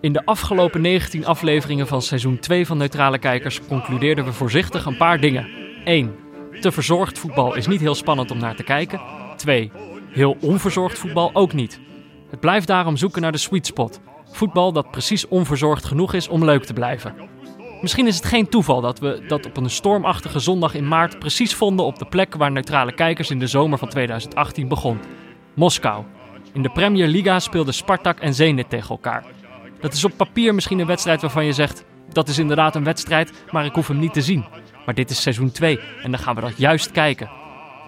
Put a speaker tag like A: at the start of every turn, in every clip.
A: In de afgelopen 19 afleveringen van seizoen 2 van Neutrale Kijkers concludeerden we voorzichtig een paar dingen. 1. Te verzorgd voetbal is niet heel spannend om naar te kijken. 2. Heel onverzorgd voetbal ook niet. Het blijft daarom zoeken naar de sweet spot. Voetbal dat precies onverzorgd genoeg is om leuk te blijven. Misschien is het geen toeval dat we dat op een stormachtige zondag in maart precies vonden op de plek waar neutrale kijkers in de zomer van 2018 begon. Moskou. In de Premier Liga speelden Spartak en Zenit tegen elkaar. Dat is op papier misschien een wedstrijd waarvan je zegt: dat is inderdaad een wedstrijd, maar ik hoef hem niet te zien. Maar dit is seizoen 2 en dan gaan we dat juist kijken.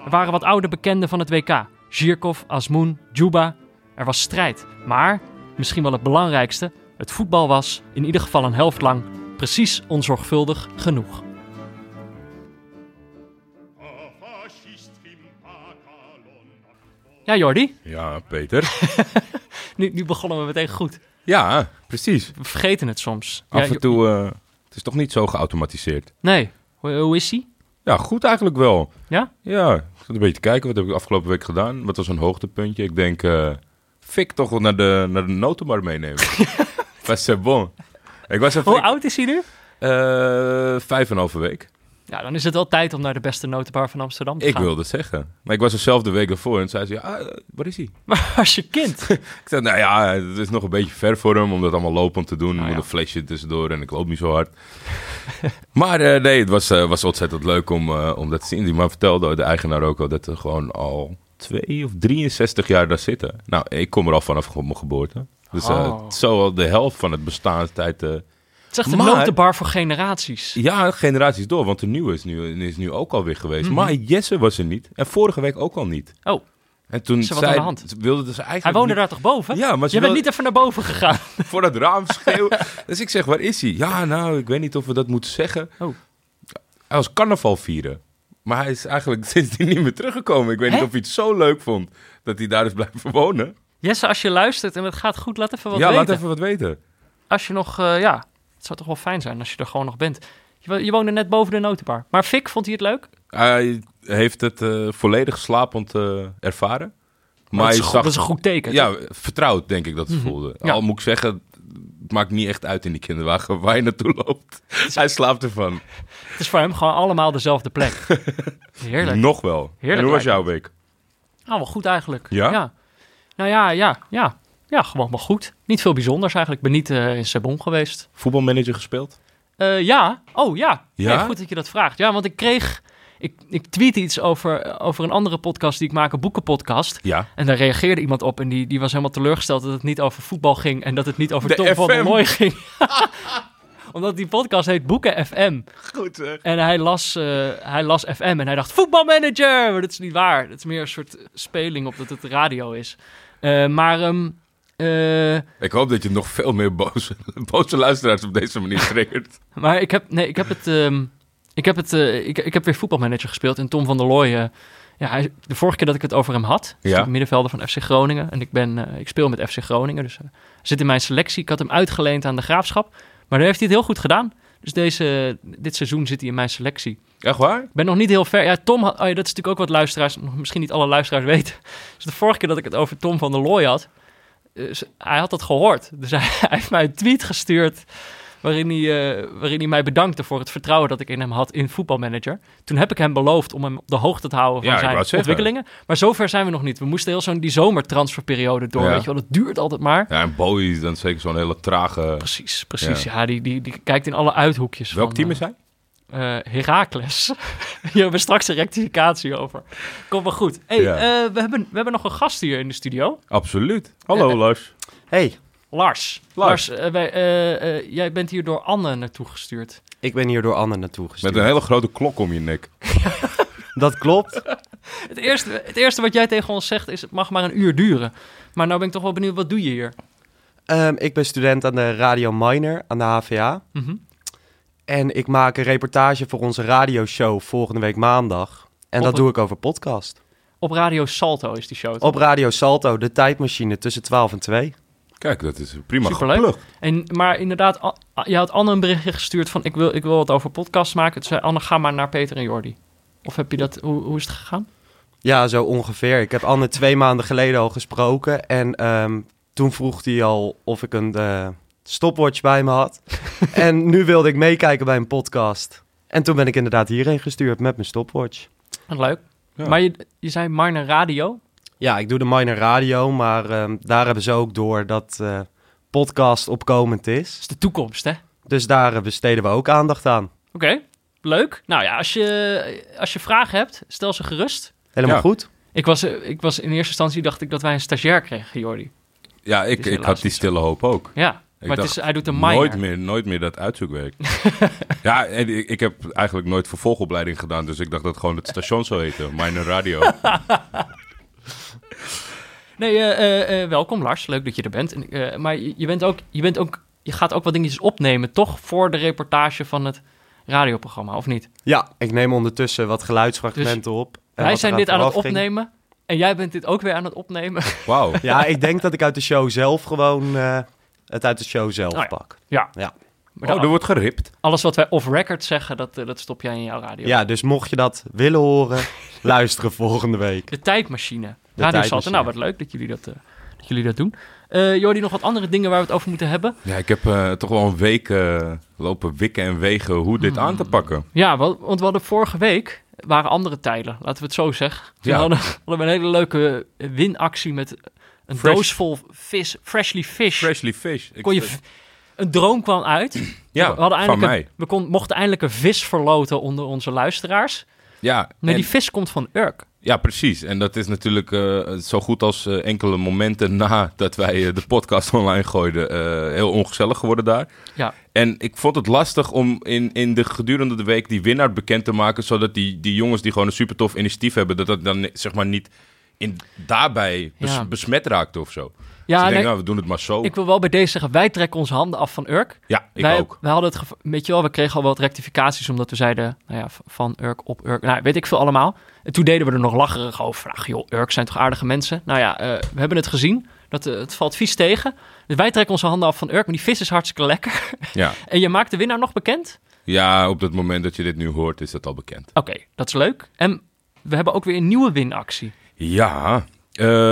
A: Er waren wat oude bekenden van het WK: Zhirkov, Asmoen, Juba. Er was strijd, maar misschien wel het belangrijkste: het voetbal was, in ieder geval een helft lang, precies onzorgvuldig genoeg. Ja, Jordi,
B: Ja, Peter.
A: nu, nu begonnen we meteen goed.
B: Ja, precies.
A: We vergeten het soms. Ja,
B: Af
A: Jo-
B: en toe, eh, het is toch niet zo geautomatiseerd.
A: Nee, hoe, hoe is hij?
B: Ja, goed eigenlijk wel.
A: Ja?
B: Ja, ik zat een beetje te kijken. Wat heb ik afgelopen week gedaan? Wat was een hoogtepuntje? Ik denk, eh fik toch wel naar de, naar de notenbar meenemen. Was c'est bon. Ik was
A: Hoe
B: even...
A: oud is hij nu?
B: eh vijf en een halve week.
A: Ja, dan is het wel tijd om naar de beste notenbar van Amsterdam te
B: Ik
A: gaan.
B: wilde het zeggen. Maar ik was dezelfde week ervoor en zei ze, ja, eh, waar is hij?
A: Maar als je kind.
B: Ik zei, nou ja, het is nog een beetje ver voor hem om dat allemaal lopend te doen.
A: Nou ja.
B: Met een flesje tussendoor en ik loop niet zo hard. maar eh, nee, het was, eh, was ontzettend leuk om, eh, om dat te zien. Die man vertelde, de eigenaar ook al, dat er gewoon al twee of 63 jaar daar zitten. Nou, ik kom er al vanaf ge- mijn geboorte. Dus eh,
A: Oh.
B: het is zo al de helft van het bestaanstijd. eh
A: Het is echt een
B: Maar-
A: notenbar voor generaties.
B: ja, generaties door, want de nieuwe is nu, is nu ook alweer geweest.
A: Mhm.
B: Maar Jesse was er niet. En vorige week ook al niet.
A: Oh,
B: En toen
A: Is er wat
B: zei,
A: aan de hand?
B: ze wilde dus eigenlijk
A: hij woonde
B: niet-
A: daar toch boven?
B: Ja, maar ze
A: je bent
B: wil-
A: niet even naar boven gegaan.
B: voor het raam schreeuwen. dus ik zeg, waar is hij? Ja, nou, ik weet niet of we dat moeten zeggen.
A: Oh.
B: Hij was carnaval vieren. Maar hij is eigenlijk sindsdien niet meer teruggekomen. Ik weet
A: Hè?
B: niet of hij het zo leuk vond dat hij daar is blijven wonen.
A: Jesse, als je luistert en het gaat goed, laat even wat
B: ja,
A: weten.
B: laat even wat weten.
A: Als je nog, eh, ja, het zou toch wel fijn zijn als je er gewoon nog bent. Je, wo- je woonde net boven de notenbar. Maar Fik, vond hij het leuk?
B: Hij heeft het eh, volledig slapend eh, ervaren.
A: Oh,
B: Maar
A: dat,
B: hij
A: is goed,
B: zag,
A: dat is een goed teken.
B: ja, vertrouwd denk ik dat het voelde.
A: Ja.
B: Al moet ik zeggen, het maakt niet echt uit in die kinderwagen waar je naartoe loopt. hij slaapt ervan.
A: Het is voor hem gewoon allemaal dezelfde plek. Heerlijk.
B: Nog wel.
A: Heerlijk
B: en hoe was
A: lijkt
B: jouw week?
A: Nou, wel goed eigenlijk.
B: Ja?
A: Nou ja, ja, ja. Ja, gewoon wel goed. Niet veel bijzonders eigenlijk. Ik ben niet eh, in Sabon geweest.
B: Voetbalmanager gespeeld?
A: Eh, ja, oh ja.
B: Ja?
A: Nee, goed dat je dat vraagt. Ja, want ik kreeg... Ik, ik tweet iets over, over een andere podcast die ik maak, een boekenpodcast.
B: Ja.
A: En daar reageerde iemand op en die, die was helemaal teleurgesteld dat het niet over voetbal ging en dat het niet over
B: De
A: Tom van der
B: FM.
A: Mooi ging. Omdat die podcast heet Boeken FM.
B: Goed zeg.
A: En hij las, eh, hij las FM en hij dacht, voetbalmanager! Maar dat is niet waar. Dat is meer een soort speling op dat het radio is. Eh, maar ehm, eh,
B: Ik hoop dat je nog veel meer boze, boze luisteraars op deze manier triggert.
A: Maar ik heb, nee, ik heb het, ehm, ik heb het, eh, ik, ik heb weer voetbalmanager gespeeld en Tom van der Looy, eh, ja, hij, de vorige keer dat ik het over hem had, is
B: Ja.
A: hij middenvelder van FC Groningen en ik ben, eh, ik speel met FC Groningen, dus eh, hij zit in mijn selectie. Ik had hem uitgeleend aan de Graafschap, maar daar heeft hij het heel goed gedaan. Dus deze, dit seizoen zit hij in mijn selectie.
B: Echt waar?
A: Ik ben nog niet heel ver. Ja, Tom had, oh ja, dat is natuurlijk ook wat luisteraars, nog misschien niet alle luisteraars weten. Dus de vorige keer dat ik het over Tom van der Looy had, eh, ze- hij had dat gehoord. Dus hij, hij heeft mij een tweet gestuurd waarin hij, eh, waarin hij mij bedankte voor het vertrouwen dat ik in hem had in voetbalmanager. Toen heb ik hem beloofd om hem op de hoogte te houden van
B: Ja, ik
A: zijn
B: wou het zeggen.
A: ontwikkelingen. Maar zover zijn we nog niet. We moesten heel zo'n die zomertransferperiode door.
B: Ja.
A: Weet je wel, dat duurt altijd maar.
B: Ja, en Bowie is dan zeker zo'n hele trage...
A: Precies, precies. Ja, die, die, die kijkt in alle uithoekjes.
B: Welk
A: van,
B: team
A: eh,
B: is hij?
A: eh Herakles. Hier hebben we straks een rectificatie over. Komt wel goed. Hey,
B: Ja.
A: eh, we, hebben, we hebben nog een gast hier in de studio.
B: Absoluut. Hallo
A: Eh,
B: Lars.
C: Hey,
A: Lars.
B: Lars.
A: eh, wij, eh, eh, jij bent hier door Anne naartoe gestuurd.
C: ik ben hier door Anne naartoe gestuurd.
B: Met een hele grote klok om je nek.
C: Dat klopt.
A: Het eerste, het eerste wat jij tegen ons zegt is, het mag maar een uur duren. Maar nou ben ik toch wel benieuwd, wat doe je hier?
C: Ehm, ik ben student aan de Radio Minor aan de HVA.
A: Mhm.
C: En ik maak een reportage voor onze radioshow volgende week maandag. En
A: Op
C: dat
A: het-
C: doe ik over podcast.
A: Op Radio Salto is die show. toch?
C: Op Radio Salto, de tijdmachine tussen 12 en 2.
B: Kijk, dat is prima
A: Superleuk.
B: geplukt.
A: En, maar inderdaad, A- A- je had Anne een berichtje gestuurd van, ik wil, ik wil wat over podcasts maken. Toen zei Anne, ga maar naar Peter en Jordi. Of heb je dat, hoe, hoe is het gegaan?
C: Ja, zo ongeveer. Ik heb Anne twee maanden geleden al gesproken. En ehm, toen vroeg hij al of ik een eh, stopwatch bij me had. en nu wilde ik meekijken bij een podcast. En toen ben ik inderdaad hierheen gestuurd met mijn stopwatch.
A: Wat Leuk.
B: Ja.
A: Maar je, je zei Minor Radio.
C: Ja, ik doe de minor radio, maar ehm, daar hebben ze ook door dat eh, podcast opkomend
A: Dat
C: is.
A: is de toekomst, hè? Oké,
C: Dus daar eh, besteden we ook aandacht aan.
A: leuk. Nou ja, als je, als je vragen hebt, stel ze gerust.
C: Helemaal
B: Ja.
C: goed.
A: Ik was, eh, ik was in eerste instantie dacht ik dat wij een stagiair kregen, Jordi.
B: Ja, ik,
A: is
B: ik
A: helaas
B: had die
A: niet
B: stille hoop ook.
A: Ja, maar het
B: dacht,
A: is, hij doet een minor.
B: Nooit meer, nooit meer dat uitzoekwerk. ja, en ik, ik heb eigenlijk nooit vervolgopleiding gedaan, dus ik dacht dat gewoon het station zou heten. Minor Radio.
A: Nee, eh, eh, eh, welkom Lars. Leuk dat je er bent. En, eh, maar je, je bent ook, je bent ook, je gaat ook wat dingetjes opnemen, toch? Voor de reportage van het radioprogramma, of niet?
C: Ja, ik neem ondertussen wat geluidsfragmenten op. en wat
A: Wij
C: er
A: zijn dit aan het
C: vooraf ging.
A: opnemen. En jij bent dit ook weer aan het opnemen.
B: Wauw.
C: Ja, ik denk dat ik uit de show zelf gewoon eh, het uit de show zelf
A: Oh ja.
C: pak.
A: Ja.
C: Nou Ja.
A: Maar
B: Oh,
A: dan-
B: er wordt geript.
A: alles wat wij off-record zeggen, dat, eh, dat stop jij in jouw radio.
C: Ja, dus mocht je dat willen horen, luisteren volgende week.
A: De tijdmachine. Radio Salto.
C: tijdmachine.
A: Nou, wat leuk dat jullie dat, eh, dat, jullie dat doen. Eh Jordi, nog wat andere dingen waar we het over moeten hebben?
B: Ja, ik heb eh, toch wel een week eh, lopen wikken en wegen hoe dit aan te pakken.
A: Ja, wel- want we hadden vorige week waren andere tijden, laten we het zo zeggen. Toen
B: Ja.
A: hadden, hadden we een hele leuke eh, winactie met een
B: Fresh-
A: doos vol vis, freshly fish.
B: Freshly Fish. Ik-
A: Kon je v- een droom kwam uit.
B: ja,
A: we hadden
B: van
A: eindelijk een-
B: mij.
A: we kon, mochten eindelijk een vis verloten onder onze luisteraars.
B: Ja,
A: Maar
B: en-
A: die vis komt van Urk.
B: ja, precies. En dat is natuurlijk eh, zo goed als eh, enkele momenten nadat wij eh, de podcast online gooiden, eh, heel ongezellig geworden daar.
A: Ja.
B: En ik vond het lastig om in, in de gedurende de week die winnaar bekend te maken, zodat die, die jongens die gewoon een super tof initiatief hebben, dat dat dan zeg maar niet in, daarbij bes-
A: Ja.
B: besmet raakt of zo.
A: Ja,
B: dus ik denk,
A: nee,
B: nou, we doen het maar zo.
A: ik wil wel bij deze zeggen, wij trekken onze handen af van Urk.
B: ja, ik
A: wij,
B: ook.
A: wij hadden het gevo- weet je wel, we kregen al wat rectificaties omdat we zeiden, nou ja, v- van Urk op Urk, nou weet ik veel allemaal. En toen deden we er nog lacherig over. Ach joh, Urk zijn toch aardige mensen? Nou ja, eh, we hebben het gezien. Dat, eh, het valt vies tegen. Dus wij trekken onze handen af van Urk, maar die vis is hartstikke lekker.
B: Ja.
A: En je maakt de winnaar nog bekend?
B: ja, op het moment dat je dit nu hoort, is dat al bekend.
A: Oké, dat is leuk. En we hebben ook weer een nieuwe winactie.
B: Ja,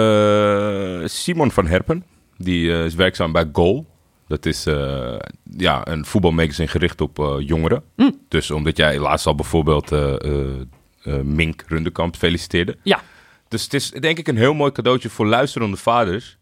B: eh, Simon van Herpen, die eh, is werkzaam bij Goal. Dat is eh, ja, een voetbalmagazine gericht op eh, jongeren. Dus omdat jij laatst al bijvoorbeeld eh, eh, eh, Mink Rundekamp feliciteerde.
A: Ja.
B: Dus het is denk ik een heel mooi cadeautje voor luisterende vaders.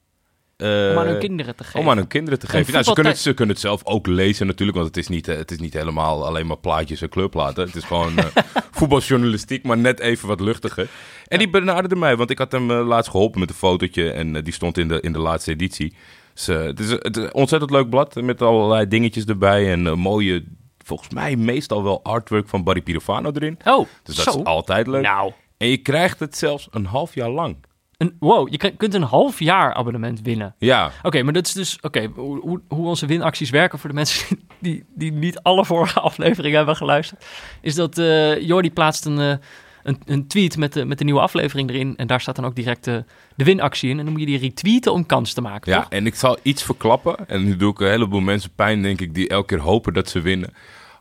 B: Eh,
A: Om aan hun kinderen te geven.
B: om aan hun kinderen te geven. Nou, ze,
A: voetbaltij-
B: kunnen het, ze kunnen het zelf ook lezen natuurlijk, want het is niet, eh, het is niet helemaal alleen maar plaatjes en kleurplaten. Het is gewoon eh, voetbaljournalistiek, maar net even wat luchtiger. En die benaderde mij, want ik had hem eh, laatst geholpen met een fotootje en eh, die stond in de, in de laatste editie. Dus, eh, het, is, het is een ontzettend leuk blad met allerlei dingetjes erbij en eh, mooie, volgens mij meestal wel artwork van Barry Pirofano erin.
A: Oh,
B: Dus dat
A: zo.
B: is altijd leuk.
A: Nou,
B: En je krijgt het zelfs een half jaar lang.
A: een, wow, je k- kunt een half jaar abonnement winnen.
B: Ja,
A: Oké, maar dat is dus oké. hoe, hoe- hoe onze winacties werken voor de mensen die, die niet alle vorige afleveringen hebben geluisterd. Is dat eh, Jordi plaatst een, eh, een, een tweet met de, met de nieuwe aflevering erin. En daar staat dan ook direct eh, de winactie in. En dan moet je die retweeten om kans te maken.
B: Ja,
A: Toch?
B: en ik zal iets verklappen. En nu doe ik een heleboel mensen pijn, denk ik, die elke keer hopen dat ze winnen.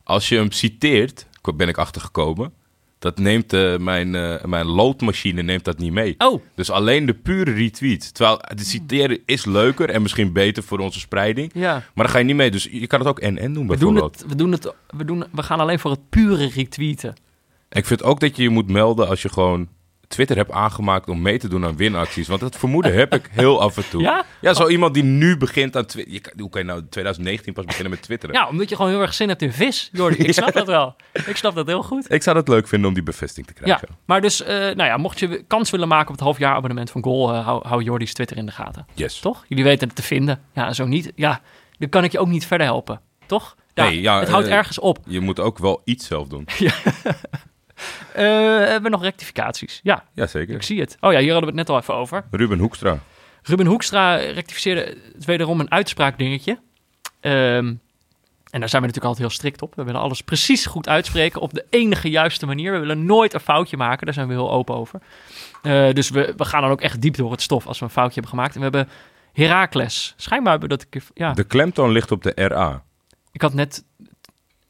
B: Als je hem citeert, k- ben ik achtergekomen. Dat neemt eh, mijn, eh, mijn loodmachine neemt dat niet mee.
A: Oh,
B: Dus alleen de pure retweet. Terwijl het citeren is leuker en misschien beter voor onze spreiding.
A: ja.
B: Maar daar ga je niet mee. Dus je kan het ook en-en doen
A: We doen,
B: bijvoorbeeld.
A: het, we, doen het, we, doen, we gaan alleen voor het pure retweeten.
B: Ik vind ook dat je je moet melden als je gewoon Twitter hebt aangemaakt om mee te doen aan winacties. Want dat vermoeden heb ik heel af en toe.
A: Ja?
B: Ja, zo iemand die nu begint aan Twitter. Hoe kan je nou in 2019 pas beginnen met twitteren?
A: Ja, Nou, omdat je gewoon heel erg zin hebt in vis, Jordi. Ik snap dat wel. Ik snap dat heel goed.
B: Ik zou het leuk vinden om die bevestiging te
A: Ja,
B: krijgen.
A: maar dus, eh, nou ja, mocht je w- kans willen maken op het halfjaar abonnement van Goal, eh, hou, hou Jordi's Twitter in de gaten.
B: Yes.
A: Toch? Jullie weten het te vinden. Ja, en zo niet. Ja, dan kan ik je ook niet verder helpen. Toch? Ja,
B: Nee, ja,
A: het houdt
B: eh,
A: ergens op.
B: Je moet ook wel iets zelf doen.
A: Eh, hebben we nog rectificaties? Ja, ik
B: Jazeker.
A: zie het. Oh ja, hier hadden we het net al even over.
B: Ruben Hoekstra.
A: Ruben Hoekstra rectificeerde het wederom een uitspraakdingetje. Ehm, en daar zijn we natuurlijk altijd heel strikt op. We willen alles precies goed uitspreken op de enige juiste manier. We willen nooit een foutje maken. Daar zijn we heel open over. Eh, dus we, we gaan dan ook echt diep door het stof als we een foutje hebben gemaakt. En we hebben Herakles. Schijnbaar hebben we dat een keer... Ja,
B: De klemtoon ligt op de RA.
A: ik had net...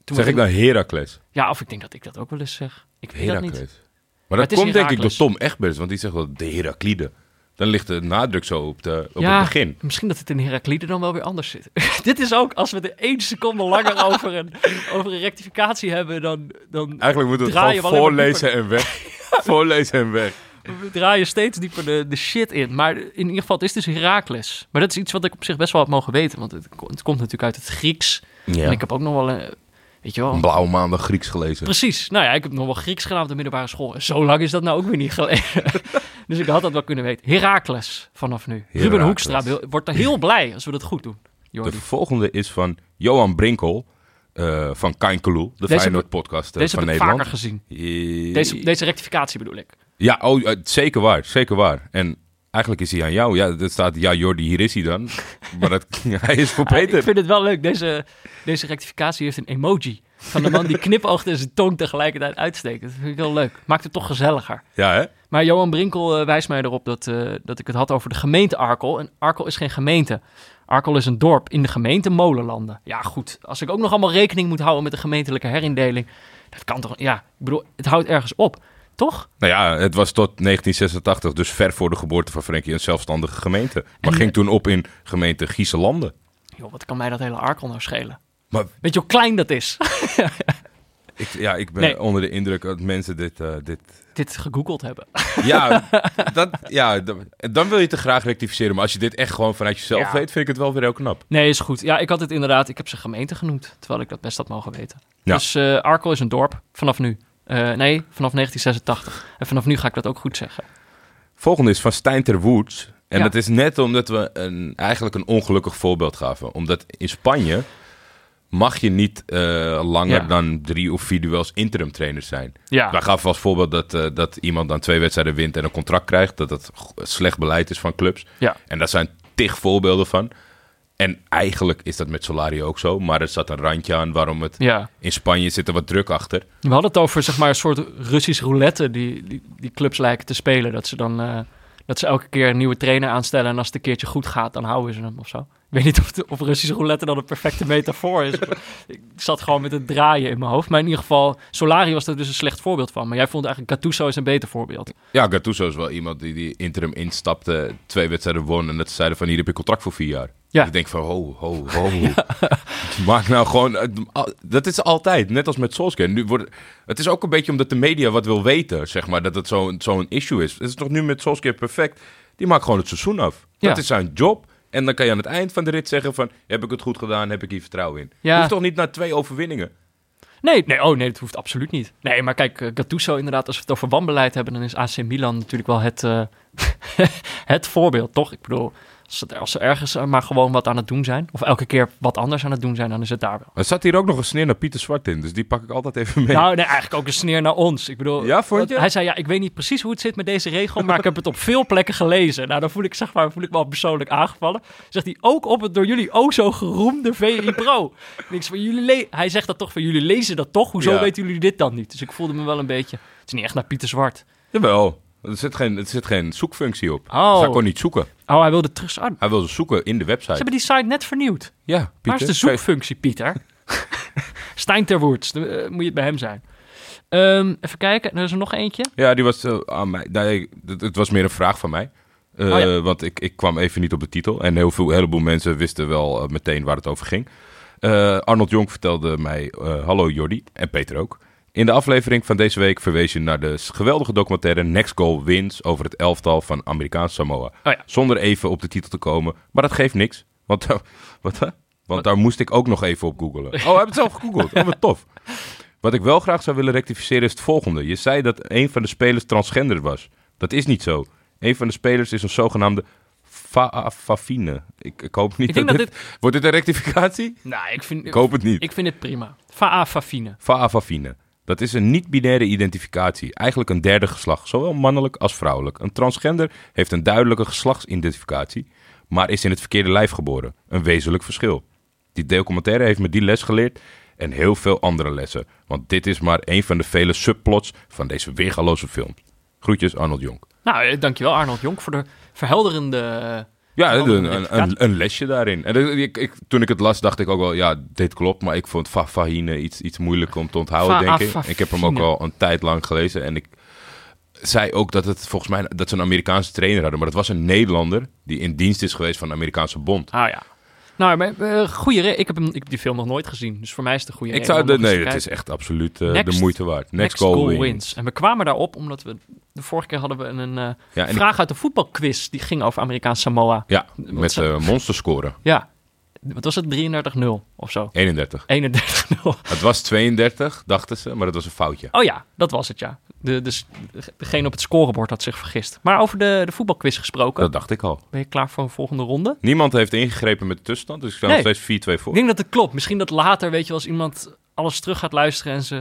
A: Toen
B: Zeg
A: we-
B: ik dan Heracles?
A: Ja, of ik denk dat ik dat ook wel eens zeg. Ik weet dat niet.
B: Heracles.
A: het
B: Maar dat
A: is
B: komt denk ik door
A: Heracles.
B: Tom Egberts, want die zegt wel de Heraclide. Dan ligt de nadruk zo op, de, op
A: Ja.
B: het begin.
A: Misschien dat het in Heraklide dan wel weer anders zit. Dit is ook, als we er één seconde langer over een, over een rectificatie hebben, dan, dan
B: Eigenlijk moeten we het
A: Draai je
B: gewoon
A: wel helemaal
B: voorlezen en weg. voorlezen en weg.
A: we draaien steeds dieper de, de shit in. Maar in ieder geval, het is dus Herakles. Maar dat is iets wat ik op zich best wel had mogen weten, want het, ko- het komt natuurlijk uit het Grieks.
B: Ja.
A: En ik heb ook nog wel een, weet je wel...
B: Een Blauwe maandag Grieks gelezen.
A: Precies. Nou ja, ik heb nog wel Grieks gedaan op de middelbare school. En zo lang is dat nou ook weer niet geleden. dus ik had dat wel kunnen weten. Herakles vanaf nu. Ruben
B: Heracles.
A: Hoekstra wil- wordt er heel blij als we dat goed doen.
B: De
A: Jordi.
B: volgende is van Johan Brinkel eh, van Kainkeloe, de
A: Deze
B: Feyenoord podcast eh,
A: Deze
B: van
A: heb ik
B: Nederland.
A: vaker gezien.
B: Eh,
A: Deze, deze rectificatie bedoel ik.
B: Ja, oh, eh, zeker waar, zeker waar. En eigenlijk is hij aan jou. Ja, dat staat, ja Jordi, hier is hij dan. maar dat, hij is voor
A: Ah,
B: Peter.
A: ik vind het wel leuk. Deze, deze rectificatie heeft een emoji. Van de man die knipoogt en zijn tong tegelijkertijd uitsteekt. Dat vind ik heel leuk. Maakt het toch gezelliger.
B: Ja, hè?
A: Maar Johan Brinkel eh, wijst mij erop dat, eh, dat ik het had over de gemeente Arkel. En Arkel is geen gemeente. Arkel is een dorp in de gemeente Molenlanden. Ja, goed. Als ik ook nog allemaal rekening moet houden met de gemeentelijke herindeling. Dat kan toch... Ja, ik bedoel, het houdt ergens op. Toch?
B: Nou ja, het was tot 1986, dus ver voor de geboorte van Frenkie, een zelfstandige gemeente. Maar ging toen op in gemeente Gieselanden.
A: Joh, wat kan mij dat hele Arkel nou schelen?
B: Maar
A: Weet je hoe klein dat is?
B: ik, ja, ik ben
A: Nee.
B: onder de indruk dat mensen dit... eh, dit...
A: Dit gegoogeld hebben.
B: Ja, dat, ja dat- dan wil je het graag rectificeren. Maar als je dit echt gewoon vanuit jezelf
A: Ja.
B: weet, vind ik het wel weer heel knap.
A: Nee, is goed. Ja, ik had het inderdaad. Ik heb ze gemeente genoemd, terwijl ik dat best had mogen weten.
B: Ja.
A: Dus eh, Arkel is een dorp vanaf nu. Eh, nee, vanaf 1986. En vanaf nu ga ik dat ook goed zeggen.
B: Volgende is van Stijn ter Woerts. En
A: Ja.
B: dat is net omdat we een, eigenlijk een ongelukkig voorbeeld gaven. Omdat in Spanje mag je niet eh, langer
A: Ja.
B: dan drie of vier duels interim trainers zijn.
A: Ja,
B: Wij gaven als voorbeeld dat, eh, dat iemand dan twee wedstrijden wint en een contract krijgt. Dat dat g- slecht beleid is van clubs.
A: Ja.
B: En daar zijn tig voorbeelden van. En eigenlijk is dat met Solari ook zo. Maar er zat een randje aan waarom het...
A: ja.
B: In Spanje zit er wat druk achter.
A: We hadden het over zeg maar, een soort Russisch roulette die, die, die clubs lijken te spelen. Dat ze dan eh, dat ze elke keer een nieuwe trainer aanstellen. En als het een keertje goed gaat, dan houden ze hem of zo. Ik weet niet of, het- of Russisch roulette dan een perfecte metafoor is. ik zat gewoon met het draaien in mijn hoofd. Maar in ieder geval, Solari was er dus een slecht voorbeeld van. Maar jij vond eigenlijk Gattuso is een beter voorbeeld.
B: Ja, Gattuso is wel iemand die, die interim instapte, twee wedstrijden won en dat ze zeiden van hier heb je contract voor vier jaar.
A: Ja.
B: Ik denk van ho, ho, ho. Maak nou gewoon, eh, al- dat is altijd, net als met Solskjaer. Nu wordt, het is ook een beetje omdat de media wat wil weten, zeg maar, dat het zo'n zo'n issue is. Het is toch nu met Solskjaer perfect? Die maakt gewoon het seizoen af.
A: Ja.
B: Dat is zijn job. En dan kan je aan het eind van de rit zeggen van, heb ik het goed gedaan, heb ik hier vertrouwen in.
A: Ja.
B: Hoeft toch niet naar twee overwinningen?
A: Nee, nee, oh nee, dat hoeft absoluut niet. Nee, maar kijk, eh, Gattuso inderdaad, als we het over wanbeleid hebben, dan is AC Milan natuurlijk wel het, eh, het voorbeeld, toch? Ik bedoel, als, het- als ze ergens eh, maar gewoon wat aan het doen zijn, of elke keer wat anders aan het doen zijn, dan is het daar wel.
B: Er zat hier ook nog een sneer naar Pieter Zwart in, dus die pak ik altijd even mee.
A: Nou, nee, eigenlijk ook een sneer naar ons. Ik bedoel,
B: Ja, vond
A: want
B: je?
A: hij zei, ja, ik weet niet precies hoe het zit met deze regel, maar ik heb het op veel plekken gelezen. Nou, dan voel ik, zeg maar, voel ik me al persoonlijk aangevallen. Zegt hij, ook op het door jullie o zo geroemde VI Pro. Niks van jullie le- hij zegt dat toch, van jullie lezen dat toch? Hoezo
B: Ja.
A: weten jullie dit dan niet? Dus ik voelde me wel een beetje, het is niet echt naar Pieter Zwart.
B: Jawel. Er zit geen, er zit geen zoekfunctie op.
A: Oh.
B: Dus hij kon niet zoeken.
A: Oh, hij wilde terug. Oh, ze
B: Hij wilde zoeken in de website.
A: hebben die site net vernieuwd.
B: Ja, Pieter.
A: Waar is de zoekfunctie, Pieter? Stijn ter Woerts, dan, eh, moet je het bij hem zijn. Ehm, even kijken, er is er nog eentje.
B: Ja, die was eh, aan mij. Nee, het, het was meer een vraag van mij. Eh,
A: Oh ja.
B: Want ik, ik kwam even niet op de titel. En heel veel, een heleboel mensen wisten wel eh, meteen waar het over ging. Eh, Arnold Jonk vertelde mij, eh, hallo Jordi en Peter ook. In de aflevering van deze week verwees je naar de s- geweldige documentaire Next Goal Wins over het elftal van Amerikaans Samoa.
A: Oh ja.
B: Zonder even op de titel te komen, maar dat geeft niks. Want, wat, hè? want daar moest ik ook nog even op googelen. Oh, heb je het zelf gegoogeld? Oh, wat tof. Wat ik wel graag zou willen rectificeren is het volgende. Je zei dat een van de spelers transgender was. Dat is niet zo. Een van de spelers is een zogenaamde fa- Fafine. Ik, ik hoop niet
A: Ik denk
B: dat,
A: dat
B: dit... Wordt dit een rectificatie?
A: Nou, ik vind,
B: Ik hoop het niet.
A: ik vind het prima. Faa Fafine.
B: Faafafine. Dat is een niet-binaire identificatie, eigenlijk een derde geslacht, zowel mannelijk als vrouwelijk. Een transgender heeft een duidelijke geslachtsidentificatie, maar is in het verkeerde lijf geboren. Een wezenlijk verschil. Die documentaire heeft me die les geleerd en heel veel andere lessen, want dit is maar een van de vele subplots van deze weergaloze film. Groetjes, Arnold Jonk.
A: Nou, eh, dankjewel Arnold Jonk voor de verhelderende... eh,
B: Ja,
A: Oh,
B: een, een,
A: identificatie.
B: een, een lesje daarin. En dat- ik, ik, toen ik het las, dacht ik ook wel, ja, dit klopt. Maar ik vond Fa- Fahine iets, iets moeilijk om te onthouden,
A: Fa- ah,
B: denk ik.
A: Fafine.
B: Ik heb hem ook al een tijd lang gelezen. En ik, zei ook dat het volgens mij dat ze een Amerikaanse trainer hadden. Maar dat was een Nederlander die in dienst is geweest van de Amerikaanse bond.
A: Ah ja. Nou, maar eh, goede re- ik, heb hem, ik heb die film nog nooit gezien, dus voor mij is het een goede
B: Ik
A: reden
B: zou
A: om nog
B: de,
A: eens te
B: nee, het
A: kijken.
B: is echt absoluut eh,
A: Next-
B: de moeite waard. Next,
A: Next
B: goal,
A: goal wins.
B: wins.
A: En we kwamen daarop omdat we... De vorige keer hadden we een eh,
B: Ja, en
A: vraag uit de voetbalquiz. Die ging over Amerikaans Samoa.
B: Ja,
A: Wat
B: met
A: zou-
B: eh monster scoren.
A: Ja. Wat was het? 33-0 of zo?
B: 31.
A: 31-0.
B: Het was 32, dachten ze, maar dat was een foutje.
A: Oh ja, dat was het ja. De, dus degene op het scorebord had zich vergist. Maar over de, de voetbalquiz gesproken.
B: Dat dacht ik al.
A: Ben je klaar voor een volgende ronde?
B: Niemand heeft ingegrepen met de tussenstand, dus ik sta
A: Nee.
B: nog steeds 4-2 voor.
A: Ik denk dat het klopt. Misschien dat later, weet je, wel, als iemand alles terug gaat luisteren... en ze,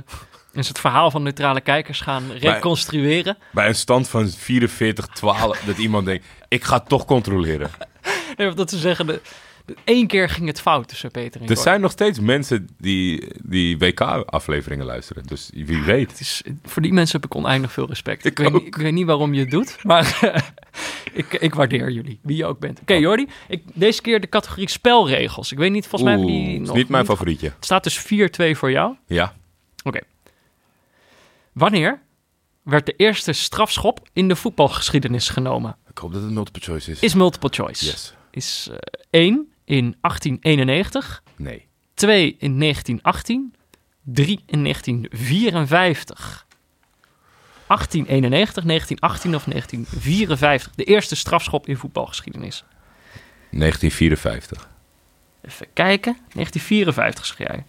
A: en ze het verhaal van neutrale kijkers gaan reconstrueren...
B: Bij een stand van 44-12 dat iemand denkt, ik ga het toch controleren.
A: Nee, of dat ze zeggen... De, de- één keer ging het fout tussen Peter en
B: Er
A: Cor.
B: zijn nog steeds mensen die, die WK-afleveringen luisteren, dus wie weet.
A: Het is, voor die mensen heb ik oneindig veel respect. Ik,
B: Ik
A: weet,
B: ook.
A: niet- ik weet niet waarom je het doet, maar ik, ik waardeer jullie, wie je ook bent. Oké, Jordi, ik, deze keer de categorie spelregels. Ik weet niet, volgens mij hebben
B: Oeh,
A: die
B: het is
A: nog
B: niet mijn favorietje.
A: Het staat dus 4-2 voor jou.
B: Ja.
A: Oké. Wanneer werd de eerste strafschop in de voetbalgeschiedenis genomen?
B: Ik hoop dat het multiple choice is.
A: Is multiple choice.
B: Yes.
A: Is eh, 1 in 1891,
B: Nee.
A: 2 in 1918, 3 in 1954. 1891, 1918 of 1954. De eerste strafschop in voetbalgeschiedenis.
B: 1954.
A: Even kijken. 1954 zeg jij.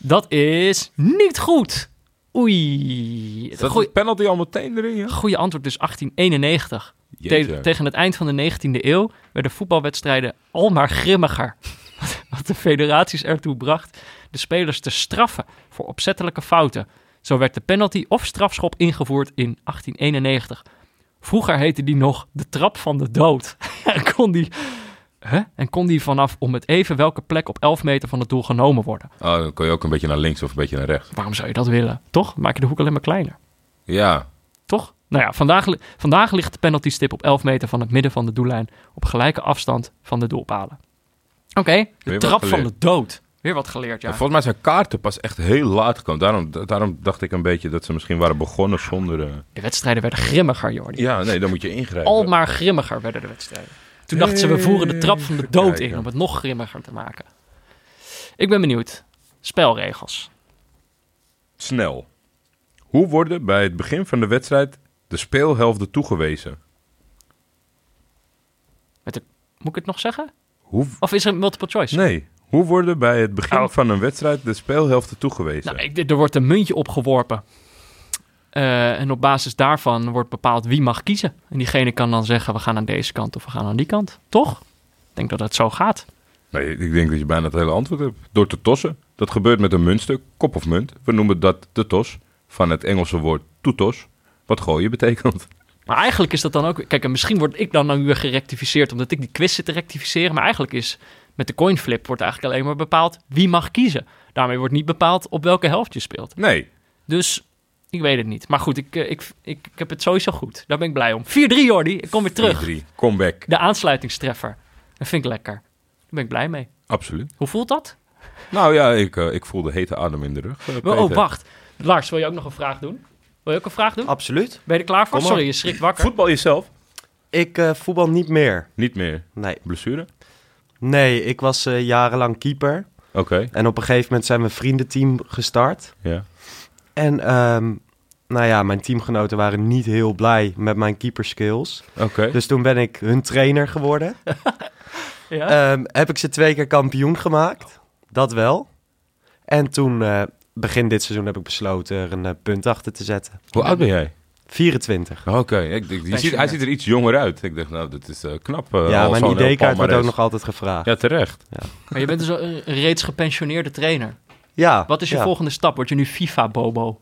A: Dat is niet goed. Oei.
B: Is
A: Het
B: dat
A: goeie,
B: een penalty al meteen erin, ja?
A: goeie antwoord dus 1891. Te-
B: Jeetje.
A: tegen het eind van de 19e eeuw werden voetbalwedstrijden al maar grimmiger. Wat de federaties ertoe bracht de spelers te straffen voor opzettelijke fouten. Zo werd de penalty of strafschop ingevoerd in 1891. Vroeger heette die nog de trap van de dood. en, kon die, hè? en kon die vanaf om het even welke plek op 11 meter van het doel genomen worden.
B: Oh, dan kon je ook een beetje naar links of een beetje naar rechts.
A: Waarom zou je dat willen? Toch? Maak je de hoek alleen maar kleiner.
B: Ja.
A: Toch? Nou ja, vandaag, li- vandaag ligt de penaltystip op 11 meter van het midden van de doellijn. Op gelijke afstand van de doelpalen. Oké, de
B: wat
A: trap van
B: geleerd.
A: de dood. Weer wat geleerd, ja.
B: En Volgens mij zijn kaarten pas echt heel laat gekomen. Daarom, da- daarom dacht ik een beetje dat ze misschien waren begonnen zonder... eh,
A: De wedstrijden werden grimmiger, Jordi.
B: Ja, nee, dan moet je ingrijpen.
A: Al maar grimmiger werden de wedstrijden. Toen dachten ze, we voeren de trap van de
B: Even
A: dood in
B: kijken.
A: om het nog grimmiger te maken. Ik ben benieuwd. Spelregels.
B: Snel. Hoe worden bij het begin van de wedstrijd de speelhelften toegewezen?
A: Moet ik het nog zeggen?
B: Hoe...
A: Of is er multiple choice?
B: Nee. Hoe worden bij het begin
A: Oh.
B: van een wedstrijd de speelhelften toegewezen?
A: Nou, ik- er wordt een muntje opgeworpen. Eh, en op basis daarvan wordt bepaald wie mag kiezen. En diegene kan dan zeggen, we gaan aan deze kant of we gaan aan die kant. Toch? Ik denk dat het zo gaat.
B: Nee, ik denk dat je bijna het hele antwoord hebt. Door te tossen. Dat gebeurt met een muntstuk, kop of munt. We noemen dat de tos. Van het Engelse woord toetos. Wat gooien betekent.
A: Maar eigenlijk is dat dan ook... Kijk, en misschien word ik dan nu weer gerectificeerd... omdat ik die quiz zit te rectificeren. Maar eigenlijk is met de coinflip wordt eigenlijk alleen maar bepaald... wie mag kiezen. Daarmee wordt niet bepaald op welke helft je speelt.
B: Nee.
A: Dus ik weet het niet. Maar goed, ik, eh, ik, ik, ik heb het sowieso goed. Daar ben ik blij om. 4-3, Jordi. Ik kom weer terug.
B: 3-3. Comeback.
A: De aansluitingstreffer. Dat vind ik lekker. Daar ben ik blij mee.
B: Absoluut.
A: Hoe voelt dat?
B: Nou ja, ik, eh, ik voel de hete adem in de rug. eh,
A: Oh,
B: Peter.
A: wacht. Lars, wil je ook nog een vraag doen? Wil je ook een vraag doen?
C: Absoluut.
A: Ben je er klaar voor?
C: Kom maar.
A: Sorry, je schrikt wakker.
B: Voetbal jezelf?
C: Ik eh, voetbal niet meer.
B: Niet meer.
C: Nee.
B: Blessure?
C: Nee, ik was eh, jarenlang keeper.
B: Oké.
C: En op een gegeven moment zijn we een vriendenteam gestart.
B: Ja.
C: En ehm, nou ja, mijn teamgenoten waren niet heel blij met mijn keeperskills.
B: Oké.
C: Dus toen ben ik hun trainer geworden.
A: Ja?
B: Eh,
C: Ehm, heb ik ze twee keer kampioen gemaakt. Dat wel. En toen, eh, begin dit seizoen, heb ik besloten er een eh, punt achter te zetten.
B: Hoe oud ben jij?
C: 24.
B: Oké. ik- ik- je ziet, hij
A: Pensionair.
B: ziet er iets jonger uit. Ik dacht, nou, dat is eh, knap. eh,
C: ja,
B: al
C: mijn
B: zo'n heel
C: ID-kaart wordt ook
B: palmares.
C: nog altijd gevraagd. Ja,
B: Ja, terecht.
A: Maar je bent dus een een reeds gepensioneerde trainer. Wat is je
C: ja.
A: volgende stap? Word je nu FIFA-bobo?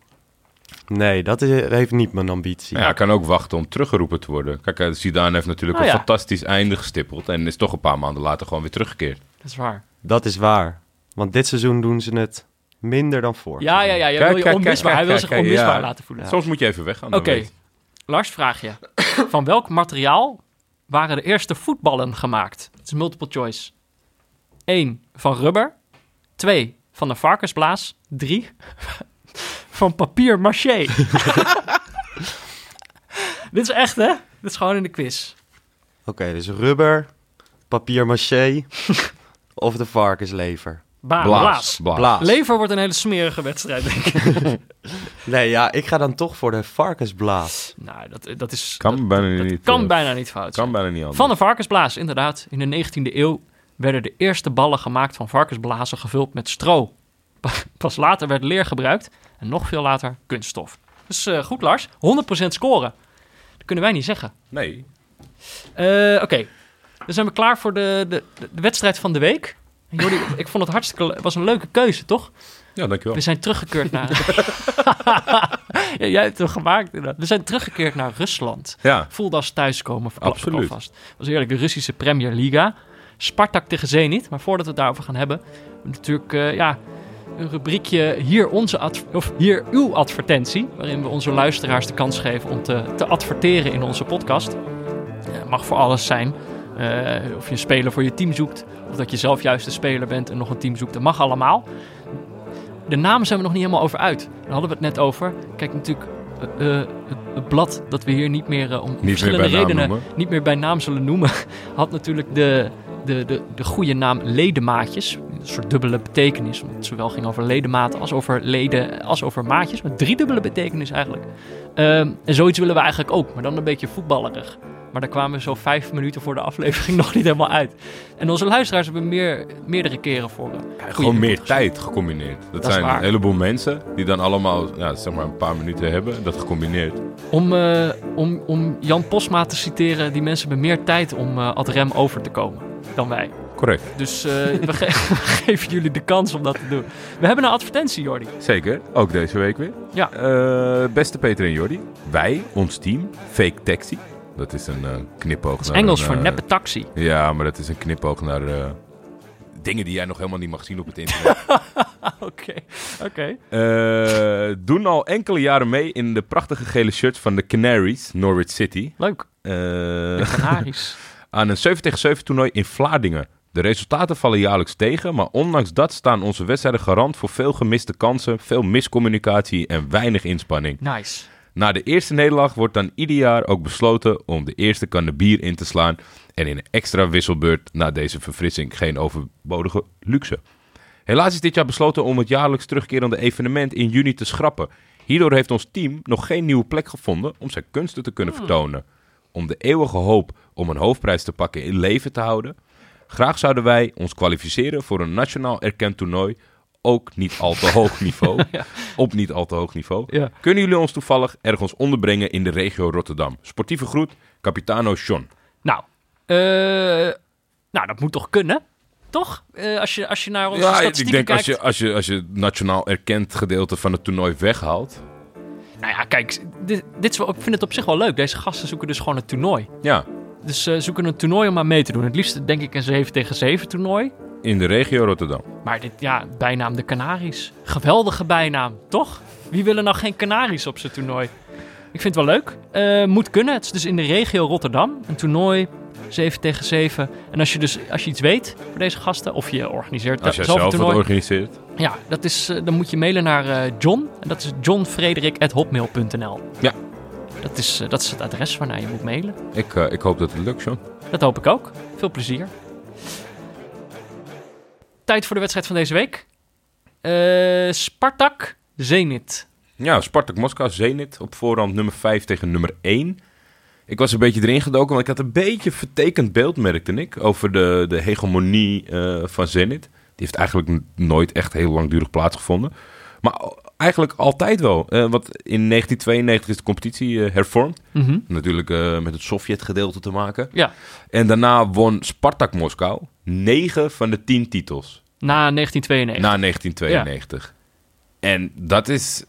C: Nee, dat is, heeft niet mijn ambitie.
B: Ja, hij kan ook wachten om teruggeroepen te worden. Kijk, eh, Zidane heeft natuurlijk
A: Nou
B: een
A: ja.
B: fantastisch einde gestippeld. En is toch een paar maanden later gewoon weer teruggekeerd.
A: Dat is waar.
C: Dat is waar. Want dit seizoen doen ze het minder dan voor.
A: Ja, ja, ja. Jij
B: Kijk,
A: wil je
B: kijk,
A: onmisbaar.
B: kijk,
A: Hij wil
B: kijk,
A: zich
B: kijk,
A: onmisbaar
B: ja.
A: laten voelen.
B: Soms moet je even weggaan.
A: Oké.
B: dan weet je.
A: Lars, vraag je. Van welk materiaal waren de eerste voetballen gemaakt? Het is multiple choice. 1. Van rubber. 2. Van een varkensblaas. 3. Van papier maché. Dit is echt, hè? Dit is gewoon in de quiz.
C: Oké, dus rubber, papier maché of de varkenslever.
A: Ba-
B: Blaas.
A: Ah, blaas.
B: Blaas.
C: Blaas.
A: Lever wordt een hele smerige wedstrijd, denk ik.
C: Nee, ja, ik ga dan toch voor de varkensblaas.
A: nou, dat, dat is...
B: Kan
A: dat,
B: bijna
A: dat
B: niet,
A: kan
B: eh,
A: bijna niet fout zijn.
B: Kan bijna niet anders.
A: Van de varkensblaas, inderdaad. In de 19e eeuw werden de eerste ballen gemaakt van varkensblazen gevuld met stro. Pa- Pas later werd leer gebruikt en nog veel later kunststof. Dus eh, goed, Lars. 100% scoren. Dat kunnen wij niet zeggen.
B: Nee.
A: Eh, Oké, dan zijn we klaar voor de, de, de- de wedstrijd van de week. Jordi, ik vond het hartstikke... le- Het was een leuke keuze, toch?
B: Ja, dankjewel.
A: We zijn teruggekeerd naar... ja, jij hebt hem gemaakt. inderdaad. We zijn teruggekeerd naar Rusland
B: Ja.
A: voelde als thuiskomen. Verklap ik
B: Absoluut.
A: alvast. Dat was eerlijk de Russische Premier Liga. Spartak tegen Zenit. Maar voordat we het daarover gaan hebben, natuurlijk eh, ja, een rubriekje hier, onze adv- of hier uw advertentie. Waarin we onze luisteraars de kans geven om te, te adverteren in onze podcast. Eh, mag voor alles zijn. Eh, of je een speler voor je team zoekt. Of dat je zelf juist de speler bent en nog een team zoekt. Dat mag allemaal. De naam zijn we nog niet helemaal over uit. Daar hadden we het net over. Kijk, natuurlijk eh, eh, het, het blad dat we hier niet meer eh, om
B: Niet meer
A: verschillende
B: bij naam
A: redenen
B: noemen.
A: niet meer bij naam zullen noemen, had natuurlijk de, de, de, de goede naam ledemaatjes. Een soort dubbele betekenis, omdat het zowel ging over ledematen als over leden, als over maatjes. Met driedubbele betekenis eigenlijk. Ehm, en zoiets willen we eigenlijk ook, maar dan een beetje voetballerig. Maar daar kwamen we zo vijf minuten voor de aflevering nog niet helemaal uit. En onze luisteraars hebben meer, meerdere keren voor. eh, goede
B: Gewoon meer
A: input gezien.
B: tijd gecombineerd. Dat,
A: is
B: zijn
A: waar.
B: een heleboel mensen die dan allemaal ja, zeg maar een paar minuten hebben. Dat gecombineerd.
A: Om, eh, om, om Jan Posma te citeren, die mensen hebben meer tijd om eh, ad rem over te komen dan wij.
B: Correct.
A: Dus eh, we, ge- we geven jullie de kans om dat te doen. We hebben een advertentie, Jordi.
B: Zeker. Ook deze week weer.
A: Ja.
B: Eh, beste Peter en Jordi. Wij, ons team, Fake Taxi. Dat is een eh, knipoog.
A: Het is
B: naar
A: Engels
B: een,
A: voor
B: eh,
A: neppe taxi.
B: Ja, maar dat is een knipoog naar eh, dingen die jij nog helemaal niet mag zien op het internet.
A: Ah, Oké, oké.
B: Eh, doen al enkele jaren mee in de prachtige gele shirt van de Canaries, Norwich City.
A: Leuk.
B: Eh,
A: De Canaries.
B: aan een 7 tegen 7 toernooi in Vlaardingen. De resultaten vallen jaarlijks tegen, maar ondanks dat staan onze wedstrijden garant voor veel gemiste kansen, veel miscommunicatie en weinig inspanning.
A: Nice.
B: Na de eerste nederlaag wordt dan ieder jaar ook besloten om de eerste kan bier in te slaan en in een extra wisselbeurt na deze verfrissing geen overbodige luxe. Helaas is dit jaar besloten om het jaarlijks terugkerende evenement in juni te schrappen. Hierdoor heeft ons team nog geen nieuwe plek gevonden om zijn kunsten te kunnen vertonen. Om de eeuwige hoop om een hoofdprijs te pakken in leven te houden. Graag zouden wij ons kwalificeren voor een nationaal erkend toernooi. Ook niet al te hoog niveau. Op niet al te hoog niveau.
A: Ja.
B: Kunnen jullie ons toevallig ergens onderbrengen in de regio Rotterdam? Sportieve groet, Capitano John.
A: Nou, eh, nou, dat moet toch kunnen? Toch? Eh, als, je, als je naar onze
B: Ja,
A: statistieken
B: ik denk als
A: kijkt.
B: je, als, je, als je het nationaal erkend gedeelte van het toernooi weghaalt.
A: Nou ja, kijk, dit, dit is wel, ik vind het op zich wel leuk. Deze gasten zoeken dus gewoon het toernooi.
B: Ja,
A: Dus eh, zoeken een toernooi om aan mee te doen. Het liefst denk ik een 7 tegen 7 toernooi.
B: in de regio Rotterdam.
A: Maar dit, ja, bijnaam de Canaries. Geweldige bijnaam, toch? Wie willen nou geen Canaries op zijn toernooi? Ik vind het wel leuk. Eh, moet kunnen. Het is dus in de regio Rotterdam. Een toernooi, 7 tegen 7. En als je dus als je iets weet voor deze gasten, of je organiseert
B: Als jij
A: zelf een
B: zelf wat
A: toernooi.
B: organiseert.
A: ja, dat is, eh, dan moet je mailen naar eh, John. En dat is johnfrederik.hotmail.nl
B: Ja.
A: Dat is, eh, dat is het adres waarnaar je moet mailen.
B: Ik, eh, ik hoop dat het lukt, John.
A: Dat hoop ik ook. Veel plezier. Tijd voor de wedstrijd van deze week. Eh, Spartak Zenit.
B: Ja, Spartak Moskou, Zenit op voorhand nummer 5 tegen nummer 1. Ik was een beetje erin gedoken, want ik had een beetje vertekend beeld, merkte ik, over de, de hegemonie eh, van Zenit. Die heeft eigenlijk n- nooit echt heel langdurig plaatsgevonden. Maar o- eigenlijk altijd wel. Eh want in 1992 is de competitie eh, hervormd. Natuurlijk eh, met het Sovjet-gedeelte te maken.
A: Ja,
B: En daarna won Spartak Moskou 9 van de 10 titels.
A: na 1992.
B: Na 1992. En dat is.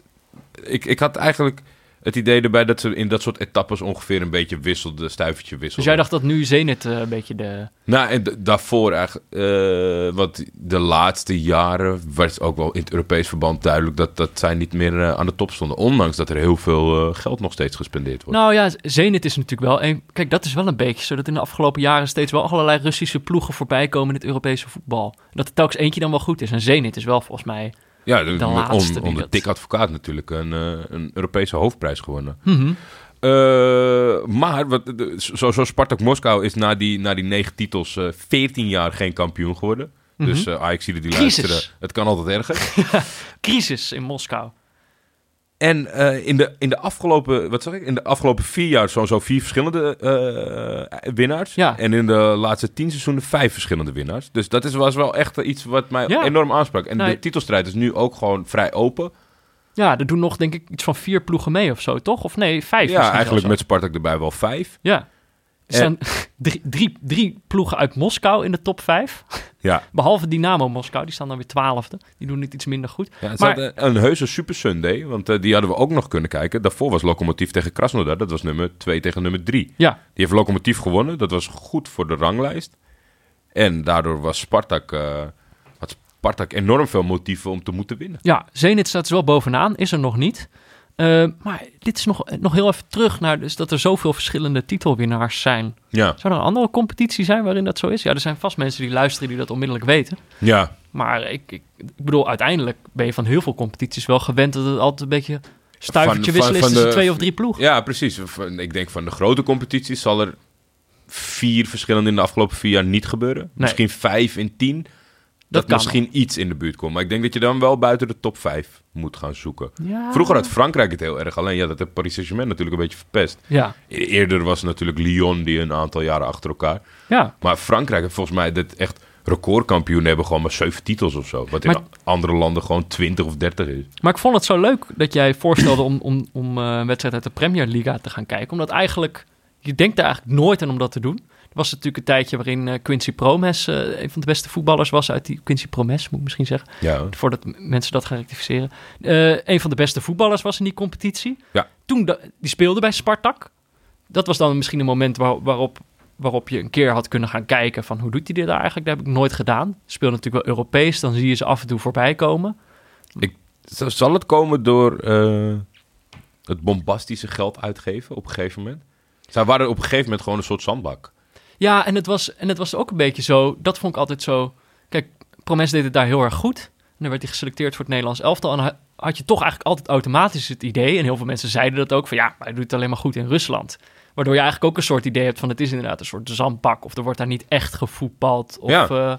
B: Ik, ik had eigenlijk het idee erbij dat ze in dat soort etappes ongeveer een beetje wisselden, stuivertje wisselden.
A: dus jij dacht dat nu Zenit eh, een beetje de...
B: Nou, en d- daarvoor eigenlijk. eh wat de laatste jaren was ook wel in het Europees verband duidelijk dat, dat zij niet meer eh, aan de top stonden. Ondanks dat er heel veel eh, geld nog steeds gespendeerd wordt.
A: Nou ja, Zenit is natuurlijk wel... Een... Kijk, dat is wel een beetje zo dat in de afgelopen jaren steeds wel allerlei Russische ploegen voorbij komen in het Europese voetbal. Dat er telkens eentje dan wel goed is. En Zenit is wel volgens mij...
B: ja, de-
A: de
B: om,
A: laatste die
B: om de
A: dat-
B: dik advocaat natuurlijk een, eh, een Europese hoofdprijs gewonnen.
A: Mhm.
B: Eh, Eh, maar wat, de- zo, zo Spartak Moskou is na die, na die negen titels eh 14 jaar geen kampioen geworden.
A: Mhm.
B: Dus eh Ajax die
A: Crisis.
B: luisteren, het kan altijd erger.
A: Crisis in Moskou.
B: En eh, in, de, in, de afgelopen, wat zeg ik, in de afgelopen vier jaar zo'n zo vier verschillende eh, winnaars.
A: Ja.
B: En in de laatste tien seizoenen vijf verschillende winnaars. Dus dat is, was wel echt iets wat mij
A: Ja.
B: enorm aansprak. En
A: Nee.
B: de titelstrijd is nu ook gewoon vrij open.
A: Ja, er doen nog denk ik iets van vier ploegen mee of zo, toch? Of nee, vijf.
B: ja,
A: misschien
B: eigenlijk
A: zelfs
B: met Spartak erbij wel vijf.
A: al. Ja.
B: Eh,
A: Er zijn drie, drie, drie ploegen uit Moskou in de top vijf.
B: Ja,
A: Behalve Dynamo Moskou, die staan dan weer twaalfde. Die doen het iets minder goed.
B: ja het
A: Maar-
B: zat, eh, een heuse Super Sunday, want eh, die hadden we ook nog kunnen kijken. Daarvoor was Lokomotief tegen Krasnodar, dat was nummer 2 tegen nummer 3.
A: Ja,
B: Die heeft Lokomotief gewonnen. Dat was goed voor de ranglijst. En daardoor was Spartak, eh, had Spartak enorm veel motieven om te moeten winnen.
A: ja Zenit staat dus wel bovenaan, is er nog niet. Eh, maar dit is nog, nog heel even terug naar dus dat er zoveel verschillende titelwinnaars zijn.
B: Ja,
A: Zou er een andere competitie zijn waarin dat zo is? Ja, er zijn vast mensen die luisteren die dat onmiddellijk weten.
B: ja.
A: Maar ik, ik, ik bedoel, uiteindelijk ben je van heel veel competities wel gewend dat het altijd een beetje stuivertje
B: Van- van-
A: wisselen
B: van
A: is tussen
B: de-
A: twee of drie ploegen.
B: ja precies. Van- Ik denk van de grote competities zal er vier verschillende in de afgelopen vier jaar niet gebeuren. Misschien vijf in tien. Dat,
A: kan
B: misschien iets in de buurt komt. Maar ik denk dat je dan wel buiten de top vijf moet gaan zoeken.
A: Ja.
B: Vroeger had Frankrijk het heel erg. Alleen ja, dat heeft Paris Saint-Germain natuurlijk een beetje verpest.
A: Ja,
B: E- Eerder was het natuurlijk Lyon die een aantal jaren achter elkaar.
A: ja.
B: Maar Frankrijk heeft volgens mij dit echt recordkampioen hebben gewoon maar zeven titels of zo. Wat in
A: Maar-
B: andere landen gewoon 20 of 30 is.
A: Maar ik vond het zo leuk dat jij voorstelde om, om, om eh, een wedstrijd uit de Premier League te gaan kijken. Omdat eigenlijk, je denkt er eigenlijk nooit aan om dat te doen. Er was natuurlijk een tijdje waarin eh, Quincy Promes eh, een van de beste voetballers was uit die... Quincy Promes, moet ik misschien zeggen.
B: Ja.
A: voordat m- mensen dat gaan rectificeren. Eh, een van de beste voetballers was in die competitie.
B: Ja.
A: Toen da- die speelde bij Spartak. Dat was dan misschien een moment waar- waarop, waarop je een keer had kunnen gaan kijken van hoe doet hij dit eigenlijk? Dat heb ik nooit gedaan. Speelde natuurlijk wel Europees, dan zie je ze af en toe voorbij komen.
B: Z- Zal het komen door eh, het bombastische geld uitgeven op een gegeven moment? Zij waren op een gegeven moment gewoon een soort zandbak.
A: Ja, en het was, en het was ook een beetje zo, dat vond ik altijd zo... Kijk, Promes deed het daar heel erg goed. En dan werd hij geselecteerd voor het Nederlands elftal. En ha- had je toch eigenlijk altijd automatisch het idee, en heel veel mensen zeiden dat ook, van ja, maar hij doet het alleen maar goed in Rusland. Waardoor je eigenlijk ook een soort idee hebt van het is inderdaad een soort zandbak. Of er wordt daar niet echt gevoetbald. Of,
B: Ja.
A: eh,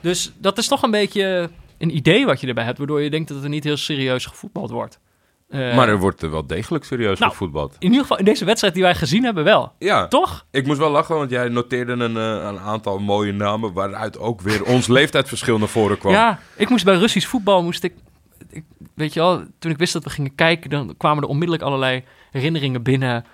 A: dus dat is toch een beetje een idee wat je erbij hebt, waardoor je denkt dat er niet heel serieus gevoetbald wordt. Eh,
B: maar er wordt er wel degelijk serieus
A: nou.
B: gevoetbald.
A: in ieder geval in deze wedstrijd die wij gezien hebben wel.
B: Ja,
A: Toch?
B: ik moest wel lachen, want jij noteerde een, eh, een aantal mooie namen... waaruit ook weer ons leeftijdsverschil naar voren kwam.
A: Ja, ik moest bij Russisch voetbal moest ik, ik- weet je wel, toen ik wist dat we gingen kijken, dan kwamen er onmiddellijk allerlei herinneringen binnen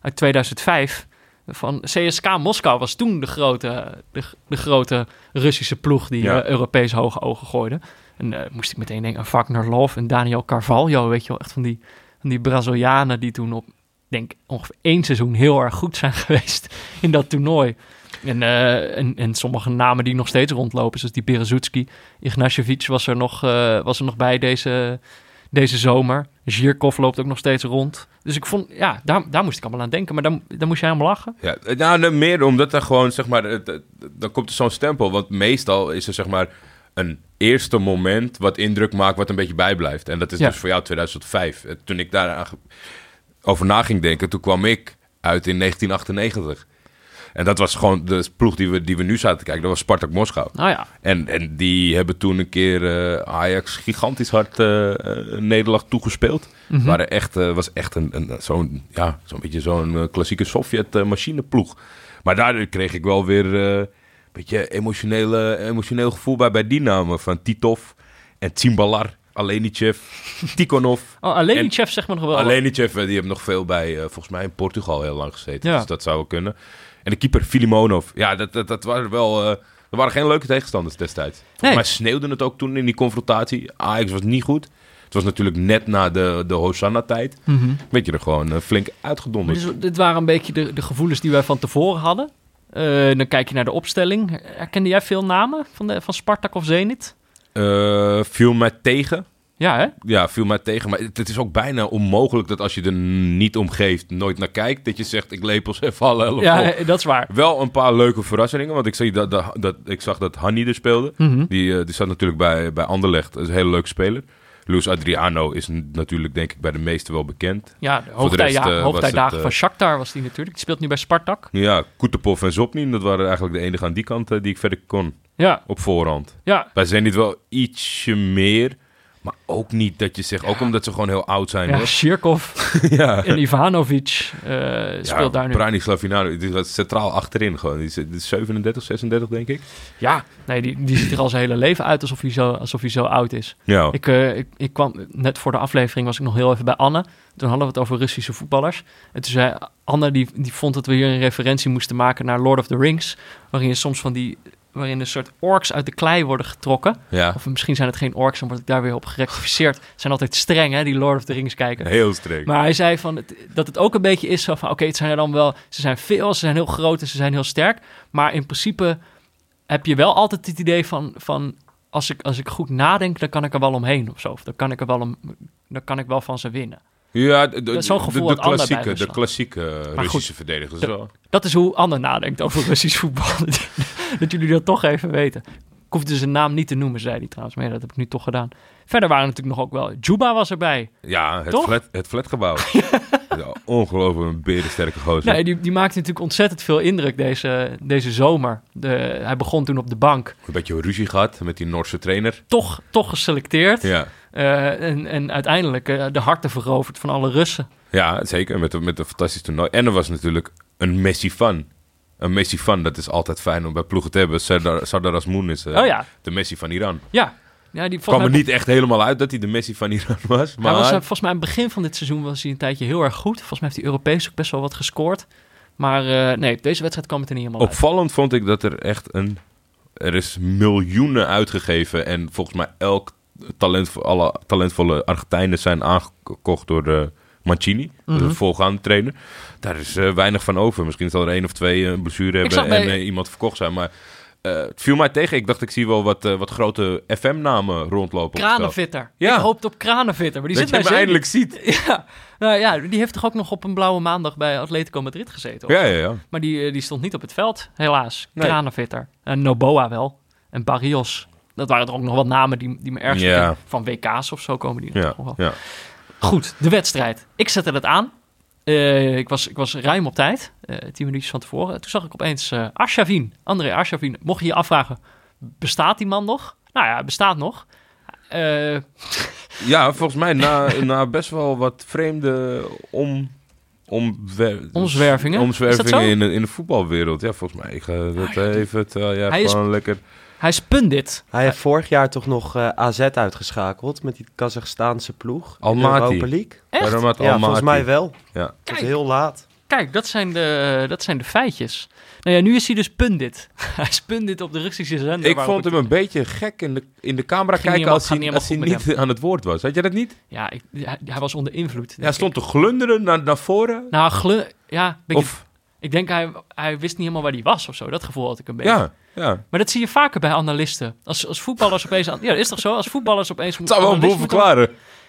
A: uit 2005 van CSK Moskou was toen de grote, de, de grote Russische ploeg die
B: Ja.
A: eh, Europees hoge ogen gooide. En eh, moest ik meteen denken aan Wagner Love en Daniel Carvalho, weet je wel, echt van die, van die Brazilianen die toen op, denk ongeveer één seizoen heel erg goed zijn geweest in dat toernooi. En, eh, en, en sommige namen die nog steeds rondlopen, zoals die Berezutski. Ignashevich was er nog, eh, was er nog bij deze, deze zomer. Zhirkov loopt ook nog steeds rond. Dus ik vond, ja, daar, daar moest ik allemaal aan denken. Maar daar, daar moest jij aan lachen.
B: Ja, nou, nee, meer omdat daar gewoon, zeg maar, het- het- dan komt er zo'n stempel. Want meestal is er, zeg maar, een eerste moment wat indruk maakt, wat een beetje bijblijft. En dat is
A: Ja.
B: dus voor jou 2005. Eh, Toen ik daar aan ge- over na ging denken, toen kwam ik uit in 1998. En dat was gewoon de ploeg die we, die we nu zaten te kijken. Dat was Spartak Moskou.
A: Nou ja,
B: En, en die hebben toen een keer eh, Ajax gigantisch hard eh, eh, een nederlaag toegespeeld. Waren echt, eh, was echt een, een, zo'n ja, zo'n beetje zo'n eh, klassieke Sovjet-machineploeg. Maar daardoor kreeg ik wel weer eh, een beetje emotionele, emotioneel gevoel bij, bij die namen. Van Titov en Tsimbalar, Alenichev, Tikhonov.
A: oh, alleen die chef zeg maar nog wel.
B: Alenichev, eh, die hebben nog veel bij, eh, volgens mij in Portugal heel lang gezeten.
A: Ja.
B: Dus dat zou wel kunnen. En de keeper Filimonov. Ja, dat, dat, dat waren wel... eh, dat waren geen leuke tegenstanders destijds. Volgens
A: Nee.
B: mij sneeuwde het ook toen in die confrontatie. Ajax was niet goed. Het was natuurlijk net na de, de Hosanna-tijd. Weet je, er gewoon eh, flink uitgedonderd.
A: Dus dit waren een beetje de, de gevoelens die wij van tevoren hadden. Eh, dan kijk je naar de opstelling. Herkende jij veel namen van, de, van Spartak of Zenit?
B: Eh, viel mij tegen.
A: Ja, hè?
B: Ja, viel mij tegen. Maar het, het is ook bijna onmogelijk dat als je er niet om geeft, nooit naar kijkt, dat je zegt, ik lepels even alle elf
A: Ja,
B: op.
A: eh, dat is waar.
B: Wel een paar leuke verrassingen. Want ik, zie dat,
A: Mhm.
B: Mhm. dat, dat, ik zag dat Hanni er speelde. Die, eh, die zat natuurlijk bij, bij Anderlecht. Dat is een hele leuke speler. Luis Adriano is n- natuurlijk denk ik bij de meesten wel bekend.
A: Ja, de
B: Voor de
A: hoogtij,
B: rest,
A: ja,
B: eh, was
A: hoogtijdagen
B: het, eh,
A: van Shakhtar was die natuurlijk. Die speelt nu bij Spartak.
B: Nou Ja, Kutepov en Zopnin, dat waren eigenlijk de enige aan die kant eh, die ik verder kon
A: Ja,
B: op voorhand.
A: ja.
B: Bij Zenit wel ietsje meer, maar ook niet dat je zegt, ook omdat ze gewoon heel oud zijn.
A: ja
B: hoor.
A: Shirkov
B: ja.
A: en Ivanovic eh, speelt daar nu.
B: Branislav Ivanovic, die zat centraal achterin gewoon. Die is eh, die is 37, 36 denk ik.
A: Ja, nee, die, die ziet er al zijn hele leven uit alsof hij zo, alsof hij zo oud is.
B: Ja,
A: Ik, eh, ik, ik kwam net voor de aflevering, was ik nog heel even bij Anne. Toen hadden we het over Russische voetballers. En toen zei Anne, die, die vond dat we hier een referentie moesten maken naar Lord of the Rings. Waarin je soms van die, waarin een soort orks uit de klei worden getrokken.
B: ja.
A: Of misschien zijn het geen orks, dan word ik daar weer op gerectificeerd. Het zijn altijd streng, hè, die Lord of the Rings kijken.
B: heel streng.
A: Maar hij zei van het- dat het ook een beetje is zo van... oké, het zijn er dan wel... ze zijn veel, ze zijn heel groot en ze zijn heel sterk. Maar in principe heb je wel altijd het idee van... van als, ik, als ik goed nadenk, dan kan ik er wel omheen of zo. Of dan kan ik er wel, om, dan kan ik wel van ze winnen.
B: ja, de, de,
A: is zo'n gevoel
B: de, de
A: dat allebei bij
B: klassieke, de
A: Rusland.
B: klassieke eh,
A: goed,
B: Russische verdedigers
A: de-
B: wel.
A: Dat is hoe Anne nadenkt over Russisch voetbal. dat jullie dat toch even weten. Ik hoefde dus zijn naam niet te noemen, zei hij trouwens. Maar ja, dat heb ik nu toch gedaan. Verder waren er natuurlijk nog ook wel... Juba was erbij.
B: Ja, het,
A: Toch?
B: flat, het flatgebouw. ja, ongelooflijk een berensterke gozer.
A: Nee, die, die maakte natuurlijk ontzettend veel indruk deze, deze zomer. De, hij begon toen op de bank.
B: Een beetje ruzie gehad met die Noorse trainer.
A: Toch, toch geselecteerd.
B: Ja,
A: Eh, en, en uiteindelijk eh, de harten veroverd van alle Russen.
B: ja zeker. Met, een- met een fantastisch toernooi. En er was natuurlijk een Messi-fan. Een Messi-fan, dat is altijd fijn om bij ploegen te hebben. Sardar, Sardar Azmoun is eh,
A: Oh ja,
B: de Messi van Iran.
A: ja. ja die,
B: kwam
A: volgens,
B: er
A: mij,
B: niet echt helemaal uit dat hij de Messi van Iran was. Maar
A: hij was, eh, volgens mij aan het begin van dit seizoen was hij een tijdje heel erg goed. Volgens mij heeft hij Europees ook best wel wat gescoord. Maar eh, nee, op deze wedstrijd kwam het er niet helemaal uit.
B: opvallend vond ik dat er echt een... Er is miljoenen uitgegeven. En volgens mij elk talent, alle talentvolle Argentijnen zijn aangekocht door eh, Mancini.
A: Mhm.
B: De volgaande trainer. Daar is eh, weinig van over. Misschien zal er één of twee eh, een blessure hebben
A: zag
B: en
A: bij-
B: eh, iemand verkocht zijn. Maar eh, het viel mij tegen. Ik dacht, ik zie wel wat, eh, wat grote FM-namen rondlopen. op het veld.
A: Kranenvitter.
B: Ja.
A: Ik hoopte op Kranenvitter, maar die
B: Dat je
A: zit bij
B: hem
A: Zenit.
B: eindelijk ziet.
A: Ja. Nou ja, die heeft toch ook nog op een blauwe maandag bij Atletico Madrid gezeten? hoor.
B: Ja, ja, ja.
A: Maar die, eh, die stond niet op het veld, helaas.
B: Nee.
A: Kranenvitter. En Noboa wel. En Barrios. Dat waren er ook nog wat namen die, die me erg
B: Ja.
A: schrikken. Van WK's of zo komen die
B: ja,
A: nog wel.
B: ja.
A: Goed, de wedstrijd. Ik zette het aan. Eh, ik, was, ik was ruim op tijd, eh, tien minuutjes van tevoren. Toen zag ik opeens eh Arshavin, André Arshavin. Mocht je je afvragen, bestaat die man nog? Nou ja, hij bestaat nog. Eh,
B: Ja, volgens mij na, na best wel wat vreemde om, omwer-
A: Omzwervingen?
B: omzwervingen
A: Is dat zo? Ah,
B: in, de, in de voetbalwereld. Ja, volgens mij. Ik ga dat even... het, eh, ja,
A: Hij is-
B: gewoon lekker...
A: hij is pundit.
C: Hij heeft vorig jaar toch nog eh, AZ uitgeschakeld met die Kazachstaanse ploeg. in de
B: Almaty.
C: Europa League.
A: Echt?
B: Waarom had
C: Ja, volgens mij wel.
B: Ja.
C: Tot
A: Kijk,
C: heel laat.
A: Kijk, dat zijn, de, dat zijn de feitjes. Nou ja, nu is hij dus pundit. hij is pundit op de Russische zender.
B: Ik
A: waarop
B: vond hem een beetje gek in de, in de camera
A: Ging niet
B: kijken
A: helemaal-
B: als
A: gaat
B: hij,
A: niet
B: als hij
A: helemaal goed
B: niet aan het woord was. Had jij dat niet?
A: Ja, ik, hij, hij was onder invloed.
B: Ja, hij stond te glunderen naar, naar voren.
A: Nou, glu ja, ik,
B: Of,
A: ik denk hij, hij wist niet helemaal waar hij was of zo. Dat gevoel had ik een beetje.
B: ja, ja.
A: Maar dat zie je vaker bij analisten. Als, als voetballers opeens... Aan, ja, dat is toch zo? Als voetballers opeens...
B: Het zou wel een boel verklaren.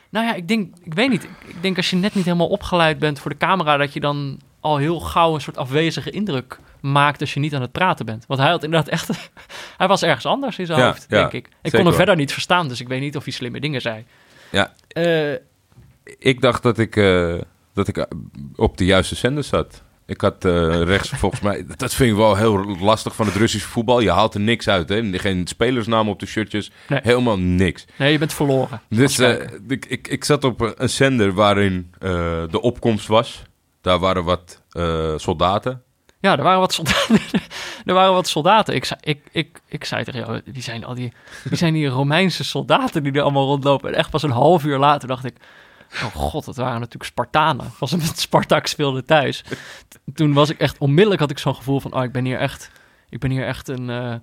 A: Nou ja, ik denk... Ik weet niet. Ik denk als je net niet helemaal opgeleid bent voor de camera... dat je dan al heel gauw een soort afwezige indruk maakt... als je niet aan het praten bent. Want hij had inderdaad echt... hij was ergens anders in zijn
B: Ja,
A: hoofd,
B: ja,
A: denk ik. Ik
B: zeker
A: kon hem
B: waar.
A: verder niet verstaan, dus ik weet niet of hij slimme dingen zei.
B: Ja.
A: Eh,
B: Ik dacht dat ik, eh, dat ik eh, op de juiste zender zat. Ik had eh, rechts volgens mij... Dat vind ik wel heel lastig van het Russische voetbal. Je haalt er niks uit. Hè? Geen spelersnaam op de shirtjes.
A: Nee.
B: Helemaal niks.
A: nee, je bent verloren. Als
B: Dus eh, ik, ik, ik zat op eh, een zender waarin eh, de opkomst was. Daar waren wat eh, soldaten.
A: Ja, er waren wat soldaten. er waren wat soldaten. Ik, zei- ik, ik, ik zei tegen jou, wie zijn al die, wie zijn die Romeinse soldaten die er allemaal rondlopen? En echt pas een half uur later dacht ik, oh god, dat waren natuurlijk Spartanen. Was het met Spartak speelde thuis. T- Toen was ik echt, onmiddellijk had ik zo'n gevoel van, oh, ik ben hier echt, ik ben hier echt een, eh,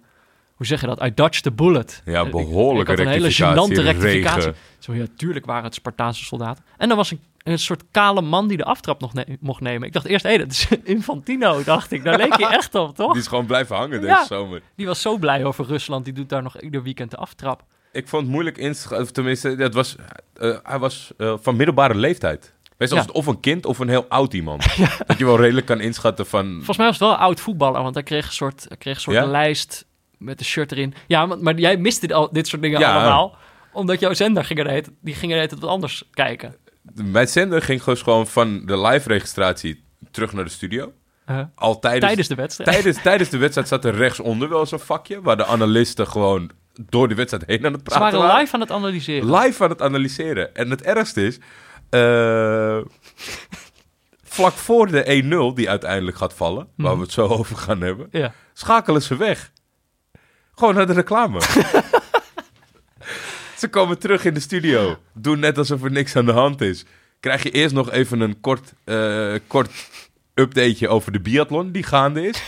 A: hoe zeg je dat? I dodged the bullet.
B: Ja,
A: Eh, ik-
B: behoorlijke
A: ik, had een hele
B: rectificatie,
A: gênante rectificatie.
B: regen.
A: Zo, ja, tuurlijk waren het Spartaanse soldaten. En dan was een, een soort kale man die de aftrap nog ne- mocht nemen. Ik dacht eerst, hé, dat is Infantino, dacht ik. Daar leek je echt op, toch?
B: Die is gewoon blijven hangen deze
A: Ja.
B: zomer.
A: Die was zo blij over Rusland, die doet daar nog ieder weekend de aftrap.
B: Ik vond het moeilijk inschatten. Of tenminste, dat was, eh, hij was eh, van middelbare leeftijd. Meestal
A: Ja.
B: is het of een kind of een heel oud iemand. Dat je wel redelijk kan inschatten van...
A: Volgens mij was het wel een oud voetballer, want hij kreeg een soort, hij kreeg een soort
B: Ja?
A: lijst met een shirt erin. Ja, maar, maar jij miste al dit soort dingen
B: Ja.
A: allemaal. Omdat jouw zender ging er de hele tijd- die ging er de hele tijd wat anders kijken.
B: Mijn zender ging dus gewoon van de live-registratie terug naar de studio.
A: Huh?
B: Al tijdens,
A: tijdens de wedstrijd.
B: tijdens, tijdens de wedstrijd zat er rechtsonder wel zo'n vakje... waar de analisten gewoon door de wedstrijd heen aan het
A: Ze
B: praten
A: waren
B: waren.
A: live aan het analyseren.
B: live aan het analyseren. En het ergste is, eh, vlak voor de 1-0 die uiteindelijk gaat vallen,
A: Mhm.
B: waar we het zo over gaan hebben,
A: Ja.
B: schakelen ze weg. Gewoon naar de reclame. ze komen terug in de studio, doen net alsof er niks aan de hand is. Krijg je eerst nog even een kort, eh kort updateje over de biathlon die gaande is.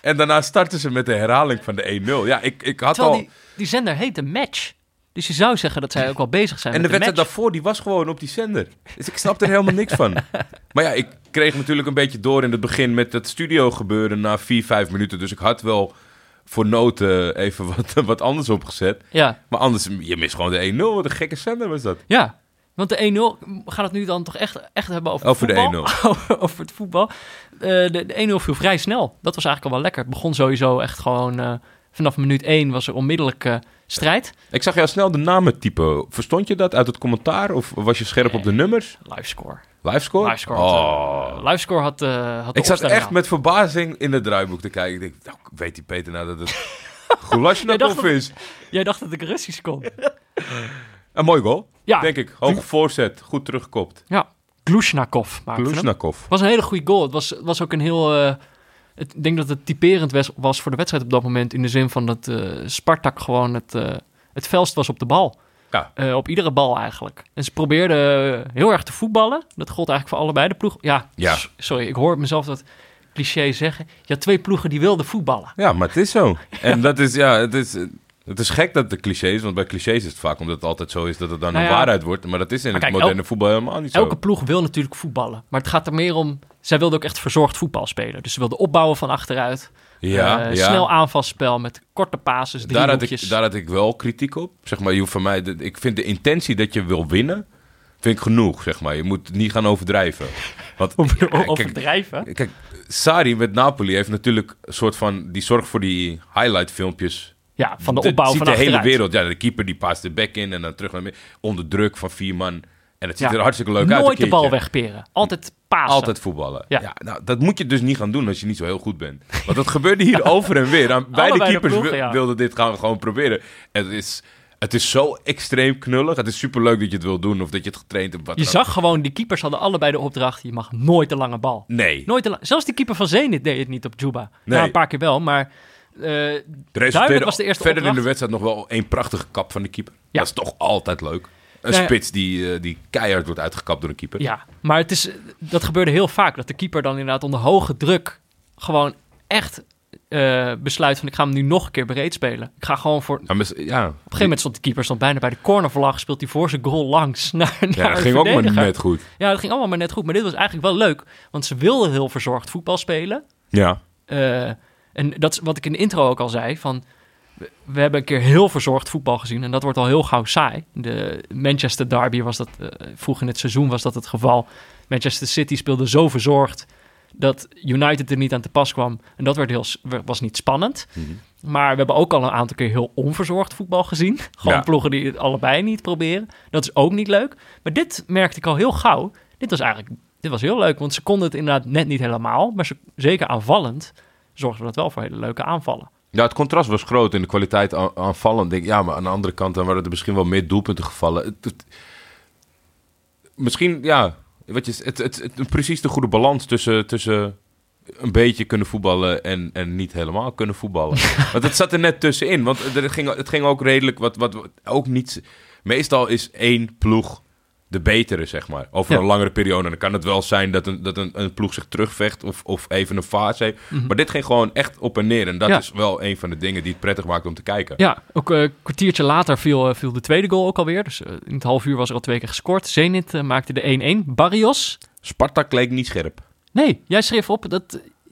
B: En daarna starten ze met de herhaling van de 1-0. Ja, ik, ik had
A: Terwijl
B: al...
A: die, die zender heette Match. Dus je zou zeggen dat zij ook wel bezig zijn
B: En de
A: met
B: wedstrijd
A: match.
B: daarvoor, die was gewoon op die zender. Dus ik snap er helemaal niks van. Maar ja, ik kreeg natuurlijk een beetje door in het begin met het studio gebeuren na 4, 5 minuten. Dus ik had wel voor noten even wat, wat anders opgezet.
A: Ja,
B: Maar anders, je mist gewoon de 1-0. Wat een gekke zender was dat.
A: ja. Want de 1-0 gaat het nu dan toch echt, echt hebben over,
B: Over de
A: voetbal? over het voetbal. Eh, de de 1-0 viel vrij snel. Dat was eigenlijk al wel lekker. Het begon sowieso echt gewoon... eh, vanaf minuut 1 was er onmiddellijk eh, strijd.
B: Ik zag jou snel de namen typen. Verstond je dat uit het commentaar? Of was je scherp op de nummers?
A: Livescore.
B: Livescore?
A: Livescore had,
B: Oh.
A: eh, Livescore had, eh, had de
B: Ik zat
A: opstelling
B: echt
A: aan.
B: met verbazing in het draaiboek te kijken. Ik denk, nou, weet die Peter nou dat het Golasjnakov
A: dacht dat-
B: is?
A: Jij dacht dat ik Russisch kon.
B: Een mooi goal.
A: Ja,
B: Denk ik. Hoog voorzet. Goed teruggekopt.
A: ja. Glushnakov maakte hem.
B: Klusnakov.
A: Het was een hele goede goal. Het was, het was ook een heel. eh, het, ik denk dat het typerend was, was voor de wedstrijd op dat moment. In de zin van dat eh, Spartak gewoon het, eh het felst was op de bal.
B: Ja.
A: Eh, op iedere bal eigenlijk. En ze probeerden eh, heel erg te voetballen. Dat gold eigenlijk voor allebei de ploeg. Ja,
B: Ja.
A: s- sorry, ik hoor mezelf dat cliché zeggen. Ja, twee ploegen die wilden voetballen.
B: Ja, maar het is zo. En dat is, ja, het is, eh, het is gek dat het cliché is. Want bij clichés is het vaak omdat het altijd zo is dat het dan
A: Nou
B: een
A: ja.
B: waarheid wordt. Maar dat is in
A: Maar
B: het
A: kijk,
B: moderne voetbal helemaal niet zo.
A: Elke ploeg wil natuurlijk voetballen. Maar het gaat er meer om. Zij wilden ook echt verzorgd voetbal spelen. Dus ze wilden opbouwen van achteruit.
B: ja,
A: Eh,
B: ja.
A: Snel aanvalsspel met korte pases.
B: daar had,
A: driehoekjes.
B: ik, daar had ik wel kritiek op. Zeg maar, je hoeft van mij, de- ik vind de intentie dat je wil winnen, vind ik genoeg. Zeg maar. Je moet het niet gaan overdrijven. Want, ja, kijk,
A: Overdrijven.
B: Kijk, Sari met Napoli heeft natuurlijk een soort van... Die zorgt voor die highlight filmpjes
A: Ja, van de
B: Dat
A: opbouw
B: ziet
A: van
B: de
A: achteruit.
B: hele wereld. Ja, de keeper die paast de back in en dan terug naar midden. Onder druk van vier man. En het ziet
A: Ja.
B: er hartstikke leuk uit.
A: Nooit
B: een
A: de bal
B: keertje.
A: wegperen. Altijd pasen.
B: Altijd voetballen. Ja.
A: Ja.
B: nou, dat moet je dus niet gaan doen als je niet zo heel goed bent. Want dat gebeurde hier over en weer. Aan beide
A: Allebei de
B: keepers
A: ploegen,
B: wil-
A: ja.
B: wilden dit gaan gewoon proberen. En het is, het is zo extreem knullig. Het is superleuk dat je het wil doen of dat je het getraind hebt. Wat
A: Je
B: dan ook.
A: zag gewoon, die keepers hadden allebei de opdracht. Je mag nooit de lange bal.
B: Nee,
A: Nooit de la- Zelfs die keeper van Zenit deed het niet op Juba.
B: Nee.
A: Nou, een paar keer wel, maar... eh,
B: er is
A: duidelijk
B: verder,
A: was de eerste
B: verder in de
A: opdracht.
B: wedstrijd nog wel een prachtige kap van de keeper.
A: Ja.
B: Dat is toch altijd leuk. Een
A: Nou ja.
B: spits die, eh, die keihard wordt uitgekapt door een keeper.
A: ja, maar het is, dat gebeurde heel vaak. Dat de keeper dan inderdaad onder hoge druk... gewoon echt eh, besluit van... ik ga hem nu nog een keer bereed spelen. Ik ga gewoon voor... Op
B: Ja, maar s- ja.
A: een gegeven moment stond de keeper stond bijna bij de cornervlag. Speelt hij voor zijn goal langs naar, naar
B: Ja, dat
A: een
B: ging ook maar
A: verdediger.
B: net goed.
A: Ja, dat ging allemaal maar net goed. Maar dit was eigenlijk wel leuk. Want ze wilden heel verzorgd voetbal spelen.
B: Ja.
A: Eh, en dat is wat ik in de intro ook al zei. Van, we, we hebben een keer heel verzorgd voetbal gezien. En dat wordt al heel gauw saai. De Manchester Derby was dat... eh, vroeg in het seizoen was dat het geval. Manchester City speelde zo verzorgd... dat United er niet aan te pas kwam. En dat werd heel, s- was niet spannend. Maar we hebben ook al een aantal keer heel onverzorgd voetbal gezien. Gewoon
B: Ja.
A: ploegen die het allebei niet proberen. Dat is ook niet leuk. Maar dit merkte ik al heel gauw. Dit was eigenlijk dit was heel leuk, want ze konden het inderdaad net niet helemaal. Maar ze, zeker aanvallend zorgden we dat wel voor hele leuke aanvallen.
B: ja, het contrast was groot in de kwaliteit aan- aanvallend. Denk, ik, ja, maar aan de andere kant dan waren er misschien wel meer doelpunten gevallen. Het, het- misschien, ja, wat je, het, het, het- precies de goede balans tussen, tussen een beetje kunnen voetballen en, en niet helemaal kunnen voetballen. want het zat er net tussenin. Want er ging, het ging ook redelijk, wat, wat wat ook niet... Meestal is één ploeg de betere, zeg maar. Over
A: Ja.
B: een langere periode. En dan kan het wel zijn dat een, dat een, een ploeg zich terugvecht of, of even een fase heeft. Maar dit ging gewoon echt op en neer. En dat
A: Mhm. Ja.
B: is wel een van de dingen die het prettig maakt om te kijken.
A: Ja, ook eh, een kwartiertje later viel, eh, viel de tweede goal ook alweer. Dus eh, in het half uur was er al twee keer gescoord. Zenit eh, maakte de 1-1. Barrios?
B: Spartak leek niet scherp.
A: Nee, jij schreef op dat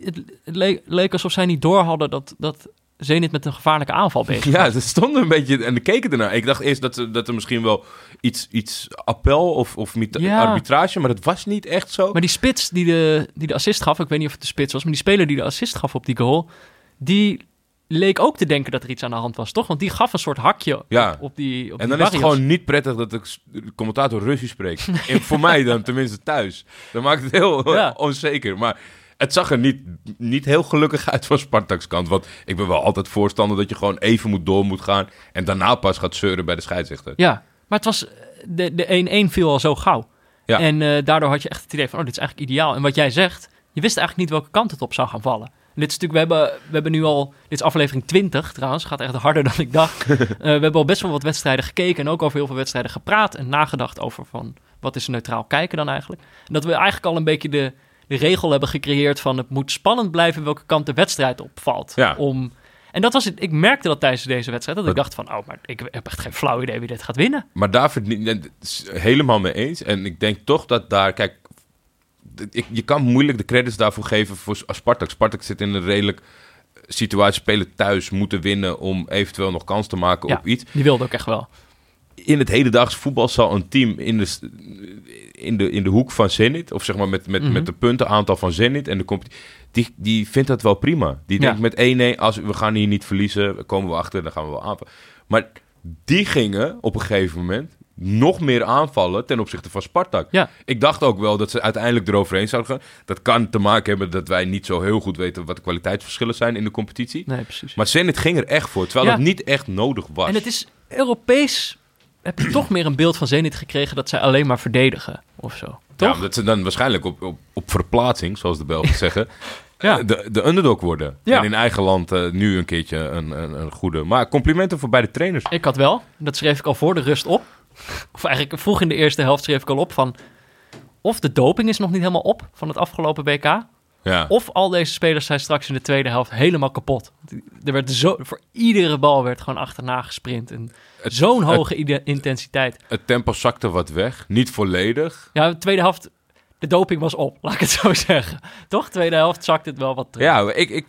A: eh, het, het le- leek alsof zij niet door hadden dat, dat Zenit met een gevaarlijke aanval bezig was.
B: Ja, ze stonden een beetje en keken ernaar. Ik dacht eerst dat, ze- dat er misschien wel iets, iets appel of, of mit-
A: Ja.
B: arbitrage, maar dat was niet echt zo.
A: Maar die spits die de, die de assist gaf, ik weet niet of het de spits was, maar die speler die de assist gaf op die goal, die leek ook te denken dat er iets aan de hand was, toch? Want die gaf een soort hakje
B: Ja.
A: op, op die op die
B: En dan is het
A: barriers.
B: gewoon niet prettig dat de s- de commentator Russisch spreekt. En voor mij dan, tenminste thuis. Dat maakt het heel
A: Ja.
B: onzeker. Maar het zag er niet, niet heel gelukkig uit van Spartaks kant. Want ik ben wel altijd voorstander dat je gewoon even moet door moet gaan. En daarna pas gaat zeuren bij de scheidsrechter.
A: Ja, maar het was... eh, De, de 1-1 viel al zo gauw.
B: Ja.
A: En eh, daardoor had je echt het idee van, oh, dit is eigenlijk ideaal. En wat jij zegt, je wist eigenlijk niet welke kant het op zou gaan vallen. En dit is natuurlijk, we hebben, we hebben nu al, dit is aflevering 20 trouwens, gaat echt harder dan ik dacht. Eh, we hebben al best wel wat wedstrijden gekeken en ook over heel veel wedstrijden gepraat en nagedacht over van, wat is neutraal kijken dan eigenlijk? En dat we eigenlijk al een beetje de, de regel hebben gecreëerd van, het moet spannend blijven welke kant de wedstrijd opvalt.
B: Ja.
A: Om, en dat was het, ik merkte dat tijdens deze wedstrijd, dat ik dacht van, oh, maar ik heb echt geen flauw idee wie dit gaat winnen.
B: Maar daar verdien het is helemaal mee eens. En ik denk toch dat daar, kijk, d- ik, je kan moeilijk de credits daarvoor geven voor Spartak. Spartak zit in een redelijk eh, situatie, spelen thuis, moeten winnen om eventueel nog kans te maken
A: Ja.
B: op iets.
A: Die wilde ook echt wel.
B: in het hedendaags voetbal zal een team in de, s- in de, in de hoek van Zenit, of zeg maar met, met,
A: Mhm.
B: met de puntenaantal van Zenit en de competitie, die, die vindt dat wel prima. Die
A: Ja.
B: denkt met 1-1, als we gaan hier niet verliezen, komen we achter, dan gaan we wel aanvallen. Maar die gingen op een gegeven moment nog meer aanvallen ten opzichte van Spartak.
A: Ja.
B: Ik dacht ook wel dat ze uiteindelijk eroverheen zouden gaan. Dat kan te maken hebben dat wij niet zo heel goed weten wat de kwaliteitsverschillen zijn in de competitie.
A: Nee, precies.
B: Maar Zenit ging er echt voor, terwijl
A: Ja.
B: dat niet echt nodig was.
A: En het is Europees. Heb je toch meer een beeld van Zenit gekregen dat zij alleen maar verdedigen of zo?
B: Ja,
A: Toch?
B: omdat ze dan waarschijnlijk op, op, op verplaatsing, zoals de Belgen zeggen,
A: Ja.
B: eh, de, de underdog worden.
A: Ja.
B: En in eigen land eh, nu een keertje een, een, een goede. Maar complimenten voor beide trainers.
A: Ik had wel. Dat schreef ik al voor de rust op. Of eigenlijk vroeg in de eerste helft schreef ik al op van. Of de doping is nog niet helemaal op van het afgelopen WK.
B: Ja.
A: Of al deze spelers zijn straks in de tweede helft helemaal kapot. Er werd zo, voor iedere bal werd gewoon achterna gesprint. En
B: Het-
A: zo'n hoge ide- intensiteit.
B: Het tempo zakte wat weg. Niet volledig.
A: Ja, de tweede helft. De doping was op, laat ik het zo zeggen. Toch? Tweede helft zakt het wel wat terug.
B: Ja, ik, ik,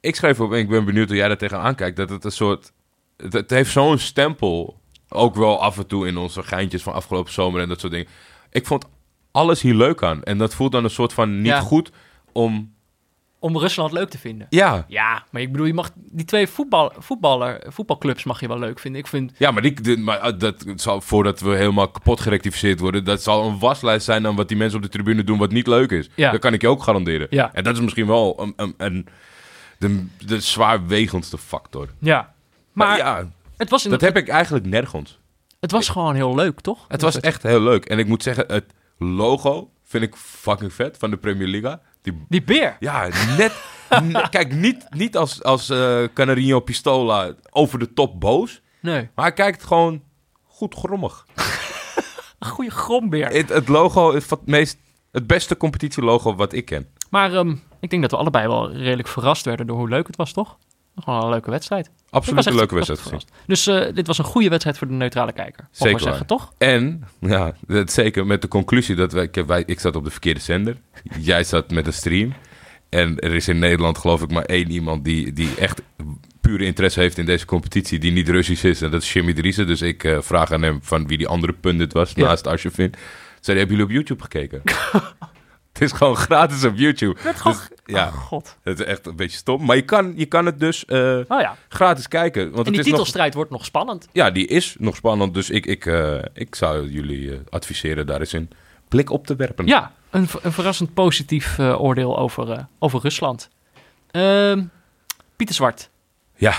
B: ik schreef op en ik ben benieuwd hoe jij daar tegenaan kijkt. Dat het een soort... Het, het heeft zo'n stempel. Ook wel af en toe in onze geintjes van afgelopen zomer en dat soort dingen. Ik vond alles hier leuk aan. En dat voelt dan een soort van niet
A: Ja.
B: goed om...
A: Om Rusland leuk te vinden.
B: Ja,
A: Ja, maar ik bedoel, je mag die twee voetbal, voetballer, voetbalclubs mag je wel leuk vinden. Ik vind,
B: Ja, maar, die, dit- maar eh, dat zal, voordat we helemaal kapot gerectificeerd worden, dat zal een waslijst zijn aan wat die mensen op de tribune doen wat niet leuk is.
A: Ja.
B: Dat kan ik je ook garanderen.
A: Ja.
B: En dat is misschien wel een, een, een- de, de zwaarwegendste factor.
A: ja. Maar
B: ja,
A: het, was in-
B: dat heb ik eigenlijk nergens.
A: het was gewoon heel leuk, toch?
B: Het was echt heel leuk. En ik moet zeggen, het logo vind ik fucking vet van de Premier Liga. Die
A: Die beer.
B: ja, net. ne- kijk, niet, niet als, als eh Canarinho Pistola over de top boos.
A: Nee,
B: Maar hij kijkt gewoon goed grommig.
A: een goede grombeer.
B: Het, het logo is van het, meest, het beste competitielogo wat ik ken.
A: Maar ehm, ik denk dat we allebei wel redelijk verrast werden door hoe leuk het was, toch? Gewoon een leuke wedstrijd. Ik
B: Absoluut
A: was
B: een
A: echt-
B: leuke
A: was
B: wedstrijd
A: echt
B: gezien.
A: verrast. Dus eh, dit was een goede wedstrijd voor de neutrale kijker. Mag ik
B: Zeker
A: maar zeggen, toch?
B: En, ja, dat zeker met de conclusie dat wij, ik, heb- wij, ik zat op de verkeerde zender. Jij zat met een stream. En er is in Nederland geloof ik maar één iemand die, die echt pure interesse heeft in deze competitie, die niet Russisch is. En dat is Jimmy Driessen. Dus ik eh, vraag aan hem van wie die andere pundit was,
A: Ja.
B: naast Arsjevin. Zei hij, hebben jullie op YouTube gekeken? Het is gewoon gratis op YouTube.
A: Het gewoon...
B: Dus, ja,
A: Oh, god.
B: het is echt een beetje stom. Maar je kan, je kan het dus... eh,
A: Oh ja.
B: gratis kijken. Want
A: En die
B: het is nog,
A: titelstrijd wordt nog spannend.
B: ja, die is nog spannend. Dus ik, ik, eh, ik zou jullie eh, adviseren daar eens een blik op te werpen.
A: Ja, een, ver- een verrassend positief eh, oordeel over, eh, over Rusland. Ehm, Pieter Zwart.
B: Ja,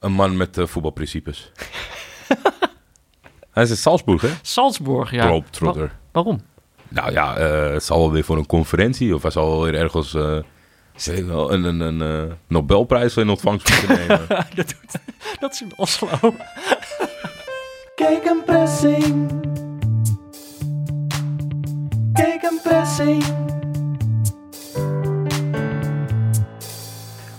B: een man met eh, voetbalprincipes. Hij is in Salzburg, hè?
A: Salzburg, ja.
B: Globetrotter.
A: Wa- waarom?
B: Nou ja, eh, het zal wel weer voor een conferentie. Of hij zal wel weer ergens eh, weet ik wel, een, een, een eh, Nobelprijs in ontvangst moeten nemen.
A: dat, doet, dat is in Oslo.
D: Kijk een pressing. Kijk een pressing.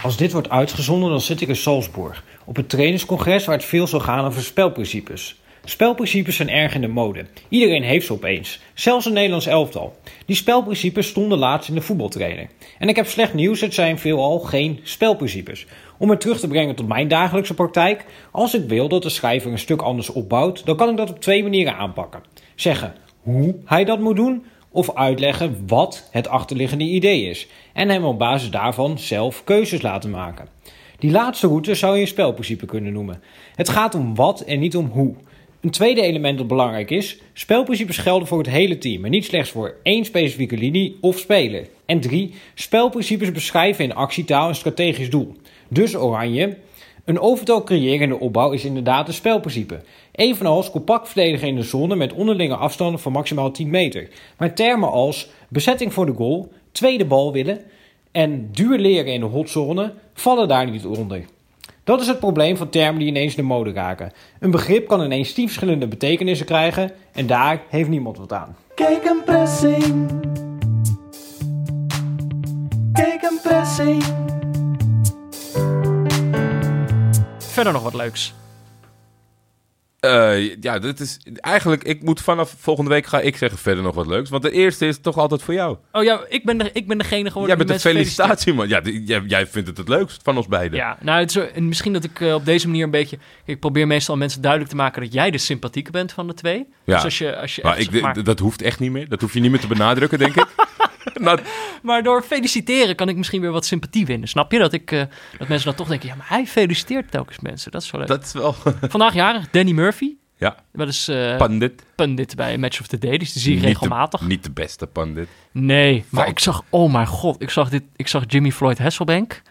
E: Als dit wordt uitgezonden, dan zit ik in Salzburg. Op een trainerscongres waar het veel zal gaan over spelprincipes. Spelprincipes zijn erg in de mode. Iedereen heeft ze opeens. Zelfs een Nederlands elftal. Die spelprincipes stonden laatst in de voetbaltrainer. En ik heb slecht nieuws, het zijn veelal geen spelprincipes. Om het terug te brengen tot mijn dagelijkse praktijk. Als ik wil dat de schrijver een stuk anders opbouwt, dan kan ik dat op twee manieren aanpakken. Zeggen hoe hij dat moet doen of uitleggen wat het achterliggende idee is en hem op basis daarvan zelf keuzes laten maken. Die laatste route zou je een spelprincipe kunnen noemen. Het gaat om wat en niet om hoe. Een tweede element dat belangrijk is: spelprincipes gelden voor het hele team en niet slechts voor één specifieke linie of speler. En drie, spelprincipes beschrijven in actietaal een strategisch doel. Dus Oranje, een overtal creëren in de opbouw is inderdaad een spelprincipe. Evenals compact verdedigen in de zone met onderlinge afstanden van maximaal 10 meter. Maar termen als bezetting voor de goal, tweede bal willen en duelleren in de hotzone vallen daar niet onder. Dat is het probleem van termen die ineens de mode raken. Een begrip kan ineens 10 verschillende betekenissen krijgen en daar heeft niemand wat aan.
D: Kijk een pressing. Kijk een pressing.
A: Verder nog wat leuks.
B: Eh, ja, dat is eigenlijk. Ik moet vanaf volgende week ga ik zeggen verder nog wat leuks. Want de eerste is toch altijd voor jou.
A: Oh ja, ik ben, de, ik ben degene geworden die
B: jij bent het
A: mensen feliciteert.
B: felicitatie, man. Ja, die- jij, jij vindt het het leukst van ons beiden.
A: Ja, nou, het is, en misschien dat ik eh, op deze manier een beetje... Ik probeer meestal mensen duidelijk te maken dat jij de sympathieke bent van de twee.
B: Ja.
A: Dus als je, als je
B: maar
A: echt,
B: ik,
A: zeg maar,
B: d- dat hoeft echt niet meer. Dat hoef je niet meer te benadrukken, denk ik. Nou,
A: maar door feliciteren kan ik misschien weer wat sympathie winnen. Snap je? Dat, ik, eh, dat mensen dan toch denken, ja, maar hij feliciteert telkens mensen. Dat is wel leuk.
B: dat is wel.
A: Vandaag jarig Danny Murphy.
B: Ja,
A: Dat is eh
B: pandit.
A: pundit bij Match of the Day, dus die zie ik
B: Niet de-
A: regelmatig.
B: Niet de beste pandit.
A: Nee, maar
B: Fout.
A: ik zag, oh mijn god, ik zag, dit, ik zag Jimmy Floyd Hasselbank.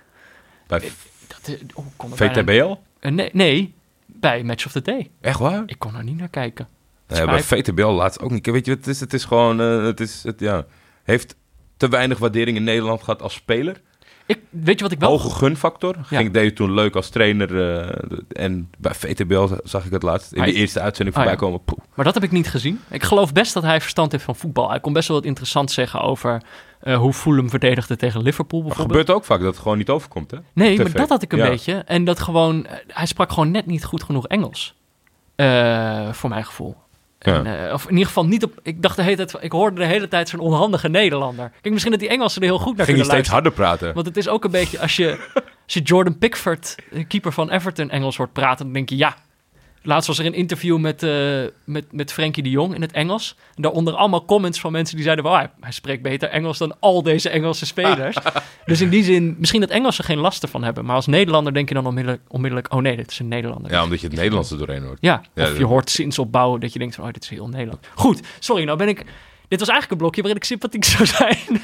B: Bij
A: Dat, eh, oh, ik kon er bijna-
B: VTBL?
A: Eh, nee, nee, bij Match of the Day.
B: Echt waar?
A: Ik kon er niet naar kijken.
B: Nee, bij VTBL laatst ook niet. Weet je, wat het is, het is gewoon. eh, het is, het, ja. Heeft te weinig waardering in Nederland gehad als speler.
A: Ik, weet je wat ik wel...
B: Hoge gunfactor. Ging deed je toen leuk als trainer. eh, en bij VTBL zag ik het laatst. In
A: Hij-
B: de eerste uitzending
A: Ah, ja.
B: voorbij komen. Poeh.
A: Maar dat heb ik niet gezien. Ik geloof best dat hij verstand heeft van voetbal. Hij kon best wel wat interessant zeggen over eh, hoe Fulham verdedigde tegen Liverpool
B: Maar
A: bijvoorbeeld.
B: gebeurt ook vaak dat het gewoon niet overkomt, hè?
A: Nee,
B: TV.
A: maar dat had ik een
B: Ja.
A: beetje. En dat gewoon, eh, hij sprak gewoon net niet goed genoeg Engels. Eh, voor mijn gevoel. En, eh, of in ieder geval niet op. Ik dacht de hele tijd, van- ik hoorde de hele tijd zo'n onhandige Nederlander. Kijk, misschien dat die Engelsen er heel goed naar
B: Ging je
A: kunnen
B: steeds
A: luisteren.
B: harder praten.
A: Want het is ook een beetje als je, als je Jordan Pickford, de keeper van Everton, Engels hoort praten, dan denk je ja. Laatst was er een interview met, eh, met, met Frenkie de Jong in het Engels. En daaronder allemaal comments van mensen die zeiden: "Wow, hij, hij spreekt beter Engels dan al deze Engelse spelers. dus in die zin, misschien dat Engelsen geen last ervan hebben. Maar als Nederlander denk je dan onmiddellijk: onmiddellijk oh nee, dit is een Nederlander.
B: Ja, omdat je het Nederlands er doorheen hoort.
A: Ja,
B: Ja,
A: of je
B: dat-
A: hoort zins opbouwen dat je denkt van, oh, dit is heel Nederland. Goed, sorry, nou ben ik... Dit was eigenlijk een blokje waarin ik sympathiek zou zijn.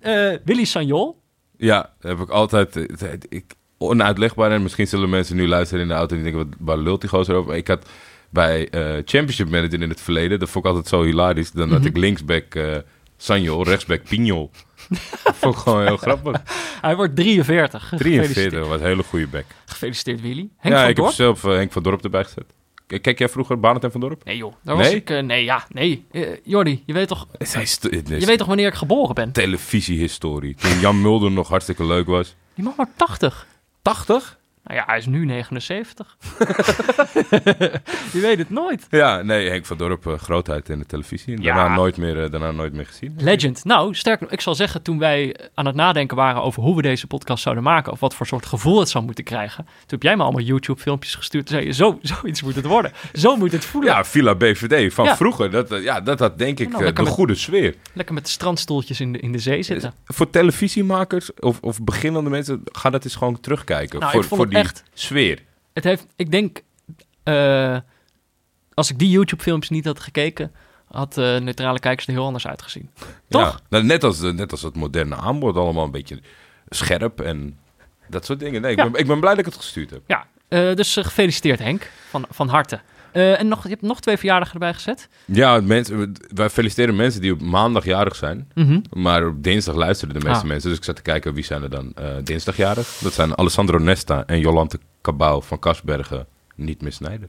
A: Eh, Willy Sagnol.
B: Ja, heb ik altijd. eh, het- het- Ik, onuitlegbaar. En misschien zullen mensen nu luisteren in de auto en die denken: wat, waar lult die gozer over? Maar ik had bij eh, Championship Manager in het verleden, dat vond ik altijd zo hilarisch. Dan
A: Mhm.
B: had ik linksback eh Sanjol, rechtsback Pignol. dat vond ik gewoon heel grappig.
A: Hij wordt 43. Gefeliciteerd,
B: 43, was een hele goede back.
A: Gefeliciteerd Willy. Henk
B: ja,
A: van
B: ik
A: Dorp?
B: heb zelf eh, Henk van Dorp erbij gezet. K- Kijk jij vroeger Barend en van Dorp?
A: Nee joh, daar was
B: Nee?
A: ik... eh, nee, ja, nee. Eh, Jordi, je weet, toch,
B: Het is, het is
A: je weet toch wanneer ik geboren ben?
B: televisiehistorie. Toen Jan Mulder nog hartstikke leuk was.
A: Die man wordt 80.
B: 80?
A: Nou ja, hij is nu 79. je weet het nooit.
B: Ja, nee, Henk van Dorp, eh, grootheid in de televisie. En
A: Ja.
B: Daarna, nooit meer, eh, daarna nooit meer gezien.
A: Legend. Nou, sterk nog, ik zal zeggen, toen wij aan het nadenken waren over hoe we deze podcast zouden maken, of wat voor soort gevoel het zou moeten krijgen, toen heb jij me allemaal YouTube-filmpjes gestuurd. Toen zei je, zo, zoiets moet het worden. Zo moet het voelen.
B: Ja, Villa BVD van
A: Ja.
B: vroeger. Dat, eh, ja, dat had denk ik
A: Nou,
B: eh,
A: lekker
B: de
A: met-
B: goede sfeer.
A: Lekker met de strandstoeltjes in de, in de zee zitten.
B: Voor televisiemakers of, of beginnende mensen, ga dat eens gewoon terugkijken.
A: Nou, ik
B: voor
A: vond
B: voor
A: het
B: die
A: echt-
B: sfeer.
A: Het heeft, ik denk, eh, als ik die YouTube-filmpjes niet had gekeken, had eh, Neutrale Kijkers er heel anders uitgezien. Toch?
B: Ja, nou, net, als, eh, net als het moderne aanbod, allemaal een beetje scherp en dat soort dingen. Nee,
A: Ja.
B: ik, ben, ik ben blij dat ik het gestuurd heb.
A: Ja, eh, dus eh, gefeliciteerd Henk, van, van harte. Eh, en nog, je hebt nog twee verjaardagen erbij gezet.
B: Ja, mensen, wij feliciteren mensen die op maandag jarig zijn.
A: Mhm.
B: Maar op dinsdag luisterden de meeste
A: Ah.
B: mensen. Dus ik zat te kijken, wie zijn er dan eh dinsdag jarig? Dat zijn Alessandro Nesta en Jolante Cabau van Kasbergen. Niet meer Snijder.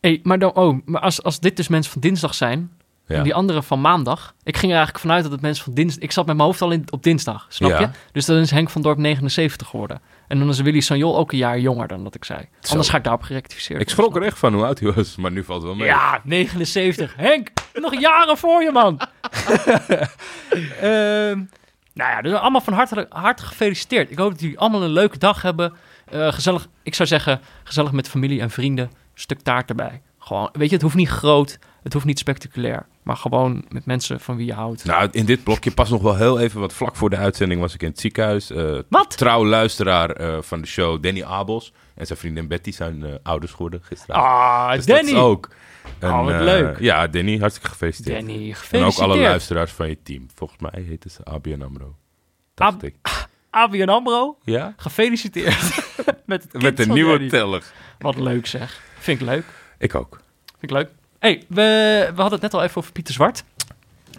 A: Hey, maar dan, oh, maar als, als dit dus mensen van dinsdag zijn,
B: Ja.
A: En die andere van maandag. Ik ging er eigenlijk vanuit dat het mensen van dinsdag... Ik zat met mijn hoofd al in, op dinsdag, snap
B: Ja.
A: je? Dus dan is Henk van Dorp 79 geworden. En dan is Willy Sanjol ook een jaar jonger dan dat ik zei. Anders ga ik daarop gerectificeerd
B: Ik
A: worden,
B: schrok er echt van hoe oud hij was, maar nu valt het wel mee.
A: Ja, 79. Henk, nog jaren voor je, man. Ehm, nou ja, dus allemaal van harte, harte gefeliciteerd. Ik hoop dat jullie allemaal een leuke dag hebben. Eh, gezellig, ik zou zeggen, gezellig met familie en vrienden. Een stuk taart erbij. Gewoon, weet je, het hoeft niet groot. Het hoeft niet spectaculair, maar gewoon met mensen van wie je houdt.
B: Nou, in dit blokje past nog wel heel even wat vlak voor de uitzending was ik in het ziekenhuis. Eh,
A: Wat?
B: Trouw luisteraar eh, van de show, Danny Abels. En zijn vriendin Betty zijn eh, ouders geworden gisteravond.
A: Ah,
B: Dus dat is
A: Danny!
B: ook. En,
A: Oh, wat
B: eh,
A: leuk.
B: ja, Danny, hartstikke gefeliciteerd.
A: Danny,
B: En ook alle
A: gefeliciteerd.
B: luisteraars van je team. Volgens mij heten ze ABN AMRO. Dacht
A: Ab-
B: ik.
A: Abi en Ambro,
B: Ja?
A: gefeliciteerd met het kind
B: Met de
A: van
B: nieuwe
A: Danny.
B: teller.
A: Wat leuk zeg. Vind ik leuk.
B: Ik ook.
A: Vind ik leuk. hey, we, we hadden het net al even over Pieter Zwart.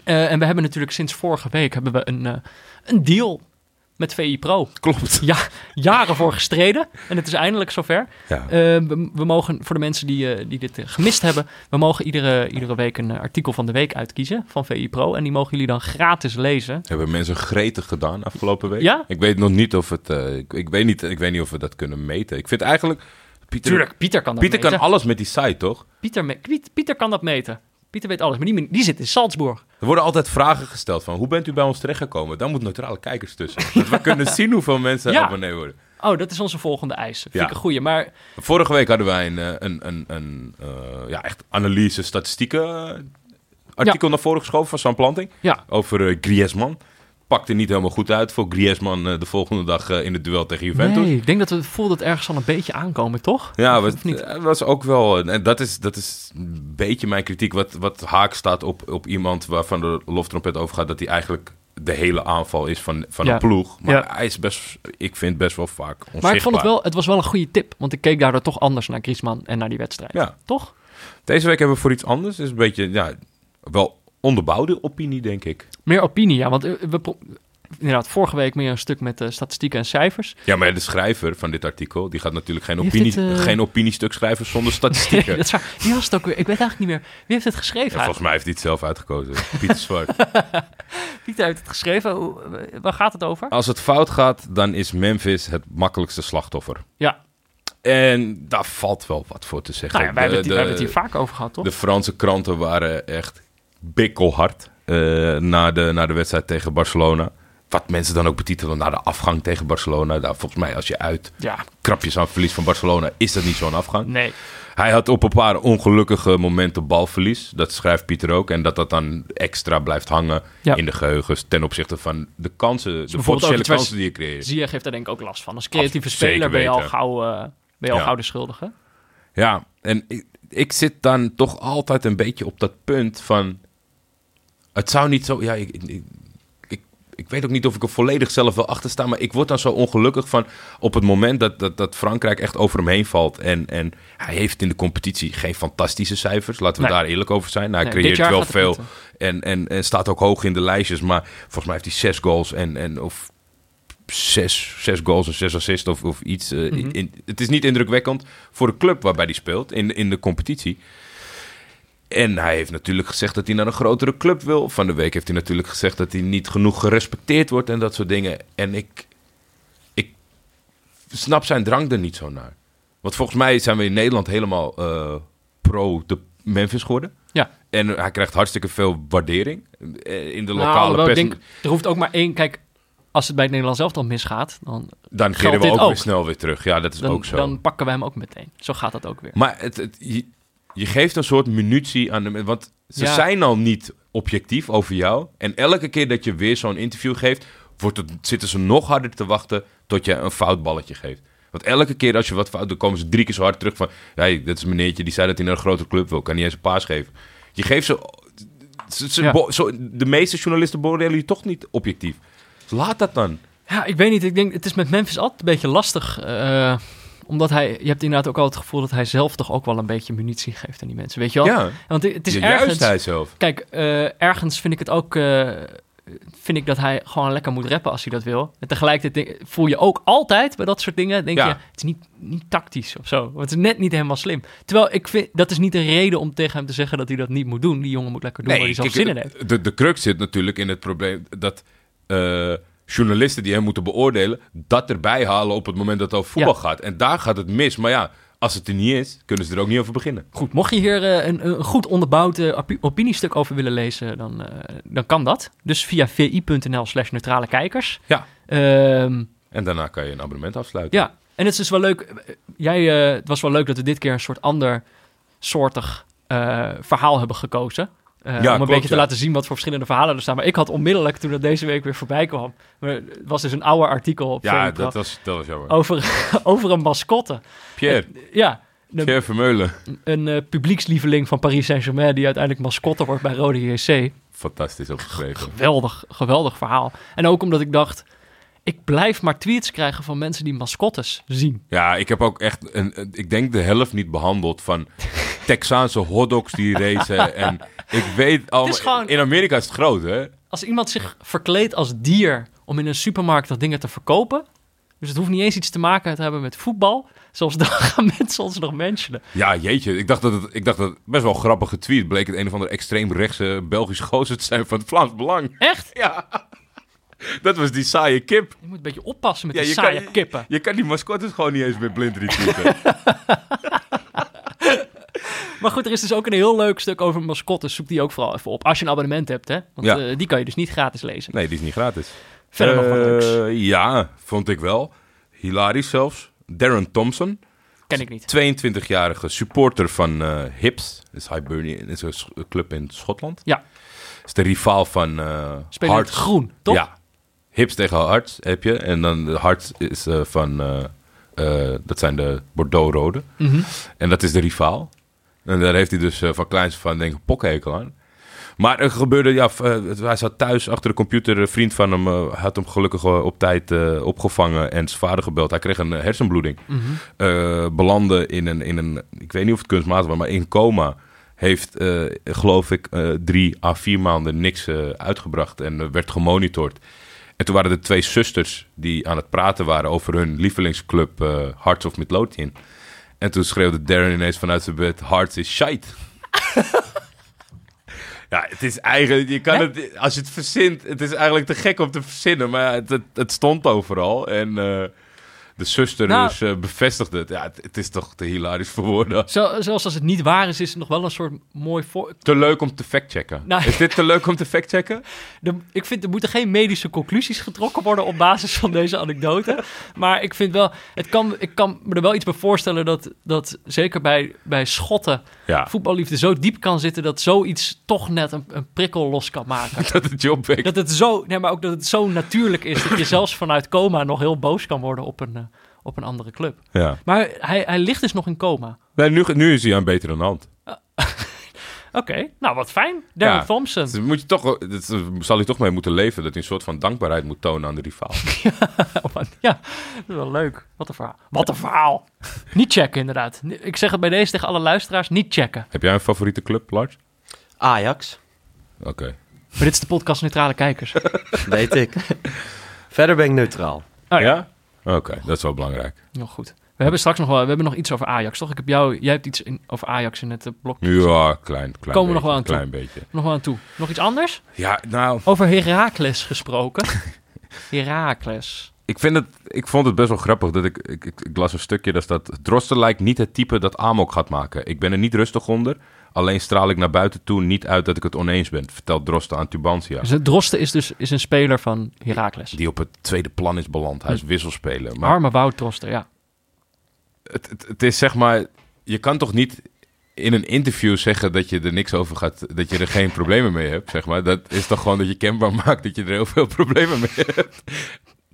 A: Eh, en we hebben natuurlijk sinds vorige week hebben we een, eh, een deal met VI Pro.
B: Klopt.
A: Ja, jaren voor gestreden. En het is eindelijk zover.
B: Ja.
A: Eh, we, we mogen, voor de mensen die, eh, die dit eh, gemist hebben, we mogen iedere, iedere week een eh, artikel van de week uitkiezen van VI Pro. En die mogen jullie dan gratis lezen.
B: Hebben mensen gretig gedaan afgelopen week?
A: Ja?
B: Ik weet nog niet of het. eh, ik, ik weet niet, ik weet niet of we dat kunnen meten. Ik vind eigenlijk. Pieter,
A: Tuurlijk, Pieter kan dat
B: Pieter kan
A: meten.
B: alles met die site, toch?
A: Pieter, me- Piet- Pieter kan dat meten. Pieter weet alles, maar die, die zit in Salzburg.
B: Er worden altijd vragen gesteld van hoe bent u bij ons terechtgekomen? Daar moeten neutrale kijkers tussen. dat we kunnen zien hoeveel mensen
A: Ja.
B: abonnee worden.
A: Oh, dat is onze volgende eis. Vind
B: Ja.
A: ik een goeie. Maar
B: Vorige week hadden wij een, eh, een, een, een eh, ja, echt analyse, statistieken eh, artikel naar voren geschoven van Sam Planting.
A: ja,
B: Over eh, Griezmann. Pakte niet helemaal goed uit voor Griezmann eh, de volgende dag eh, in het duel tegen Juventus.
A: Nee, ik denk dat we voelde het ergens al een beetje aankomen, toch?
B: Ja,
A: Of-
B: wat,
A: of niet?
B: eh, was ook wel. En dat is, dat is een beetje mijn kritiek. Wat, wat haak staat op, op iemand waarvan de loftrompet over gaat. dat hij eigenlijk de hele aanval is van, van
A: Ja.
B: een ploeg. Maar
A: Ja.
B: hij is best, ik vind best wel vaak onzichtbaar.
A: maar ik vond het wel, het was wel een goede tip, want ik keek daardoor toch anders naar Griezmann en naar die wedstrijd.
B: Ja.
A: Toch?
B: Deze week hebben we voor iets anders. Is een beetje, ja, wel onderbouwde opinie, denk ik.
A: Meer opinie, ja, want eh, we pro- inderdaad vorige week meer een stuk met eh, statistieken en cijfers.
B: Ja, maar de schrijver van dit artikel. die gaat natuurlijk geen,
A: Wie
B: opinie,
A: heeft dit, eh?
B: geen opiniestuk schrijven zonder statistieken.
A: dat is waar. Wie was het ook weer? Ik weet eigenlijk niet meer. Wie heeft het
B: Ja,
A: geschreven?
B: volgens mij heeft hij het zelf uitgekozen. Pieter Zwart.
A: Pieter heeft het geschreven. Hoe- eh, Waar gaat het over?
B: Als het fout gaat, dan is Memphis het makkelijkste slachtoffer.
A: Ja,
B: En daar valt wel wat voor te zeggen.
A: nou ja, wij hebben, het,
B: De-
A: wij hebben het hier
B: de-
A: vaak over gehad, toch?
B: De Franse kranten waren echt bikkelhard eh na, de, na de wedstrijd tegen Barcelona. Wat mensen dan ook betitelen na de afgang tegen Barcelona. Nou, volgens mij, als je uit
A: Ja,
B: krapjes aan verlies van Barcelona, is dat niet zo'n afgang.
A: nee.
B: Hij had op een paar ongelukkige momenten balverlies. Dat schrijft Pieter ook. En dat dat dan extra blijft hangen
A: Ja.
B: in de geheugens ten opzichte van de kansen, de
A: ook
B: potentiële
A: iets waar-
B: kansen die je creëert.
A: Ziyech heeft daar denk ik ook last van. Als creatieve
B: Af-
A: speler
B: zeker
A: ben je al
B: weten.
A: gauw, eh, ben je al
B: Ja.
A: gauw de schuldige.
B: Ja, en ik, ik zit dan toch altijd een beetje op dat punt van... Het zou niet zo... Ja, ik, ik, ik, ik weet ook niet of ik er volledig zelf wil achter sta... maar ik word dan zo ongelukkig van... op het moment dat, dat, dat Frankrijk echt over hem heen valt... En, en hij heeft in de competitie geen fantastische cijfers. Laten we
A: Nee.
B: daar eerlijk over zijn. Nou, hij
A: Nee, dit
B: creëert
A: jaar
B: wel
A: gaat het
B: veel en, en, en staat ook hoog in de lijstjes... maar volgens mij heeft hij zes goals en... en of zes, zes goals en zes assists of, of iets. eh,
A: Mhm.
B: in- in- het is niet indrukwekkend voor de club waarbij hij speelt in, in de competitie. En hij heeft natuurlijk gezegd dat hij naar een grotere club wil. Van de week heeft hij natuurlijk gezegd dat hij niet genoeg gerespecteerd wordt en dat soort dingen. En ik, ik snap zijn drang er niet zo naar. Want volgens mij zijn we in Nederland helemaal eh, pro de Memphis geworden.
A: Ja.
B: En hij krijgt hartstikke veel waardering eh, in de
A: Nou,
B: lokale
A: wel, ik
B: pers.
A: denk, er hoeft ook maar één. Kijk, als het bij het Nederlands elftal misgaat, dan,
B: Dan keren we
A: dit
B: ook,
A: ook?
B: weer snel weer terug. Ja, dat is
A: dan,
B: ook zo.
A: dan pakken wij hem ook meteen. Zo gaat dat ook weer.
B: Maar het, het- je, je geeft een soort munitie aan de men- Want ze
A: Ja.
B: zijn al niet objectief over jou. En elke keer dat je weer zo'n interview geeft, wordt het, zitten ze nog harder te wachten tot je een fout balletje geeft. Want elke keer als je wat fout doet, komen ze drie keer zo hard terug van... Hey, dat is een meneertje, die zei dat hij naar een grote club wil. Kan niet eens een paas geven. Je geeft ze... ze- ze-
A: Ja.
B: bo- zo, de meeste journalisten beoordelen je toch niet objectief. Dus laat dat dan.
A: Ja, ik weet niet. Ik denk, het is met Memphis altijd een beetje lastig. eh, omdat hij, je hebt inderdaad ook al het gevoel dat hij zelf toch ook wel een beetje munitie geeft aan die mensen. Weet je wel?
B: Ja,
A: Want het is
B: Ja,
A: ergens...
B: juist hij zelf.
A: Kijk, eh, ergens vind ik het ook... eh, vind ik dat hij gewoon lekker moet rappen als hij dat wil. En tegelijkertijd denk- voel je ook altijd bij dat soort dingen... denk
B: Ja.
A: je, het is niet, niet tactisch of zo. Want het is net niet helemaal slim. Terwijl ik vind, dat is niet een reden om tegen hem te zeggen... dat hij dat niet moet doen. Die jongen moet lekker doen waar hij zelf
B: kijk, eh,
A: zin in heeft.
B: De, de crux zit natuurlijk in het probleem dat eh, journalisten die hem moeten beoordelen, dat erbij halen op het moment dat het over voetbal
A: Ja.
B: gaat. En daar gaat het mis. Maar ja, als het er niet is, kunnen ze er ook niet over beginnen.
A: Goed, mocht je hier eh, een, een goed onderbouwd eh, opi- opiniestuk over willen lezen, dan, eh, dan kan dat. Dus via vi.nl slash neutrale kijkers.
B: Ja.
A: Ehm,
B: En daarna kan je een abonnement afsluiten.
A: ja, en het is dus wel leuk. eh, Jij, eh, het was wel leuk dat we dit keer een soort ander soortig eh, verhaal hebben gekozen. Eh, om een
B: klopt,
A: beetje te
B: ja.
A: laten zien wat voor verschillende verhalen er staan. Maar ik had onmiddellijk, toen dat deze week weer voorbij kwam... maar Het was dus een oude artikel op
B: Ja,
A: VPRO
B: dat was, dat was
A: Oh,
B: jammer.
A: over, over een mascotte.
B: Pierre,
A: Ja, eh, de-
B: Pierre Vermeulen.
A: een eh, publiekslieveling van Paris Saint-Germain... die uiteindelijk mascotte wordt bij Rode JC.
B: Fantastisch opgeschreven.
A: Geweldig, geweldig verhaal. En ook omdat ik dacht... ik blijf maar tweets krijgen van mensen die mascottes zien.
B: Ja, ik heb ook echt, een, een- ik denk de helft niet behandeld van Texaanse hotdogs die racen. En ik weet al,
A: Het is gewoon-
B: in Amerika is het groot, hè?
A: Als iemand zich verkleedt als dier om in een supermarkt dat dingen te verkopen... dus het hoeft niet eens iets te maken te hebben met voetbal... zelfs dan gaan mensen ons nog mentionen.
B: Ja, jeetje. Ik dacht dat het, ik dacht dat het best wel een grappige tweet bleek. Het een of andere extreem rechtse Belgisch gozer te zijn van het Vlaams Belang.
A: Echt?
B: Dat was die saaie kip.
A: Je moet een beetje oppassen met
B: Ja,
A: die
B: je
A: saaie
B: kan-
A: kippen.
B: Je kan die mascottes gewoon niet eens meer blind retweeten.
A: Maar goed, er is dus ook een heel leuk stuk over mascottes. Zoek die ook vooral even op. Als je een abonnement hebt, hè. Want
B: Ja.
A: eh, die kan je dus niet gratis lezen.
B: nee, die is niet gratis.
A: Verder nog wat leuks.
B: Eh, Ja, vond ik wel. Hilarisch zelfs. Darren Thompson,
A: Ken ik niet.
B: 22-jarige supporter van eh, Hips. Dat is Hibernian, is een s- club in Schotland.
A: Ja,
B: is de rivaal van eh
A: spelen in het
B: Hearts.
A: groen, toch?
B: Ja. Hips tegen Hearts heb je. En dan de Hearts is eh, van... eh, eh, dat zijn de Bordeaux-rode. En dat is de rivaal. En daar heeft hij dus eh, van kleins van denk ik een pokhekel aan. Maar er gebeurde... Ja, v- eh, het- hij zat thuis achter de computer. Een vriend van hem eh, had hem gelukkig eh, op tijd eh, opgevangen. En zijn vader gebeld. Hij kreeg een eh, hersenbloeding. Eh, belandde in een, in een... Ik weet niet of het kunstmatig was, maar in coma heeft, eh, geloof ik, eh, drie à vier maanden niks eh, uitgebracht en eh, werd gemonitord. En toen waren er twee zusters die aan het praten waren over hun lievelingsclub eh, Hearts of Midlothian. En toen schreeuwde Darren ineens vanuit zijn bed, Hearts is shite. ja, het is eigenlijk, je kan het, als je het verzint, het is eigenlijk te gek om te verzinnen, maar het, het, het stond overal. En eh, de zuster
A: Nou-
B: dus eh, bevestigde het. Ja, het, het is toch te hilarisch voor woorden.
A: Zo, zelfs als het niet waar is, is het nog wel een soort mooi... voor-
B: Te leuk om te factchecken.
A: Nou,
B: Is dit te leuk om te factchecken?
A: De- ik vind, er moeten geen medische conclusies getrokken worden op basis van deze anekdote. Maar ik vind wel, het kan, ik kan me er wel iets bij voorstellen dat, dat zeker bij, bij schotten
B: Ja.
A: voetballiefde zo diep kan zitten dat zoiets toch net een, een prikkel los kan maken.
B: Dat het je opwekt.
A: Dat het zo, nee, maar ook dat het zo natuurlijk is dat je zelfs vanuit coma nog heel boos kan worden op een, eh, op een andere club.
B: Ja.
A: Maar hij, hij ligt dus nog in coma.
B: Nee, nu, nu is hij aan beter dan de hand.
A: Oké, nou wat fijn. Darren
B: Ja.
A: Thompson.
B: Dus moet je toch, dat, eh, zal hij toch mee moeten leven dat hij een soort van dankbaarheid moet tonen aan de rivaal.
A: Ja, dat is wel leuk. Wat een verhaal. Wat een verhaal. niet checken, inderdaad. Ik zeg het bij deze tegen alle luisteraars, niet checken.
B: Heb jij een favoriete club, Lars?
C: Ajax,
B: Oké.
A: Maar dit is de podcast Neutrale Kijkers. Oh
C: weet ik. Verder ben ik neutraal.
A: Oh ja,
B: Ja? Oké, dat is wel belangrijk.
A: Nog goed. We hebben straks nog wel, we hebben nog iets over Ajax, toch? Ik heb jou, jij hebt iets in, over Ajax in het eh, blok.
B: Ja, ah, klein, klein beetje.
A: Komen we nog wel aan toe.
B: klein beetje.
A: Nog wel aan toe. Nog iets anders?
B: Ja, nou,
A: Over Herakles gesproken. Herakles.
B: ik, vind het, ik vond het best wel grappig dat ik, ik, ik, ik las een stukje dat staat... Drosten lijkt niet het type dat Amok gaat maken. Ik ben er niet rustig onder. Alleen straal ik naar buiten toe niet uit dat ik het oneens ben, vertelt Drosten aan Tubantia.
A: Dus het Drosten is dus is een speler van Herakles.
B: die op het tweede plan is beland. Hij is wisselspeler. Maar
A: Arme Wout Drosten, ja.
B: het, het, het is zeg maar, je kan toch niet in een interview zeggen dat je er niks over gaat, dat je er geen problemen mee hebt, zeg maar. Dat is toch gewoon dat je kenbaar maakt dat je er heel veel problemen mee hebt.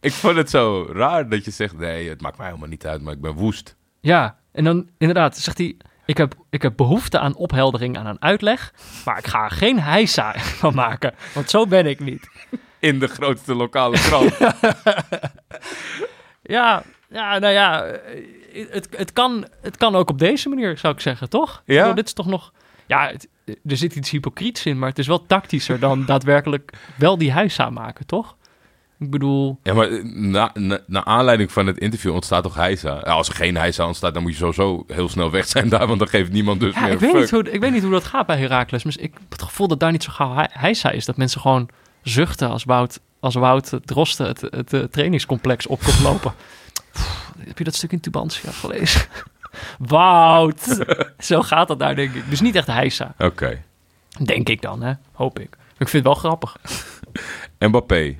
B: Ik vond het zo raar dat je zegt, nee, het maakt mij helemaal niet uit, maar ik ben woest.
A: Ja, en dan inderdaad zegt hij... Ik heb, ik heb behoefte aan opheldering, aan een uitleg... maar ik ga er geen heisa van maken, want zo ben ik niet.
B: In de grootste lokale krant.
A: Ja, ja nou ja, eh, het, het, kan, het kan ook op deze manier, zou ik zeggen, toch? Ik
B: Ja.
A: bedoel, dit is toch nog... Ja, het- er zit iets hypocriets in, maar het is wel tactischer... dan daadwerkelijk wel die heisa maken, toch? Ik bedoel,
B: Ja, maar eh, na, na, naar aanleiding van het interview ontstaat toch heisa? Ja, als er geen heisa ontstaat, dan moet je sowieso heel snel weg zijn daar, want dan geeft niemand dus
A: ja,
B: meer
A: ik,
B: een
A: weet
B: fuck.
A: niet hoe, ik weet niet hoe dat gaat bij Herakles. Maar ik heb het gevoel dat daar niet zo gauw he- heisa is. Dat mensen gewoon zuchten als Wout, als Wout eh, Drosten het, het eh, trainingscomplex op komt lopen. Pff, heb je dat stuk in Tubantia gelezen? Wout! zo gaat dat daar, denk ik. Dus niet echt heisa.
B: Oké.
A: Denk ik dan, hè. Hoop ik. Maar ik vind het wel grappig.
B: Mbappé.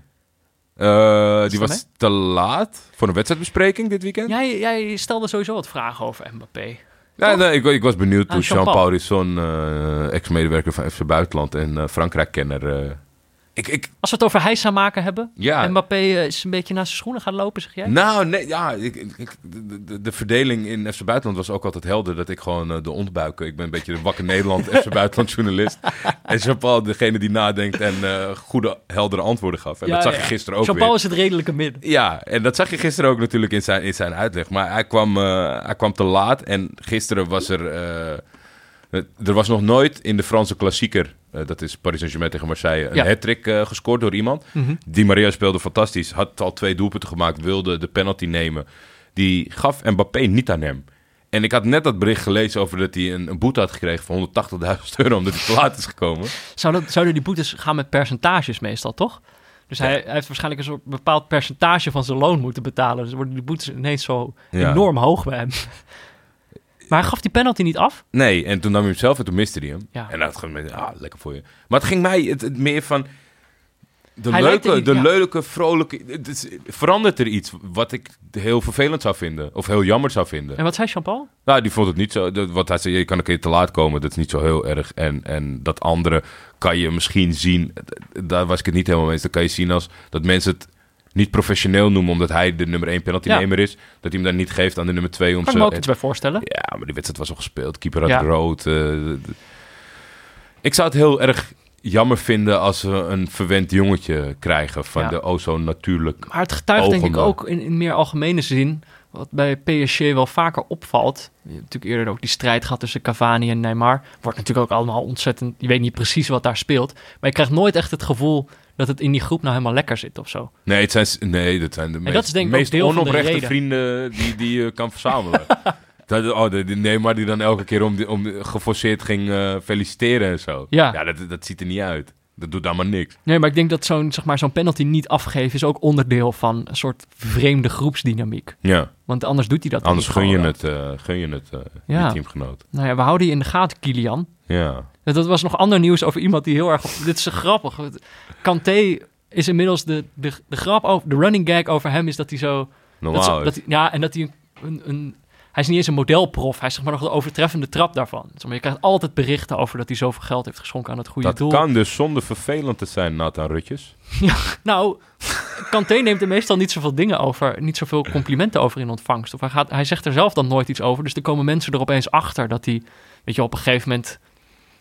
B: Eh, die
A: dat
B: was te laat voor een wedstrijdbespreking dit weekend.
A: Jij, jij stelde sowieso wat vragen over Mbappé.
B: Ja, nee, ik, ik was benieuwd
A: Ah,
B: hoe
A: Jean-Paul.
B: Jean-Paul Risson, eh, ex-medewerker van FC Buitenland en eh, Frankrijk-kenner... eh, ik, ik,
A: Als we het over heisa maken hebben.
B: Ja.
A: Mbappé eh, is een beetje naar zijn schoenen gaan lopen, zeg jij?
B: Nou, nee, ja, ik, ik- ik- de, de- de verdeling in FC Buitenland was ook altijd helder. Dat ik gewoon eh, de ontbuiken. Ik ben een beetje de wakker Nederland FC Buitenland journalist. En Jean-Paul degene die nadenkt en eh, goede, heldere antwoorden gaf. En
A: Ja,
B: dat zag
A: ja.
B: je gisteren ook
A: Jean-Paul
B: weer.
A: is het redelijke midden.
B: Ja, en dat zag je gisteren ook natuurlijk in zijn, in zijn uitleg. Maar hij kwam, eh, hij kwam te laat. En gisteren was er... eh, het- er was nog nooit in de Franse klassieker... eh, dat is Paris Saint-Germain tegen Marseille... een
A: Ja.
B: hattrick hat gescoord door iemand. Di Maria speelde fantastisch. Had al twee doelpunten gemaakt. Wilde de penalty nemen. Die gaf Mbappé niet aan hem. En ik had net dat bericht gelezen over dat hij een, een boete had gekregen... van 180.000 euro omdat hij te laat is gekomen.
A: Zouden, zouden die boetes gaan met percentages meestal, toch? Dus hij, hij heeft waarschijnlijk een soort bepaald percentage van zijn loon moeten betalen. Dus worden die boetes ineens zo
B: Ja.
A: enorm hoog bij hem. Maar hij gaf die penalty niet af.
B: Nee, en toen nam hij hem zelf en toen miste hij hem.
A: Ja.
B: En dat ging ah, lekker voor je. Maar het ging mij het, het meer van... De
A: Hij lijkt
B: leuke,
A: er-
B: de
A: ja.
B: leuke, vrolijke... Het is, verandert er iets wat ik heel vervelend zou vinden? Of heel jammer zou vinden?
A: En wat zei Jean-Paul?
B: Nou, die vond het niet zo... dat- Wat hij zei, je kan een keer te laat komen. Dat is niet zo heel erg. En, en dat andere kan je misschien zien... Daar was ik het niet helemaal mee eens. Dat kan je zien als dat mensen het niet professioneel noemen... omdat hij de nummer één penaltynemer is. Dat hij hem dan niet geeft aan de nummer twee...
A: Kan
B: om
A: ik
B: ze-
A: me ook iets bij voorstellen.
B: ja, maar die wedstrijd was al gespeeld. Keeper had
A: Ja.
B: rood. eh, d- d- ik zou het heel erg jammer vinden als we een verwend jongetje krijgen van
A: Ja.
B: de oh zo natuurlijk.
A: Maar het getuigt denk ik
B: Ogenblik.
A: ook in, in meer algemene zin... wat bij PSG wel vaker opvalt... Je hebt natuurlijk eerder ook die strijd gehad tussen Cavani en Neymar. Wordt natuurlijk ook allemaal ontzettend... Je weet niet precies wat daar speelt. Maar je krijgt nooit echt het gevoel... dat het in die groep nou helemaal lekker zit of zo.
B: Nee, het zijn, s- nee, dat zijn de meest,
A: dat is denk ik ook
B: meest
A: deel van de
B: onoprechte
A: reden.
B: vrienden die, die je kan verzamelen. dat, oh, de- die- nee, maar die dan elke keer om, die- om die- geforceerd ging eh, feliciteren en zo.
A: Ja.
B: dat, dat ziet er niet uit. Dat doet dan maar niks.
A: Nee, maar ik denk dat zo'n zeg maar, zo'n penalty niet afgeven is ook onderdeel van een soort vreemde groepsdynamiek.
B: Ja,
A: Want anders doet hij dat
B: anders
A: niet
B: gun je
A: gewoon.
B: het, eh, gun je het eh,
A: Ja.
B: je teamgenoot.
A: Nou ja, we houden je in de gaten, Kilian.
B: Ja.
A: Dat dat was nog ander nieuws over iemand die heel erg... op- dit is grappig. Kanté is inmiddels de, de, de grap over... De running gag over hem is dat hij zo... Dat,
B: Normaal.
A: ze-
B: is-
A: dat hij- ja, en dat hij een, een... Hij is niet eens een modelprof. Hij is zeg maar nog de overtreffende trap daarvan. Zeg maar, je krijgt altijd berichten over dat hij zoveel geld heeft geschonken aan het goede
B: Dat
A: doel.
B: kan dus zonder vervelend te zijn, Nathan Rutjes.
A: Nou, Kanté neemt er meestal niet zoveel dingen over, niet zoveel complimenten over in ontvangst. Of hij, gaat, hij zegt er zelf dan nooit iets over. Dus er komen mensen er opeens achter dat hij, weet je, op een gegeven moment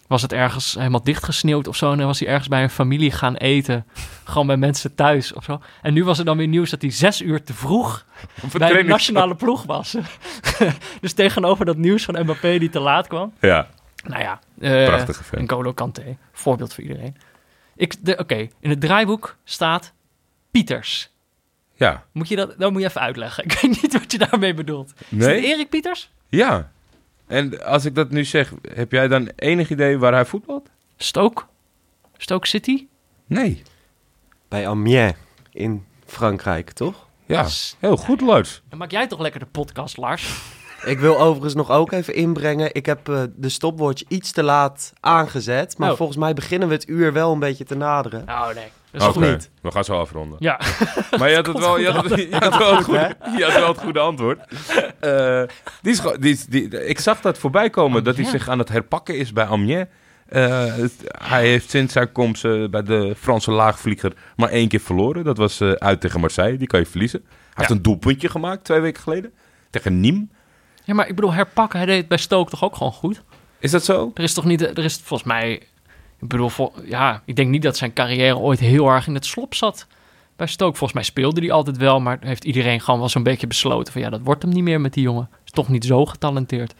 A: was het ergens helemaal dichtgesneeuwd of zo. En dan was hij ergens bij een familie gaan eten. Gewoon bij mensen thuis of zo. En nu was er dan weer nieuws dat hij zes uur te vroeg bij de
B: training-
A: nationale ploeg was. dus tegenover dat nieuws van Mbappé die te laat kwam.
B: Ja,
A: Nou ja, eh
B: Prachtige vent.
A: N'Golo Kanté. Voorbeeld voor iedereen. Ik, de- Oké, in het draaiboek staat Pieters.
B: ja,
A: Moet je dat, dat moet je even uitleggen. Ik weet niet wat je daarmee bedoelt. Is
B: Nee?
A: het Erik Pieters?
B: ja. En als ik dat nu zeg, heb jij dan enig idee waar hij voetbalt?
A: Stoke? Stoke City?
B: Nee.
C: Bij Amiens in Frankrijk, toch?
B: Ja, heel goed, Lars.
A: Dan maak jij toch lekker de podcast, Lars?
C: Ik wil overigens nog ook even inbrengen. Ik heb eh, de stopwatch iets te laat aangezet. Maar
A: Oh.
C: volgens mij beginnen we het uur wel een beetje te naderen.
A: Nou, nee. Dat is
B: Oké,
A: goed.
B: we gaan zo afronden.
A: Ja,
B: Maar je had, het wel, je, had, het- je had wel het goede, je had wel het goede antwoord. Eh, die is, gewoon- die is- die, ik zag dat voorbij komen dat hij
A: Amiens.
B: zich aan het herpakken is bij Amiens. Eh, het- hij heeft sinds zijn komst eh, bij de Franse laagvlieger maar één keer verloren. Dat was eh, uit tegen Marseille. Die kan je verliezen. Hij heeft een doelpuntje gemaakt twee weken geleden. Tegen Nîmes.
A: ja, maar ik bedoel, herpakken, hij deed het bij Stoke toch ook gewoon goed?
B: Is dat zo?
A: Er is toch niet, er is volgens mij, ik bedoel, vol- ja, ik denk niet dat zijn carrière ooit heel erg in het slop zat bij Stoke. Volgens mij speelde hij altijd wel, maar heeft iedereen gewoon wel zo'n beetje besloten van ja, dat wordt hem niet meer met die jongen. Is toch niet zo getalenteerd.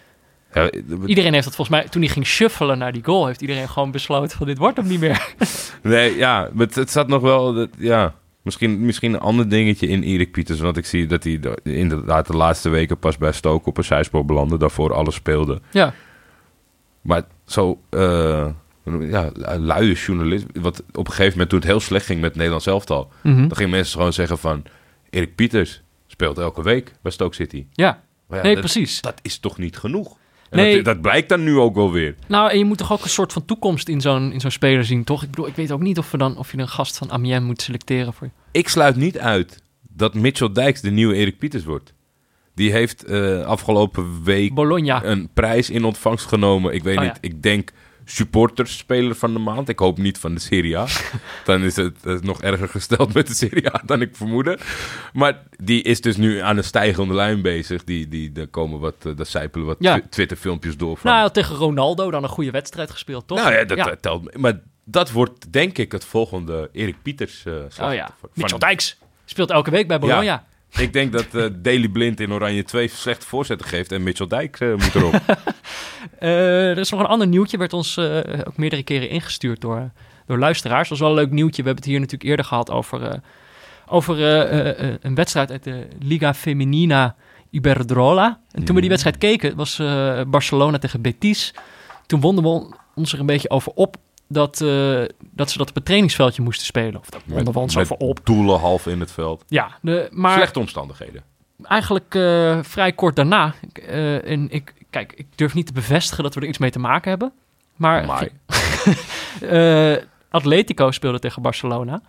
B: Ja,
A: Iedereen heeft dat volgens mij, toen hij ging shuffelen naar die goal, heeft iedereen gewoon besloten van dit wordt hem niet meer.
B: nee, ja, maar het, het zat nog wel... dat- ja, misschien, misschien een ander dingetje in Erik Pieters. Want ik zie dat hij de- inderdaad de laatste weken pas bij Stoke op een zijspoor belandde. Daarvoor alles speelde.
A: Ja,
B: Maar zo, eh, ja, luie journalist. Wat op een gegeven moment toen het heel slecht ging met Nederlands elftal. Dan gingen mensen gewoon zeggen van... Erik Pieters speelt elke week bij Stoke City.
A: ja.
B: Maar ja,
A: nee,
B: dat,
A: precies.
B: Dat is toch niet genoeg? En
A: Nee.
B: dat, dat blijkt dan nu ook wel weer.
A: Nou, en je moet toch ook een soort van toekomst in zo'n in zo'n speler zien, toch? Ik bedoel, ik weet ook niet of, we dan, of je een gast van Amiens moet selecteren voor
B: Ik sluit niet uit dat Mitchell Dijks de nieuwe Erik Pieters wordt. Die heeft eh, afgelopen week
A: Bologna.
B: een prijs in ontvangst genomen. Ik weet
A: Oh,
B: niet,
A: ja.
B: ik denk supportersspeler van de maand. Ik hoop niet van de Serie A. dan is het eh, nog erger gesteld met de Serie A dan ik vermoedde. Maar die is dus nu aan een stijgende lijn bezig. Die, die, daar komen wat, eh, daar zijpelen wat
A: Ja.
B: twi- Twitter-filmpjes door van.
A: Nou, hij had tegen Ronaldo dan een goede wedstrijd gespeeld, toch?
B: Nou ja, dat eh, telt. me- Maar dat wordt denk ik het volgende Erik Pieters eh slachtoffer.
A: Oh ja.
B: Van-
A: Mitchell Dijks speelt elke week bij Bologna.
B: Ja. Ik denk dat eh Daily Blind in Oranje 2 slecht voorzetten geeft en Mitchell Dijk eh, moet erop.
A: Eh, er is nog een ander nieuwtje, werd ons eh, ook meerdere keren ingestuurd door, door luisteraars. Dat was wel een leuk nieuwtje. We hebben het hier natuurlijk eerder gehad over, eh, over eh, eh, eh, een wedstrijd uit de Liga Femenina Iberdrola. En toen
B: Mm.
A: we die wedstrijd keken, het was eh, Barcelona tegen Betis. Toen wonden we ons er een beetje over op dat, eh, dat ze dat op het trainingsveldje moesten spelen. Of dat wonden we ons
B: Met
A: over op.
B: doelen half in het veld.
A: Ja, de, maar
B: Slechte omstandigheden.
A: eigenlijk eh, vrij kort daarna. ik, eh, en ik, kijk, ik durf niet te bevestigen dat we er iets mee te maken hebben. Maar
B: Amai.
A: eh, Atletico speelde tegen Barcelona.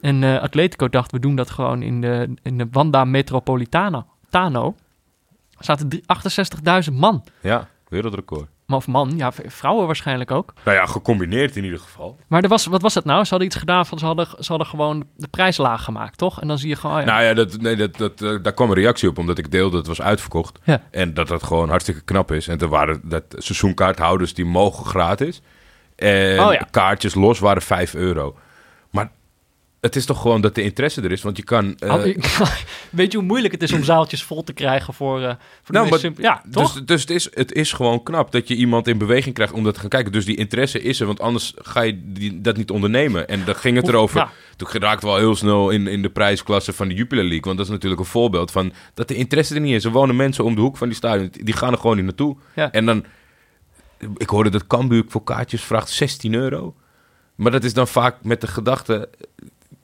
A: En eh, Atletico dacht, we doen dat gewoon in de, in de Wanda Metropolitana. Tano. Er zaten drie- 68.000 man.
B: Ja, wereldrecord.
A: Maar Of man, ja, v- vrouwen waarschijnlijk ook.
B: Nou ja, gecombineerd in ieder geval.
A: Maar er was, wat was dat nou? Ze hadden iets gedaan van, ze hadden, ze hadden gewoon de prijs laag gemaakt, toch? En dan zie je gewoon, oh ja,
B: Nou ja, dat, nee, dat, dat, eh, daar kwam een reactie op, omdat ik deelde dat het was uitverkocht.
A: Ja.
B: En dat dat gewoon hartstikke knap is. En er waren dat seizoenkaarthouders die mogen gratis. En
A: Oh ja.
B: kaartjes los waren 5 euro. Maar het is toch gewoon dat de interesse er is, want je kan... eh,
A: Had- Weet je hoe moeilijk het is om zaaltjes vol te krijgen voor, eh voor de
B: Nou,
A: meest
B: maar
A: simpele- Ja, toch?
B: Dus, dus het, is, het is gewoon knap dat je iemand in beweging krijgt om dat te gaan kijken. Dus die interesse is er, want anders ga je die, dat niet ondernemen. En daar ging het
A: Hoe-
B: erover.
A: ja.
B: Toen raakte we al heel snel in, in de prijsklasse van de Jupiler League. Want dat is natuurlijk een voorbeeld van dat de interesse er niet is. Er wonen mensen om de hoek van die stadion. Die gaan er gewoon niet naartoe.
A: Ja.
B: En dan, ik hoorde dat Cambuur voor kaartjes vraagt 16 euro. Maar dat is dan vaak met de gedachte...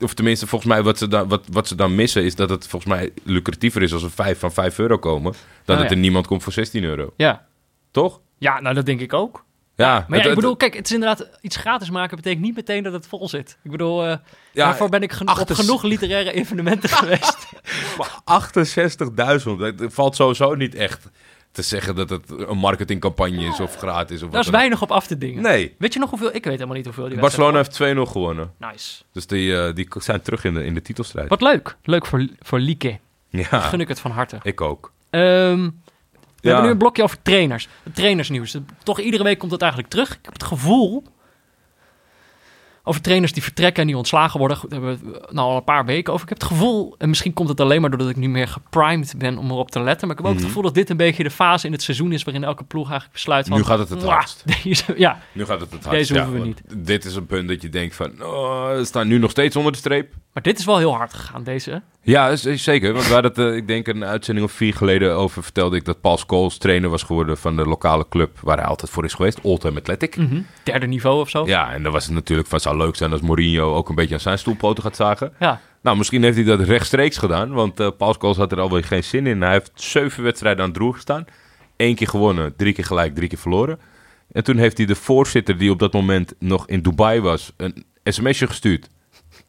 B: Of tenminste, volgens mij, wat ze, dan, wat, wat ze dan missen is dat het volgens mij lucratiever is als er vijf van 5 euro komen. Dan
A: Oh,
B: dat
A: ja.
B: er niemand komt voor 16 euro.
A: Ja.
B: Toch?
A: ja, nou dat denk ik ook.
B: Ja,
A: Maar
B: het-
A: ja, ik
B: het-
A: bedoel, kijk, het is inderdaad iets gratis maken betekent niet meteen dat het vol zit. Ik bedoel, eh,
B: Ja,
A: daarvoor ben ik geno-
B: achter-
A: op genoeg literaire evenementen geweest.
B: maar 68.000, dat valt sowieso niet echt te zeggen dat het een marketingcampagne is of gratis. Of
A: Daar
B: wat
A: is
B: dan ook.
A: weinig op af te dingen.
B: Nee.
A: Weet je nog hoeveel? Ik weet helemaal niet hoeveel die
B: Barcelona
A: wedstrijd
B: heeft 2-0 gewonnen.
A: was. Nice.
B: Dus die, eh, die zijn terug in de, in de titelstrijd.
A: Wat leuk. Leuk voor, voor Lieke.
B: Ja,
A: Gun ik het van harte.
B: ik ook.
A: Ehm, we
B: Ja.
A: hebben nu een blokje over trainers. Het trainersnieuws. Toch iedere week komt het eigenlijk terug. Ik heb het gevoel over trainers die vertrekken en die ontslagen worden. Goed, Daar hebben we het nou al een paar weken over. Ik heb het gevoel, en misschien komt het alleen maar doordat ik nu meer geprimed ben om erop te letten. Maar ik heb ook het
B: Mhm.
A: gevoel dat dit een beetje de fase in het seizoen is waarin elke ploeg eigenlijk besluit van...
B: Nu gaat het het
A: "Mwah,
B: hardst."
A: deze- ja,
B: Nu gaat het het hardst.
A: Deze hoeven we
B: want Dit is een punt dat je denkt van, oh, we staan nu nog steeds onder de streep.
A: maar dit is wel heel hard gegaan, deze.
B: Ja, is- is zeker. Want we hadden het, eh, ik denk een uitzending of vier geleden over vertelde ik dat Paul Scholes trainer was geworden van de lokale club waar hij altijd voor is geweest, Oldham Athletic.
A: Mm. Derde niveau of zo.
B: Mhm. Ja, en dan was het natuurlijk van zou leuk zijn als Mourinho ook een beetje aan zijn stoelpoten gaat zagen.
A: Ja.
B: Nou, misschien heeft hij dat rechtstreeks gedaan, want eh Paul Scholes had er alweer geen zin in. Hij heeft zeven wedstrijden aan het roer gestaan. Eén keer gewonnen, drie keer gelijk, drie keer verloren. En toen heeft hij de voorzitter, die op dat moment nog in Dubai was, een sms'je gestuurd.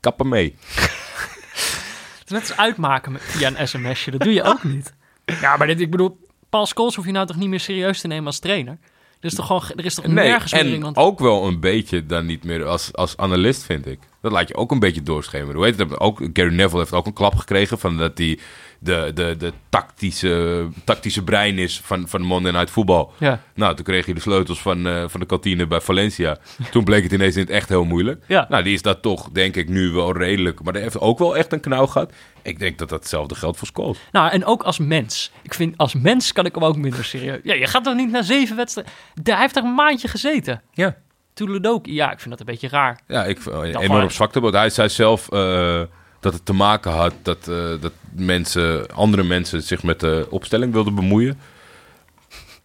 B: Kappen mee.
A: Het is net als uitmaken met, via een sms'je. Dat doe je ook niet. Ja, maar dit, ik bedoel, Paul Scholes hoef je nou toch niet meer serieus te nemen als trainer? Er is toch, gewoon, ge- er is toch
B: Nee,
A: nergens meer
B: en
A: iemand...
B: ook wel een beetje dan niet meer als, als analist, vind ik. Dat laat je ook een beetje doorschemeren. Hoe heet het? Ook, Gary Neville heeft ook een klap gekregen van dat hij de, de, de tactische, tactische brein is van, van Monday Night Voetbal.
A: Ja.
B: Nou, toen kreeg hij de sleutels van, eh, van de kantine bij Valencia. Toen bleek het ineens in het echt heel moeilijk.
A: Ja.
B: Nou, die is dat toch, denk ik, nu wel redelijk. Maar hij heeft ook wel echt een knauw gehad. Ik denk dat datzelfde geldt voor Scholes.
A: Nou, en ook als mens. Ik vind, als mens kan ik hem ook minder serieus... Ja, je gaat toch niet na zeven wedstrijden... De- Hij heeft er een maandje gezeten.
B: Ja.
A: Toeledoki, ja, ik vind dat een beetje raar.
B: Ja, ik eh,
A: Dat
B: enorm
A: waar.
B: zwakte. Hij zei zelf eh, dat het te maken had dat, eh, dat mensen, andere mensen zich met de opstelling wilden bemoeien.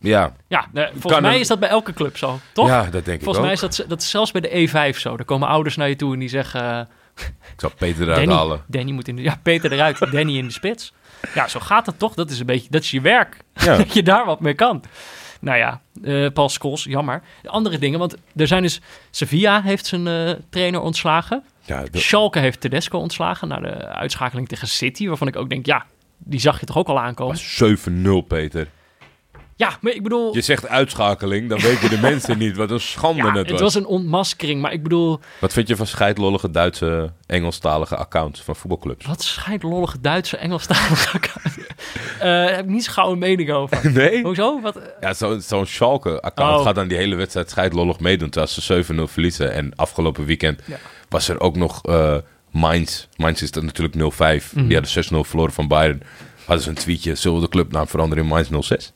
B: Ja,
A: Ja, eh, volgens
B: Kan
A: mij
B: hem-
A: is dat bij elke club zo, toch?
B: ja dat denk
A: volgens mij
B: ik
A: is
B: ook.
A: dat, dat is zelfs bij de E5 zo. Daar komen ouders naar je toe en die zeggen... eh,
B: Ik zou Peter eruit
A: Danny,
B: halen.
A: Danny moet in de, ja, Peter eruit, Danny in de spits. Ja, zo gaat het toch? Dat is een beetje, dat is je werk.
B: Ja.
A: dat je daar wat mee kan. Nou ja, eh Paul Scholes, jammer. De andere dingen, want er zijn dus... Sevilla heeft zijn eh, trainer ontslagen.
B: Ja,
A: Schalke heeft Tedesco ontslagen na de uitschakeling tegen City. Waarvan ik ook denk, ja, die zag je toch ook al aankomen?
B: was 7-0, Peter.
A: Ja, maar ik bedoel...
B: Je zegt uitschakeling, dan weten de mensen niet wat een schande
A: ja,
B: het was.
A: het was een ontmaskering, maar ik bedoel...
B: Wat vind je van scheidlollige Duitse Engelstalige accounts van voetbalclubs?
A: Wat scheidlollige Duitse Engelstalige account. Eh, Daar heb ik niet zo gauw een mening over.
B: Nee?
A: Hoezo? Wat? eh,
B: Ja, zo- zo'n Schalke-account
A: Oh.
B: gaat dan die hele wedstrijd scheidlollig meedoen... terwijl ze 7-0 verliezen. En afgelopen weekend
A: Ja.
B: was er ook nog eh Mainz. Mainz is dan natuurlijk 0-5. Die hadden 6-0 verloren van Bayern. Hadden ze een tweetje, zullen we de clubnaam veranderen in Mainz 06?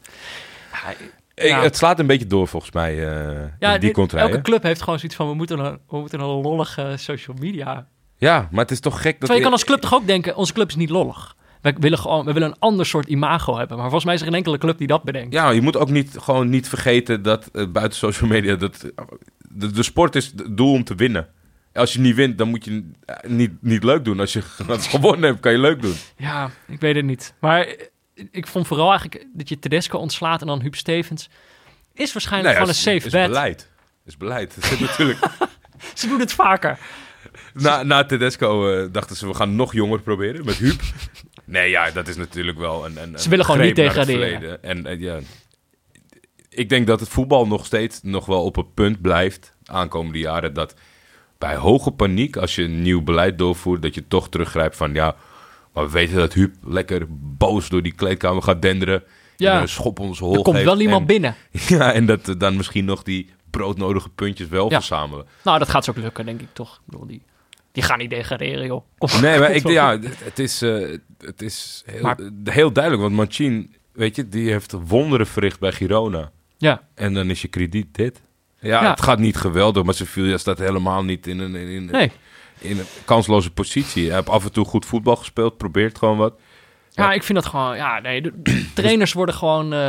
B: Ik-
A: Ja. nou.
B: Het slaat een beetje door volgens mij, eh, in die
A: dit-
B: contraien.
A: elke club heeft gewoon zoiets van, we moeten een, we moeten een lollige social media.
B: Ja, maar het is toch gek dat...
A: Terwijl je kan als club toch ook denken, onze club is niet lollig. We willen, gewoon, we willen een ander soort imago hebben. Maar volgens mij is er geen enkele club die dat bedenkt.
B: Ja, je moet ook niet, gewoon niet vergeten dat eh, buiten social media... Dat, eh, de, de sport is het doel om te winnen. Als je niet wint, dan moet je eh, niet, niet leuk doen. Als je als je gewonnen hebt, kan je leuk doen.
A: Ja, ik weet het niet. Maar eh, ik vond vooral eigenlijk dat je Tedesco ontslaat en dan Huub Stevens. Is waarschijnlijk
B: Nou ja,
A: gewoon
B: is-
A: een safe
B: is
A: bet.
B: beleid. Is beleid. Dat zit natuurlijk...
A: Ze doen het vaker.
B: na, na Tedesco eh, dachten ze, we gaan nog jonger proberen met Huub. Nee, ja, dat is natuurlijk wel een, een
A: Ze willen gewoon
B: greep
A: niet
B: naar het
A: degraderen.
B: verleden. En, eh, ja, ik denk dat het voetbal nog steeds nog wel op een punt blijft aankomende jaren dat bij hoge paniek, als je een nieuw beleid doorvoert, dat je toch teruggrijpt van ja, maar we weten dat Huub lekker boos door die kleedkamer gaat denderen.
A: Ja.
B: en een schop ons hol
A: Er komt
B: geeft
A: wel iemand
B: en-
A: binnen.
B: Ja, en dat eh, dan misschien nog die broodnodige puntjes wel
A: Ja.
B: verzamelen.
A: Nou, dat gaat ze ook lukken, denk ik toch. Ik bedoel, die, die gaan niet degraderen, joh. Kom.
B: Nee, maar ik,
A: Sorry.
B: ja, het- het is, eh, het is heel, eh,
A: Maar-
B: heel duidelijk. Want Manchin, weet je, die heeft wonderen verricht bij Girona.
A: Ja,
B: En dan is je krediet dit. Ja,
A: Ja.
B: het gaat niet geweldig, maar Sevilla staat helemaal niet in een, in, in-
A: nee.
B: in een kansloze positie. Hij heeft af en toe goed voetbal gespeeld, probeert gewoon wat.
A: Ja, ik vind dat gewoon... Ja, nee, de- de trainers worden gewoon... eh,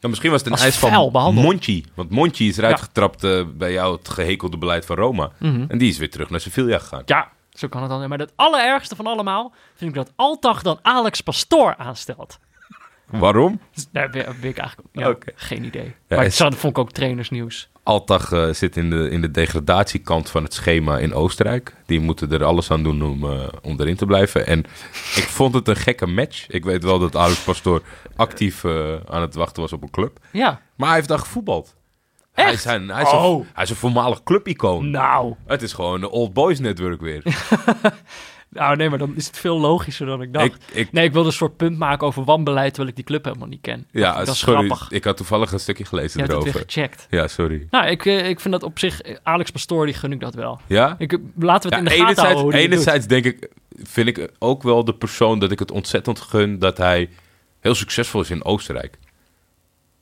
B: Ja, misschien was het een
A: Als
B: eis
A: vuil
B: van
A: behandeld.
B: Monchi. Want Monchi is eruit
A: Ja. Mhm.
B: getrapt eh, bij jou het gehekelde beleid van Roma. En die is weer terug naar Sevilla gegaan.
A: ja, zo kan het dan. zijn. Maar het allerergste van allemaal vind ik dat Altag dan Alex Pastoor aanstelt.
B: Waarom?
A: Dus Daar ben, ben ik eigenlijk ja,
B: Oké.
A: geen idee.
B: Ja,
A: maar
B: is-
A: dat vond ik ook trainersnieuws.
B: Altag eh, zit in de, in de degradatiekant van het schema in Oostenrijk. Die moeten er alles aan doen om, eh, om erin te blijven. En ik vond het een gekke match. Ik weet wel dat Alex Pastoor actief eh, aan het wachten was op een club.
A: Ja,
B: Maar hij heeft daar gevoetbald. Hij
A: echt?
B: is een, hij is een-
A: Oh.
B: hij is een voormalig clubicoon.
A: Nou,
B: Het is gewoon de Old Boys Network weer.
A: nou, nee, maar dan is het veel logischer dan ik dacht.
B: ik, ik,
A: Nee, ik wilde een soort punt maken over wanbeleid, terwijl ik die club helemaal niet ken.
B: ja,
A: dat is
B: sorry.
A: grappig.
B: Ik had toevallig een stukje
A: Je
B: gelezen
A: hebt het weer
B: erover.
A: gecheckt.
B: Ja, sorry.
A: Nou, ik, eh, ik vind dat op zich... eh, Alex Pastoor, die gun ik dat wel.
B: Ja?
A: Ik, eh, laten we
B: Ja,
A: het in de gaten houden hoe die het doet.
B: enerzijds denk ik, vind ik ook wel de persoon dat ik het ontzettend gun dat hij heel succesvol is in Oostenrijk.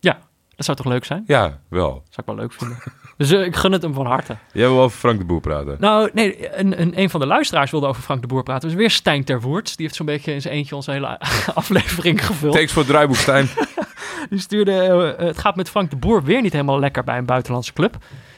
A: Ja, dat zou toch leuk zijn?
B: Ja, wel.
A: Zou ik wel leuk vinden. dus eh, ik gun het hem van harte.
B: Jij wil over Frank de Boer praten.
A: Nou, nee, een, een, een van de luisteraars wilde over Frank de Boer praten. Dus weer Stijn ter Woerts. Die heeft zo'n beetje in zijn eentje onze hele aflevering gevuld.
B: Thanks voor het draaiboek, Stijn.
A: Die stuurde, eh, eh, het gaat met Frank de Boer weer niet helemaal lekker bij een buitenlandse club.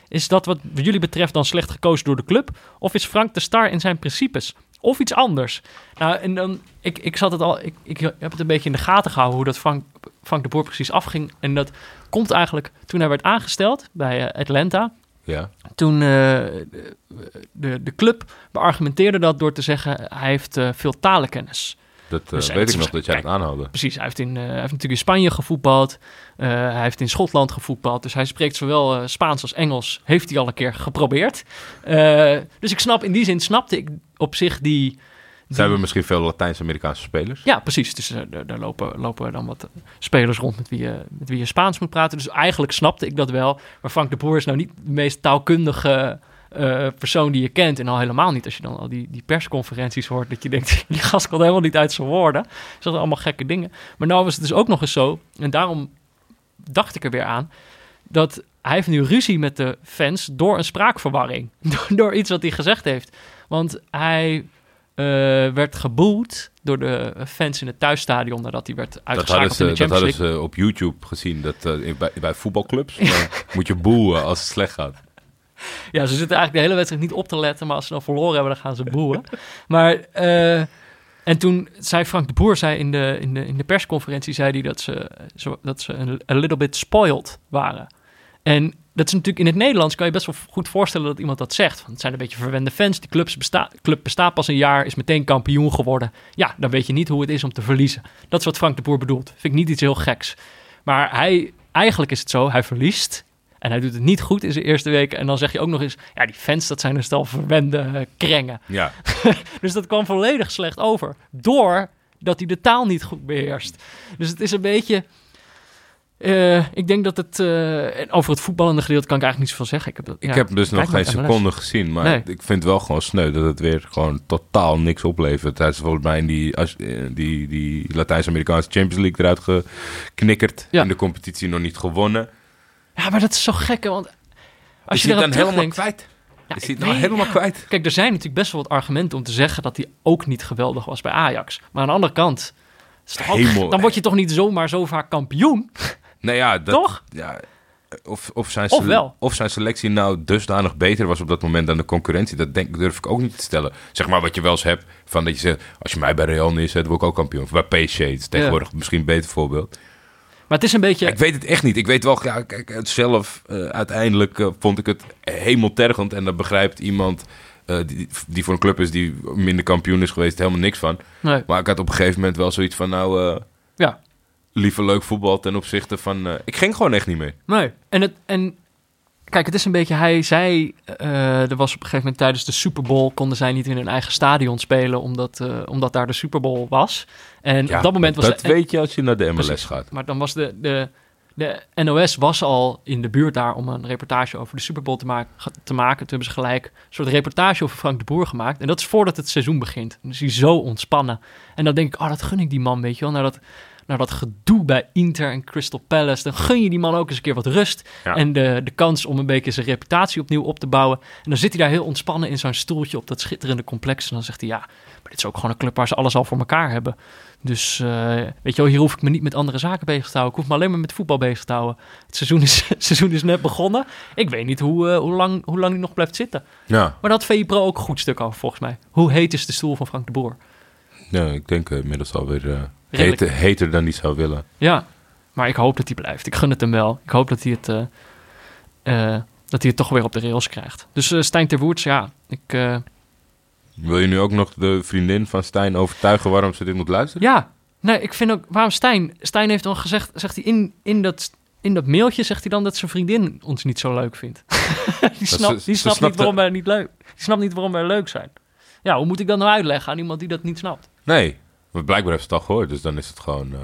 A: Is dat wat jullie betreft dan slecht gekozen door de club? Of is Frank de star in zijn principes? Of iets anders? Nou, en dan, ik, ik zat het al, ik, ik heb het een beetje in de gaten gehouden hoe dat Frank, Frank de Boer precies afging. En dat komt eigenlijk toen hij werd aangesteld bij eh, Atlanta.
B: ja.
A: toen eh, de, de club beargumenteerde dat door te zeggen, hij heeft eh, veel talenkennis.
B: Dat eh,
A: Dus, eh,
B: weet
A: het
B: ik
A: is
B: nog, dat jij het aanhouden.
A: Precies, hij heeft, in, eh, hij heeft natuurlijk in Spanje gevoetbald, eh, hij heeft in Schotland gevoetbald, dus hij spreekt zowel eh, Spaans als Engels, heeft hij al een keer geprobeerd. Eh, dus ik snap, in die zin snapte ik op zich die... Hm.
B: Ze hebben misschien veel Latijns-Amerikaanse spelers.
A: Ja, precies. Dus eh, daar- daar lopen, lopen dan wat eh, spelers rond met wie, je, met wie je Spaans moet praten. Dus eigenlijk snapte ik dat wel. Maar Frank de Boer is nou niet de meest taalkundige eh, persoon die je kent. En al helemaal niet als je dan al die, die persconferenties hoort. Dat je denkt, die gast kan helemaal niet uit zijn woorden. Dus dat allemaal gekke dingen. Maar nou was het dus ook nog eens zo. En daarom dacht ik er weer aan. Dat hij heeft nu ruzie met de fans door een spraakverwarring. Door, door iets wat hij gezegd heeft. Want hij eh, werd geboeld door de fans in het thuisstadion nadat hij werd
B: Dat hadden,
A: uitgeschakeld
B: ze,
A: in de
B: dat
A: Champions
B: hadden
A: League.
B: ze op YouTube gezien, dat, eh, in- bij, bij voetbalclubs. Dan moet je boeien als het slecht gaat.
A: Ja, ze zitten eigenlijk de hele wedstrijd niet op te letten, maar als ze dan verloren hebben, dan gaan ze boeien. maar eh, en toen zei Frank de Boer zei in, de, in, de, in de persconferentie zei hij dat ze, zo- dat ze een, a little bit spoiled waren. En dat is natuurlijk in het Nederlands kan je best wel goed voorstellen dat iemand dat zegt. Want het zijn een beetje verwende fans. Die clubs besta club bestaat pas een jaar, is meteen kampioen geworden. Ja, dan weet je niet hoe het is om te verliezen. Dat is wat Frank de Boer bedoelt. Vind ik niet iets heel geks. Maar hij, eigenlijk is het zo, hij verliest. En hij doet het niet goed in zijn eerste weken. En dan zeg je ook nog eens, ja, die fans, dat zijn een stel verwende eh, krengen.
B: Ja,
A: Dus dat kwam volledig slecht over. Doordat hij de taal niet goed beheerst. Dus het is een beetje. eh, ik denk dat het. eh, en over het voetballende gedeelte kan ik eigenlijk niet zoveel zeggen. Ik heb, dat-
B: ik
A: ja,
B: heb dus nog
A: kijk maar
B: geen
A: MLS.
B: seconde gezien. Maar
A: Nee.
B: ik vind wel gewoon sneu dat het weer gewoon totaal niks oplevert. Hij is volgens mij in die, als- eh, die, die Latijns-Amerikaanse Champions League eruit geknikkerd.
A: Ja.
B: In de competitie nog niet gewonnen.
A: Ja, maar dat is zo gek, hè, want. Als je,
B: het
A: eraan
B: dan helemaal
A: terugdenkt...
B: kwijt? Is hij
A: ik
B: het nou
A: weet-
B: helemaal kwijt?
A: Kijk, er zijn natuurlijk best wel wat argumenten om te zeggen dat hij ook niet geweldig was bij Ajax. Maar aan de andere kant, is toch ook-
B: Hemel.
A: dan word je toch niet zomaar zo vaak kampioen?
B: Nou ja, dat,
A: Toch?
B: Ja, of, of, zijn
A: Of
B: sele-
A: wel.
B: of zijn selectie nou dusdanig beter was op dat moment dan de concurrentie. Dat denk, durf ik ook niet te stellen. Zeg maar wat je wel eens hebt. Van dat je zegt, als je mij bij Real neerzet, word ik ook kampioen. Of bij PSG, het is tegenwoordig misschien een beter voorbeeld.
A: Maar het is een beetje.
B: Ik weet het echt niet. Ik weet wel, ja, kijk, het zelf eh, uiteindelijk eh, vond ik het hemeltergend. En dat begrijpt iemand eh, die, die voor een club is die minder kampioen is geweest helemaal niks van.
A: Nee,
B: Maar ik had op een gegeven moment wel zoiets van, nou... eh,
A: ja,
B: Liever leuk voetbal ten opzichte van. eh, ik ging gewoon echt niet meer.
A: Nee. En, het, en kijk, het is een beetje. Hij zei. eh, er was op een gegeven moment tijdens de Super Bowl. konden zij niet in hun eigen stadion spelen. omdat, eh, omdat daar de Super Bowl was. En op dat moment was
B: dat
A: de-
B: weet je als je naar de MLS
A: Precies.
B: gaat.
A: Maar dan was de, de, de NOS was al in de buurt daar om een reportage over de Super Bowl te, maak- ge- te maken. Toen hebben ze gelijk een soort reportage over Frank de Boer gemaakt. En dat is voordat het seizoen begint. Dan is hij zo ontspannen. En dan denk ik, oh, dat gun ik die man, weet je wel. Naar dat, naar dat gedoe bij Inter en Crystal Palace. Dan gun je die man ook eens een keer wat rust.
B: Ja.
A: En de, de kans om een beetje zijn reputatie opnieuw op te bouwen. En dan zit hij daar heel ontspannen in zo'n stoeltje op dat schitterende complex. En dan zegt hij, ja, maar dit is ook gewoon een club waar ze alles al voor elkaar hebben. Dus eh, weet je wel, hier hoef ik me niet met andere zaken bezig te houden. Ik hoef me alleen maar met voetbal bezig te houden. Het seizoen is, het seizoen is net begonnen. Ik weet niet hoe, eh, hoe, lang, hoe lang die nog blijft zitten.
B: Ja,
A: Maar dat had VI Pro ook een goed stuk over, volgens mij. Hoe heet is de stoel van Frank de Boer?
B: ja ik denk eh, inmiddels alweer eh,
A: Redelijk.
B: heter, heter dan die zou willen.
A: Ja, maar ik hoop dat hij blijft. Ik gun het hem wel. Ik hoop dat hij het, eh, eh, dat hij het toch weer op de rails krijgt. Dus eh, Stijn Ter Woerts, ja, ik, eh,
B: Wil je nu ook nog de vriendin van Stijn overtuigen waarom ze dit moet luisteren?
A: Ja, nee, ik vind ook... Waarom Stijn? Stijn heeft dan gezegd... Zegt hij in, in, dat, in dat mailtje zegt hij dan dat zijn vriendin ons niet zo leuk vindt. die snapt
B: ze
A: die snapt niet
B: snapt
A: waarom wij niet leuk... Die snapt niet waarom wij leuk zijn. Ja, hoe moet ik dat nou uitleggen aan iemand die dat niet snapt?
B: Nee, maar blijkbaar heeft ze het al gehoord, dus dan is het gewoon eh,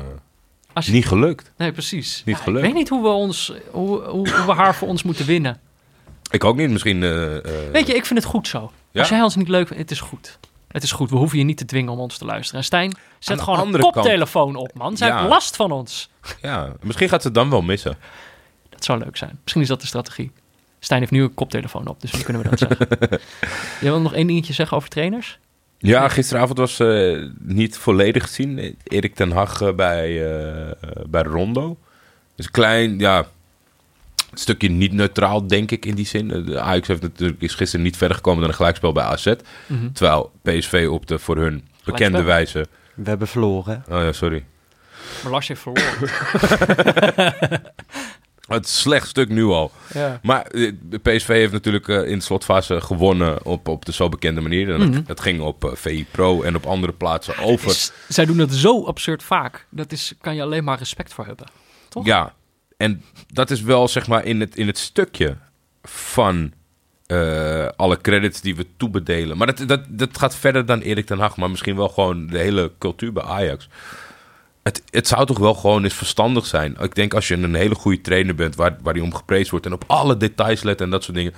A: Als je-
B: niet gelukt.
A: Nee, precies.
B: niet
A: Ja,
B: gelukt.
A: Ik weet niet hoe we, ons, hoe, hoe, hoe we haar voor ons moeten winnen.
B: Eh. Ik ook niet, misschien. eh, eh,
A: Weet je, ik vind het goed zo.
B: Ja?
A: Als jij ons niet leuk vindt, het is goed. Het is goed, we hoeven je niet te dwingen om ons te luisteren. En Stijn,
B: Aan
A: zet
B: de
A: gewoon een
B: andere kant-
A: koptelefoon op, man. Zij
B: Ja.
A: heeft last van ons.
B: ja, misschien gaat ze het dan wel missen.
A: Dat zou leuk zijn. Misschien is dat de strategie. Stijn heeft nu een koptelefoon op, dus nu kunnen we dat zeggen. Je wil nog één dingetje zeggen over trainers?
B: Ja, gisteravond was eh, niet volledig gezien. Erik ten Hag eh, bij, eh, eh, bij Rondo. Dus een klein, ja, stukje niet neutraal, denk ik, in die zin. Eh, De Ajax heeft natuurlijk, is gisteren niet verder gekomen dan een gelijkspel bij AZ. Terwijl PSV opte voor hun bekende
A: Mhm. Gelijkspel.
B: wijze...
C: We hebben verloren.
B: Oh ja, sorry.
A: Maar Lars heeft verloren.
B: Het slecht stuk nu al.
A: Ja.
B: Maar eh, de PSV heeft natuurlijk eh, in de slotfase gewonnen op, op de zo bekende manier. En dat- Dat ging op eh, VI Pro en op andere plaatsen over.
A: Dus zij doen dat zo absurd vaak. Dat is, kan je alleen maar respect voor hebben. toch?
B: Ja, en dat is wel zeg maar in het, in het stukje van eh, alle credits die we toebedelen. Maar dat, dat, dat gaat verder dan Erik ten Hag, maar misschien wel gewoon de hele cultuur bij Ajax. Het, het zou toch wel gewoon eens verstandig zijn. Ik denk als je een hele goede trainer bent waar, waar die om geprezen wordt en op alle details let en dat soort dingen,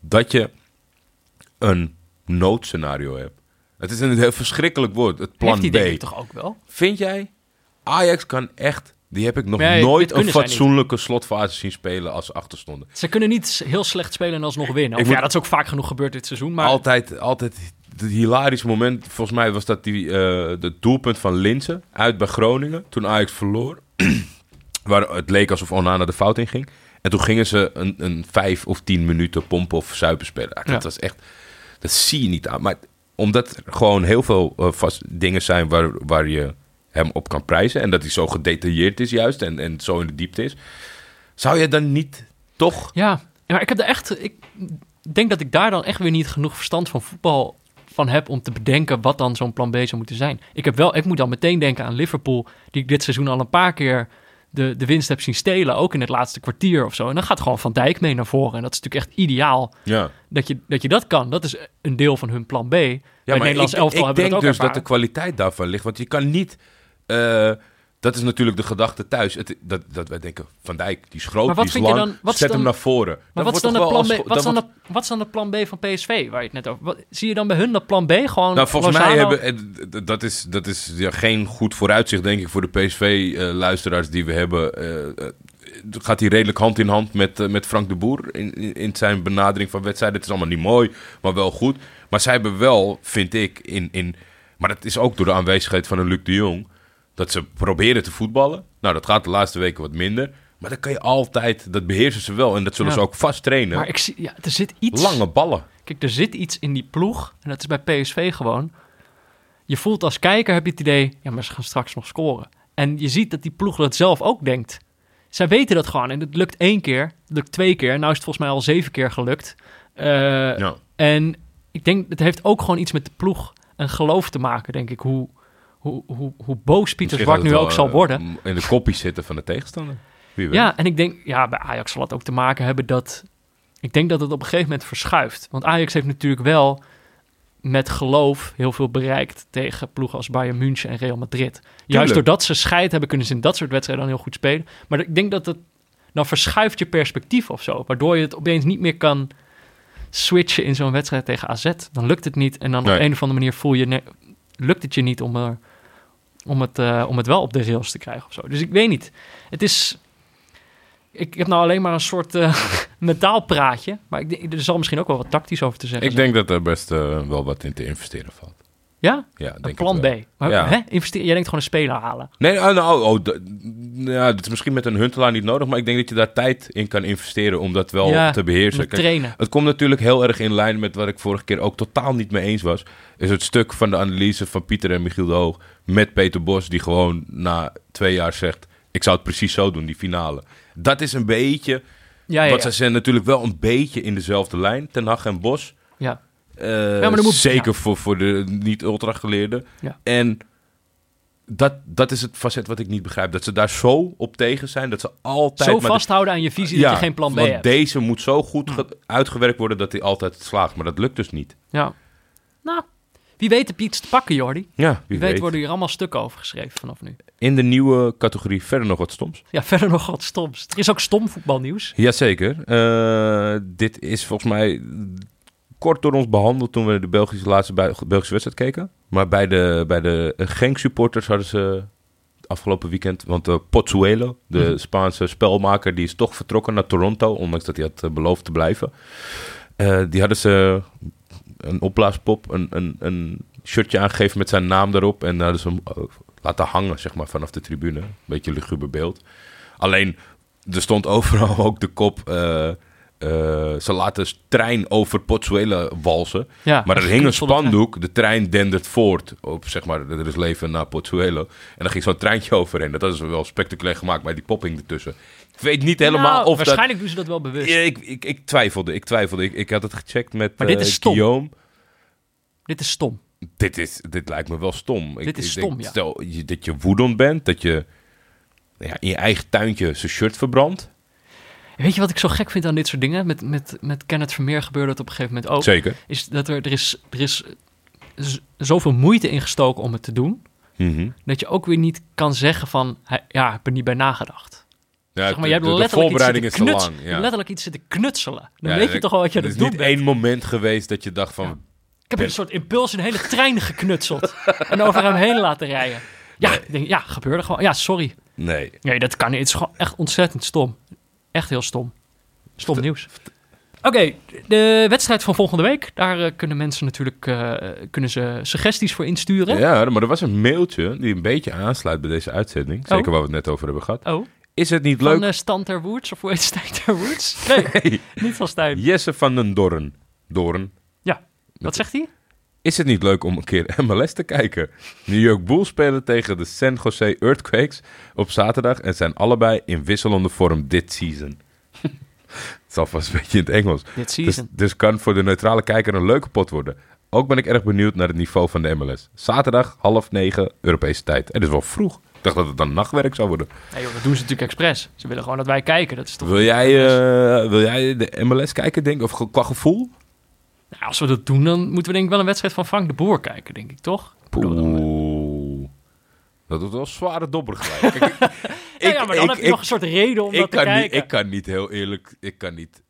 B: dat je een noodscenario hebt. Het is een heel verschrikkelijk woord, het plan
A: heeft die
B: B.
A: denk ik toch ook wel?
B: Vind jij? Ajax kan echt. Die heb ik nog
A: Nee,
B: nooit
A: dat
B: een
A: kunnen zij
B: fatsoenlijke slotfase zien spelen als ze achterstonden.
A: Ze kunnen niet s- heel slecht spelen en alsnog winnen.
B: Ik
A: Of
B: moet-
A: ja, dat is ook vaak genoeg gebeurd dit seizoen. Maar
B: Altijd, altijd het hilarisch moment. Volgens mij was dat die, eh, het doelpunt van Linsen uit bij Groningen. Toen Ajax verloor. waar het leek alsof Onana de fout in ging. En toen gingen ze een, een vijf of tien minuten pompen of zuipen spelen. Ah, Dat
A: Ja.
B: was echt... Dat zie je niet aan. Maar omdat er gewoon heel veel eh, vast dingen zijn waar, waar je hem op kan prijzen... en dat hij zo gedetailleerd is juist en, en zo in de diepte is... zou je dan niet Toch?
A: Ja, maar ik heb er echt. Ik denk dat ik daar dan echt weer niet genoeg verstand van voetbal van heb om te bedenken wat dan zo'n plan B zou moeten zijn. Ik heb wel, ik moet dan meteen denken aan Liverpool, die ik dit seizoen al een paar keer de, de winst heb zien stelen, ook in het laatste kwartier of zo. En dan gaat gewoon Van Dijk mee naar voren. En dat is natuurlijk echt ideaal
B: Ja.
A: dat je dat, je dat kan. Dat is een deel van hun plan B. Bij
B: Ja,
A: het Nederlands
B: ik,
A: elftal
B: ik
A: hebben we
B: denk
A: dat ook
B: dus dat de
A: ervaren.
B: kwaliteit daarvan ligt. Want je kan niet... eh, dat is natuurlijk de gedachte thuis. Het, dat, dat wij denken, Van Dijk, die is groot,
A: Maar wat
B: die is
A: vind je
B: lang.
A: dan- wat is
B: zet
A: dan-
B: hem naar voren.
A: Maar wat is, dan het
B: wordt toch wel
A: plan
B: als-
A: B, wat, is dan
B: wordt-
A: het- wat is dan het plan B van PSV waar je het net over... Wat, zie je dan bij hun dat plan B gewoon...
B: Nou, volgens mij
A: Lozano-
B: hebben... eh, d- d- Dat is, dat is ja, geen goed vooruitzicht, denk ik, voor de PSV-luisteraars eh, die we hebben. Eh, eh, gaat hij redelijk hand in hand met, eh, met Frank de Boer in, in, in zijn benadering van wedstrijden. Het is allemaal niet mooi, maar wel goed. Maar zij hebben wel, vind ik, in... in maar dat is ook door de aanwezigheid van een Luc de Jong... dat ze proberen te voetballen. Nou, dat gaat de laatste weken wat minder. Maar dan kan je altijd... Dat beheersen ze wel en dat zullen
A: Ja.
B: ze ook vast trainen.
A: Maar ik zie, ja, er zit iets...
B: Lange ballen.
A: Kijk, er zit iets in die ploeg. En dat is bij PSV gewoon. Je voelt als kijker, heb je het idee... Ja, maar ze gaan straks nog scoren. En je ziet dat die ploeg dat zelf ook denkt. Zij weten dat gewoon. En het lukt één keer. Het lukt twee keer. Nou is het volgens mij al zeven keer gelukt. Eh,
B: Ja.
A: En ik denk, het heeft ook gewoon iets met de ploeg en geloof te maken, denk ik. Hoe, hoe, hoe, hoe boos Pieter
B: Misschien
A: Zwart
B: gaat het
A: Dus nu
B: wel,
A: ook zal
B: eh,
A: worden.
B: In de kopie zitten van de tegenstander. Wie weet.
A: Ja, en ik denk, ja, bij Ajax zal het ook te maken hebben dat. Ik denk dat het op een gegeven moment verschuift. Want Ajax heeft natuurlijk wel met geloof heel veel bereikt tegen ploegen als Bayern München en Real Madrid. Juist doordat ze scheid hebben, kunnen ze in dat soort wedstrijden dan heel goed spelen. Maar ik denk dat het dan verschuift je perspectief of zo. Waardoor je het opeens niet meer kan switchen in zo'n wedstrijd tegen AZ. Dan lukt het niet. En dan op
B: Nee.
A: een of andere manier voel je, ne- lukt het je niet om, er, om, het, eh, om het wel op de rails te krijgen of zo. Dus ik weet niet. Het is. Ik heb nou alleen maar een soort eh, mentaal praatje. Maar ik, denk- er zal misschien ook wel wat tactisch over te zeggen.
B: Ik
A: zijn.
B: denk dat er best eh, wel wat in te investeren valt.
A: ja?
B: Ja, denk
A: Een
B: het
A: plan
B: wel.
A: B. Maar,
B: Ja.
A: hè? Investeer, jij denkt gewoon een speler halen.
B: Nee, oh, nou, oh, d- ja, dat is misschien met een huntelaar niet nodig, maar ik denk dat je daar tijd in kan investeren om dat wel
A: Ja,
B: te
A: om
B: beheersen.
A: te
B: Kijk,
A: trainen.
B: het komt natuurlijk heel erg in lijn met wat ik vorige keer ook totaal niet mee eens was. Is het stuk van de analyse van Pieter en Michiel de Hoog met Peter Bos, die gewoon na twee jaar zegt: Ik zou het precies zo doen, die finale. Dat is een beetje.
A: Ja, ja,
B: want
A: ja.
B: ze zijn natuurlijk wel een beetje in dezelfde lijn, Ten Hag en Bos.
A: ja.
B: Eh,
A: Ja, maar dan moet-
B: zeker
A: ja.
B: voor, voor de niet-ultra-geleerden.
A: Ja.
B: En dat, dat is het facet wat ik niet begrijp. Dat ze daar zo op tegen zijn. Dat ze altijd...
A: Zo
B: maar de-
A: vasthouden aan je visie
B: Ja,
A: dat je geen plan B
B: want
A: hebt. Mm.
B: deze moet zo goed ge- uitgewerkt worden dat hij altijd slaagt. Maar dat lukt dus niet.
A: Ja. Nou, wie weet heb je iets te pakken, Jordi. Wie,
B: Ja, wie,
A: weet,
B: weet.
A: worden hier allemaal stukken over geschreven vanaf nu.
B: In de nieuwe categorie verder nog wat stoms.
A: Ja, verder nog wat stoms. Er is ook stom voetbalnieuws.
B: Jazeker. Eh, dit is volgens mij kort door ons behandeld toen we de Belgische laatste bui- Belgische wedstrijd keken. Maar bij de, bij de Genk supporters hadden ze afgelopen weekend, want eh, Pozuelo, de
A: Mhm.
B: Spaanse spelmaker, die is toch vertrokken naar Toronto, ondanks dat hij had eh, beloofd te blijven. Eh, die hadden ze een opblaaspop, een, een, een shirtje aangegeven met zijn naam daarop en hadden ze hem eh, laten hangen, zeg maar, vanaf de tribune. Beetje luguber beeld. Alleen, er stond overal ook de kop. eh, eh, ze laten s- trein over Pozuela walsen.
A: Ja,
B: maar
A: als
B: er
A: je
B: hing een
A: kunt zonder trein.
B: spandoek. De trein dendert voort. Op zeg maar, er is leven naar Pozuela. En dan ging zo'n treintje overheen. Dat hadden ze wel spectaculair gemaakt. Maar die popping ertussen. Ik weet niet helemaal
A: Nou,
B: of dat...
A: waarschijnlijk doen ze dat wel bewust.
B: Ja, ik, ik, ik twijfelde. Ik twijfelde. Ik, ik had het gecheckt met
A: Maar dit
B: eh,
A: is stom.
B: Guillaume.
A: Dit is stom.
B: Dit, is, dit lijkt me wel stom.
A: Dit is
B: denk,
A: stom, ja.
B: Stel je, dat je woedend bent. Dat je nou ja, in je eigen tuintje zijn shirt verbrandt.
A: Oh. Weet je wat ik zo gek vind aan dit soort dingen? Met, met, met Kenneth Vermeer gebeurde dat op een gegeven moment ook.
B: Zeker.
A: Is dat er, er, is, er is z- zoveel moeite ingestoken om het te doen.
B: Mhm.
A: Dat je ook weer niet kan zeggen van, hij- ja, ik heb er niet bij nagedacht.
B: Ja,
A: Zeg maar,
B: de-
A: je hebt
B: de, de
A: letterlijk, iets
B: voorbereiding is
A: zitten
B: te
A: knuts-
B: lang.
A: je
B: Ja.
A: hebt letterlijk iets zitten knutselen. Dan
B: Ja,
A: weet je
B: dat-
A: toch wel wat je aan
B: Er is
A: het doen
B: niet
A: bent.
B: één moment geweest dat je dacht van...
A: Ik heb een soort impuls een hele trein geknutseld en over hem heen laten rijden. Ja, ik denk, ja, gebeurde gewoon. Ja, sorry.
B: Nee.
A: Nee, dat kan niet. Het is gewoon echt ontzettend stom. Echt heel stom. Stom nieuws. Oké, de wedstrijd van volgende week. Daar eh, kunnen mensen natuurlijk eh, kunnen ze suggesties voor insturen.
B: Ja, maar er was een mailtje die een beetje aansluit bij deze uitzending. Zeker waar we het net over hebben gehad.
A: Oh,
B: Is het niet leuk?
A: van eh Stan ter Woerts of hoe heet Stijn ter Woerts? Nee, niet van Stijn.
B: Jesse van den Dorren. Doorn.
A: Ja, wat zegt hij?
B: Is het niet leuk om een keer MLS te kijken? New York Bulls spelen tegen de San Jose Earthquakes op zaterdag en zijn allebei in wisselende vorm dit season. Het zal vast een beetje in het Engels.
A: Dit
B: Dus,
A: season.
B: dus kan voor de neutrale kijker een leuke pot worden. Ook ben ik erg benieuwd naar het niveau van de MLS. Zaterdag half negen Europese tijd. En dat is wel vroeg. Ik dacht dat het dan nachtwerk zou worden.
A: Nee joh, dat doen ze natuurlijk expres. Ze willen gewoon dat wij kijken. Dat is toch...
B: Wil jij, eh, wil jij de MLS kijken, denk ik? Of ge- qua gevoel?
A: Nou, als we dat doen, dan moeten we denk ik wel een wedstrijd van Frank de Boer kijken, denk ik, toch? Ik bedoel, dan-
B: Poeh. Dat wordt wel zware dobber gelijk. Kijk, ik-
A: Ja, ja, maar dan
B: ik-
A: heb je
B: ik-
A: nog een soort reden om dat
B: ik
A: te
B: kan, niet,
A: kijken.
B: ik kan niet heel eerlijk. Ik kan niet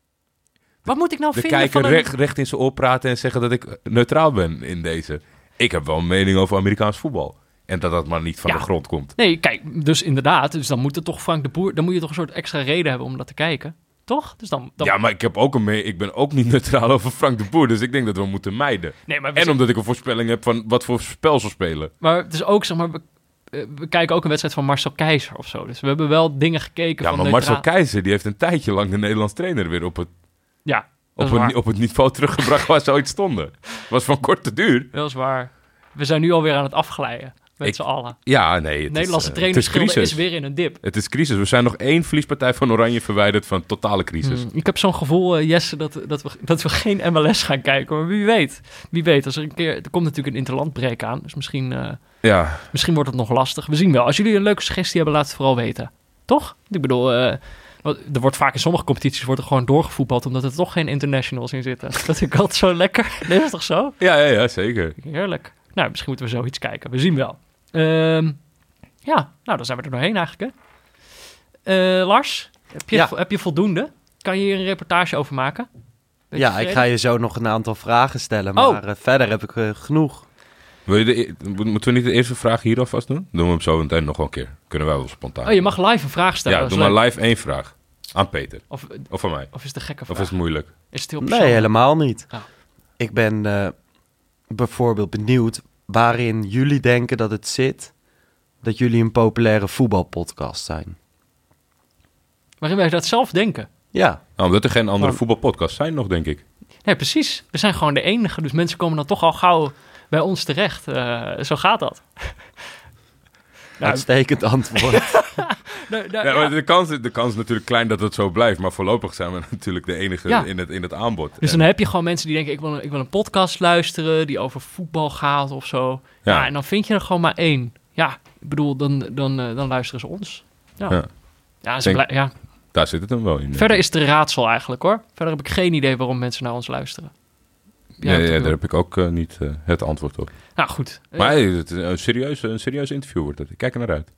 A: Wat moet ik nou
B: de
A: vinden
B: kijker
A: van een...
B: recht, recht in zijn oor praten en zeggen dat ik eh, neutraal ben in deze. Ik heb wel een mening over Amerikaans voetbal. En dat dat maar niet van
A: Ja.
B: de grond komt.
A: Nee, kijk, dus inderdaad. Dus dan moet het toch Frank de Boer... Dan moet je toch een soort extra reden hebben om dat te kijken. Toch? Dus dan... dan
B: Ja, maar ik, heb ook een me- ik ben ook niet neutraal over Frank de Boer. Dus ik denk dat we hem moeten mijden.
A: nee, maar, we
B: En
A: zijn-
B: omdat ik een voorspelling heb van wat voor spel ze spelen.
A: maar het is ook, zeg maar... We, eh, we kijken ook een wedstrijd van Marcel Keizer of zo. Dus we hebben wel dingen gekeken
B: Ja,
A: van...
B: maar
A: neutraal-
B: Marcel Keizer die heeft een tijdje lang de Nederlands trainer weer op het,
A: Ja, dat
B: op
A: is waar.
B: een, op het niveau teruggebracht waar ze ooit stonden. Was van korte duur.
A: Dat is waar. We zijn nu alweer aan het afglijden. Met
B: Ik-
A: z'n allen.
B: Ja, nee. Het
A: Nederlandse
B: is, eh, het is
A: trainerschilder
B: crisis.
A: is weer in een dip.
B: Het is crisis. We zijn nog één verliespartij van Oranje verwijderd van totale crisis.
A: Hmm, ik heb zo'n gevoel, eh, Jesse, dat, dat, we, dat we geen MLS gaan kijken. Maar wie weet. Wie weet, als er een keer... Er komt natuurlijk een interlandbreek aan. Dus misschien... eh,
B: Ja,
A: Misschien wordt het nog lastig. We zien wel. Als jullie een leuke suggestie hebben, laat het vooral weten. Toch? Ik bedoel, eh, wat- er wordt vaak in sommige competities wordt er gewoon doorgevoetbald... omdat er toch geen internationals in zitten. Dat vind ik altijd zo lekker. Nee, dat is toch zo?
B: ja, ja, ja zeker.
A: Heerlijk. Nou, misschien moeten we zoiets kijken. We zien wel. Ehm, ja, nou, dan zijn we er doorheen eigenlijk, hè? Eh, Lars, heb je,
C: Ja.
A: vo- heb je voldoende? Kan je hier een reportage over maken? Ben je
C: Ja, ik ga je zo nog een aantal vragen stellen. Maar
A: Oh.
C: eh, verder heb ik eh, genoeg.
B: Wil je de e- mo- moeten we niet de eerste vraag hier alvast doen? Doen we hem zo meteen nog wel een keer. Kunnen wij wel spontaan.
A: Oh, je mag live een vraag stellen.
B: ja,
A: dat is
B: doe maar
A: leuk.
B: live één vraag. Aan Peter.
A: Of,
B: Of aan mij.
A: of is het een gekke
B: Of
A: vraag?
B: is het moeilijk?
A: Is het heel
C: Nee,
A: persoonlijk?
C: helemaal niet.
A: Oh.
C: Ik ben eh, bijvoorbeeld benieuwd waarin jullie denken dat het zit dat jullie een populaire voetbalpodcast zijn.
A: Waarin wij dat zelf denken.
C: Ja,
B: Nou, omdat er geen andere
A: Oh.
B: voetbalpodcasts zijn nog, denk ik.
A: Nee, precies. We zijn gewoon de enige. Dus mensen komen dan toch al gauw bij ons terecht. Eh, zo gaat dat. Nou,
C: uitstekend antwoord.
A: nou,
B: Ja,
A: nou,
B: maar
A: ja.
B: de, kans, de kans is natuurlijk klein dat het zo blijft. Maar voorlopig zijn we natuurlijk de enige
A: Ja.
B: in, het, in het aanbod.
A: Dus
B: En-
A: dan heb je gewoon mensen die denken: ik wil, een, ik wil een podcast luisteren die over voetbal gaat of zo. Ja.
B: Ja.
A: en dan vind je er gewoon maar één. Ja, ik bedoel, dan, dan, eh, dan luisteren ze ons. Ja. Ja.
B: Ja.
A: ze
B: Denk-
A: blij- ja.
B: daar zit het hem wel in.
A: Verder is het een raadsel eigenlijk hoor. Verder heb ik geen idee waarom mensen naar ons luisteren. Jij
B: ja,
A: hebt
B: ja,
A: het
B: daar
A: wel.
B: heb ik ook eh, niet eh, het antwoord op.
A: Nou goed. Eh,
B: Maar hey, het is een, serieus, een serieus interview wordt het. Ik kijk er naar uit.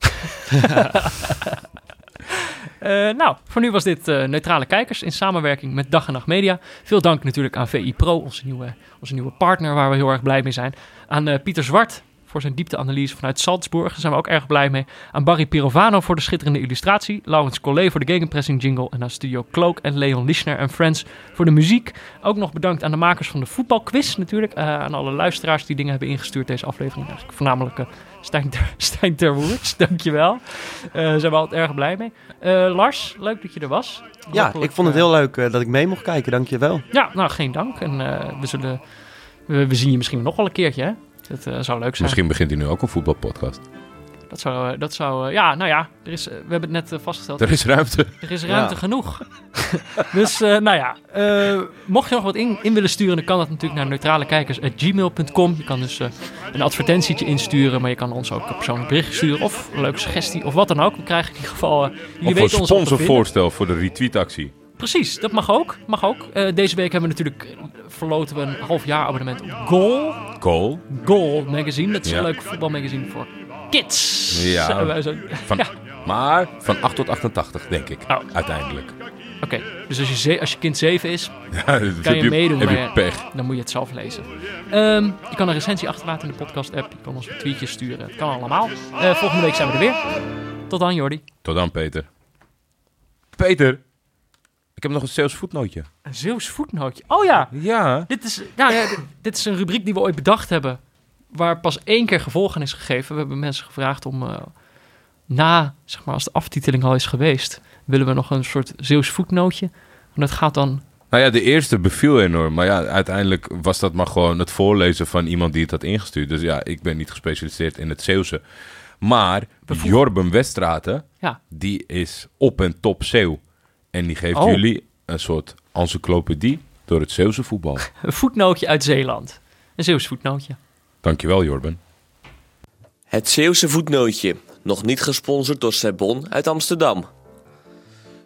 A: Eh, nou, voor nu was dit eh, Neutrale Kijkers in samenwerking met Dag en Nacht Media. Veel dank natuurlijk aan VI Pro, onze nieuwe, onze nieuwe partner waar we heel erg blij mee zijn. Aan eh, Pieter Zwart voor zijn diepteanalyse vanuit Salzburg, daar zijn we ook erg blij mee. Aan Barry Pirovano voor de schitterende illustratie. Laurens Collé voor de gegenpressing jingle. En aan Studio Cloak en Leon Lischner en Friends voor de muziek. Ook nog bedankt aan de makers van de voetbalquiz natuurlijk. Eh, aan alle luisteraars die dingen hebben ingestuurd deze aflevering. Eigenlijk Voornamelijk eh, Stijn, ter, Stijn Terwoerts, dankjewel. Eh zijn we altijd erg blij mee. Eh, Lars, leuk dat je er was.
C: ja,
A: Hopelijk,
C: ik vond het
A: eh,
C: heel leuk eh, dat ik mee mocht kijken, dankjewel.
A: Ja, nou, geen dank. En eh, we zullen... We, we zien je misschien nog wel een keertje, hè? Dat eh, zou leuk zijn.
B: Misschien begint hij nu ook een voetbalpodcast.
A: Dat zou... eh, Dat zou eh, ja, nou ja. Er is, eh, we hebben het net eh, vastgesteld.
B: Er is ruimte.
A: Er is ruimte genoeg. dus, eh, nou ja. eh, mocht je nog wat in, in willen sturen, dan kan dat natuurlijk naar neutralekijkers.gmail.com. Je kan dus eh, een advertentietje insturen, maar je kan ons ook een persoonlijk bericht sturen. Of een leuke suggestie, of wat dan ook. We krijgen in ieder geval... eh, jullie weten ons
B: Of een
A: wat te vinden.
B: sponsorvoorstel voor de retweetactie.
A: Precies, dat mag ook. Mag ook. Eh, deze week hebben we natuurlijk eh, verloten we een half jaar abonnement op Goal.
B: Goal.
A: Goal magazine. Dat is een
B: Ja.
A: leuk voetbalmagazine voor kids.
B: Ja.
A: Zijn wij zo-
B: Van,
A: Ja.
B: Maar van 8 tot 88, denk ik.
A: Oh.
B: Uiteindelijk. Ja,
A: Oké, dus als je, ze- als je kind 7 is,
B: heb
A: kan je meedoen.
B: Heb
A: maar
B: je
A: ja,
B: pech.
A: Dan moet je het zelf lezen. Ehm, je kan een recensie achterlaten in de podcast-app. Je kan ons een tweetje sturen. Het kan allemaal. Eh, volgende week zijn we er weer. Tot dan, Jordi.
B: Tot dan, Peter. Peter, ik heb nog een sales voetnootje.
A: Een Zeeuws voetnootje. Oh ja,
B: Ja.
A: Dit is, nou ja, dit- dit is een rubriek die we ooit bedacht hebben. Waar pas één keer gevolg aan is gegeven. We hebben mensen gevraagd om eh, na, zeg maar, als de aftiteling al is geweest. willen we nog een soort Zeeuws voetnootje. En dat gaat dan.
B: Nou ja, de eerste beviel enorm. Maar ja, uiteindelijk was dat maar gewoon het voorlezen van iemand die het had ingestuurd. Dus ja, ik ben niet gespecialiseerd in het Zeeuwse. Maar
A: Bijvoorbeeld-
B: Jorben Weststraten,
A: Ja.
B: die is op en top Zeeuw. En die geeft
A: Oh.
B: jullie een soort encyclopedie door het Zeeuwse voetbal.
A: Een voetnootje uit Zeeland. Een Zeeuws voetnootje.
B: Dankjewel, Jorben.
F: Het Zeeuwse voetnootje, nog niet gesponsord door Sebon uit Amsterdam.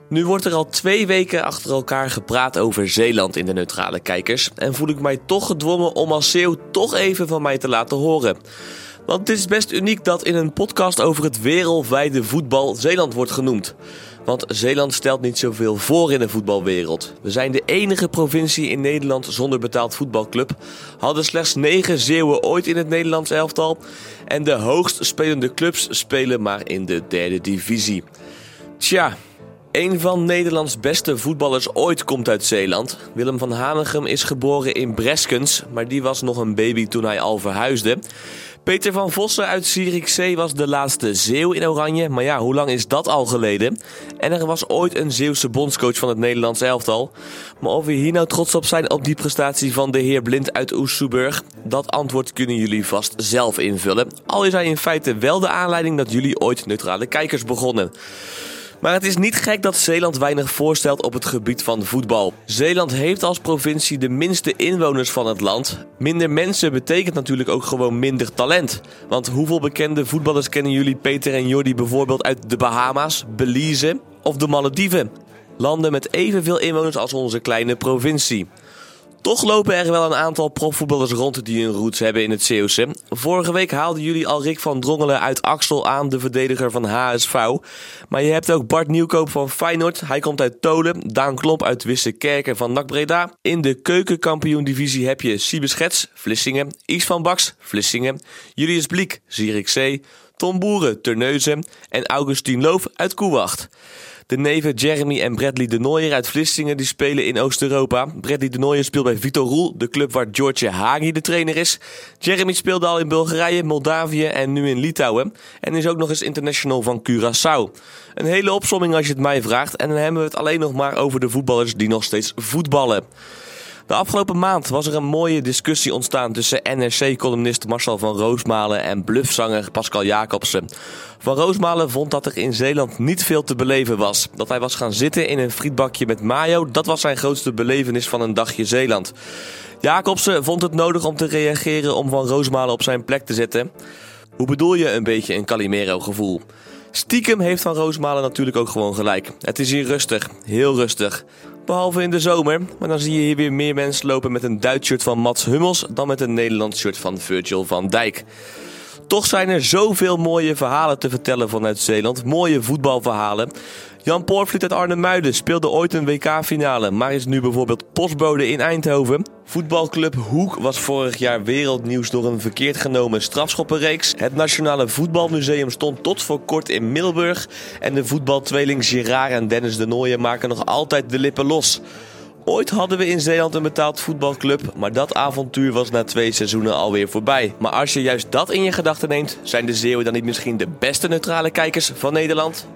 F: Nu wordt er al twee weken achter elkaar gepraat over Zeeland in de neutrale kijkers en voel ik mij toch gedwongen om als Zeeuw toch even van mij te laten horen. Want het is best uniek dat in een podcast over het wereldwijde voetbal Zeeland wordt genoemd. Want Zeeland stelt niet zoveel voor in de voetbalwereld. We zijn de enige provincie in Nederland zonder betaald voetbalclub. Hadden slechts 9 Zeeuwen ooit in het Nederlands elftal. En de hoogst spelende clubs spelen maar in de derde divisie. Tja, een van Nederlands beste voetballers ooit komt uit Zeeland. Willem van Hanegem is geboren in Breskens, maar die was nog een baby toen hij al verhuisde. Peter van Vossen uit Zierikzee was de laatste Zeeuw in Oranje, maar ja, hoe lang is dat al geleden? En er was ooit een Zeeuwse bondscoach van het Nederlands elftal. Maar of we hier nou trots op zijn op die prestatie van de heer Blind uit Oesterburg, dat antwoord kunnen jullie vast zelf invullen. Al is hij in feite wel de aanleiding dat jullie ooit neutrale kijkers begonnen. Maar het is niet gek dat Zeeland weinig voorstelt op het gebied van voetbal. Zeeland heeft als provincie de minste inwoners van het land. Minder mensen betekent natuurlijk ook gewoon minder talent. Want hoeveel bekende voetballers kennen jullie Peter en Jordi bijvoorbeeld uit de Bahama's, Belize of de Malediven? Landen met evenveel inwoners als onze kleine provincie. Toch lopen er wel een aantal profvoetballers rond die hun roots hebben in het Zeeuwse. Vorige week haalden jullie al Rick van Drongelen uit Axel aan, de verdediger van HSV. Maar je hebt ook Bart Nieuwkoop van Feyenoord, hij komt uit Tolen. Daan Klomp uit Wissekerken van NAC Breda. In de keukenkampioen-divisie heb je Siebe Schets, Vlissingen. Yves van Baks, Vlissingen. Julius Bliek, Zierikzee. Tom Boeren, Terneuzen. En Augustine Loof uit Koewacht. De neven Jeremy en Bradley de Nooijer uit Vlissingen die spelen in Oost-Europa. Bradley de Nooijer speelt bij Vito Roel, de club waar George Hagi de trainer is. Jeremy speelde al in Bulgarije, Moldavië en nu in Litouwen. En is ook nog eens international van Curaçao. Een hele opsomming als je het mij vraagt. En dan hebben we het alleen nog maar over de voetballers die nog steeds voetballen. De afgelopen maand was er een mooie discussie ontstaan tussen NRC-columnist Marcel van Roosmalen en bluffzanger Pascal Jacobsen. Van Roosmalen vond dat er in Zeeland niet veel te beleven was. Dat hij was gaan zitten in een frietbakje met mayo, dat was zijn grootste belevenis van een dagje Zeeland. Jacobsen vond het nodig om te reageren om Van Roosmalen op zijn plek te zetten. Hoe bedoel je een beetje een Calimero-gevoel? Stiekem heeft Van Roosmalen natuurlijk ook gewoon gelijk. Het is hier rustig, heel rustig. Behalve in de zomer, maar dan zie je hier weer meer mensen lopen met een Duits shirt van Mats Hummels dan met een Nederlands shirt van Virgil van Dijk. Toch zijn er zoveel mooie verhalen te vertellen vanuit Zeeland. Mooie voetbalverhalen. Jan Poortvliet uit Arnhem-Muiden speelde ooit een WK-finale, maar is nu bijvoorbeeld postbode in Eindhoven. Voetbalclub Hoek was vorig jaar wereldnieuws door een verkeerd genomen strafschoppenreeks. Het Nationale Voetbalmuseum stond tot voor kort in Middelburg. En de voetbaltweeling Girard en Dennis de Nooijen maken nog altijd de lippen los. Ooit hadden we in Zeeland een betaald voetbalclub, maar dat avontuur was na twee seizoenen alweer voorbij. Maar als je juist dat in je gedachten neemt, zijn de Zeeuwen dan niet misschien de beste neutrale kijkers van Nederland?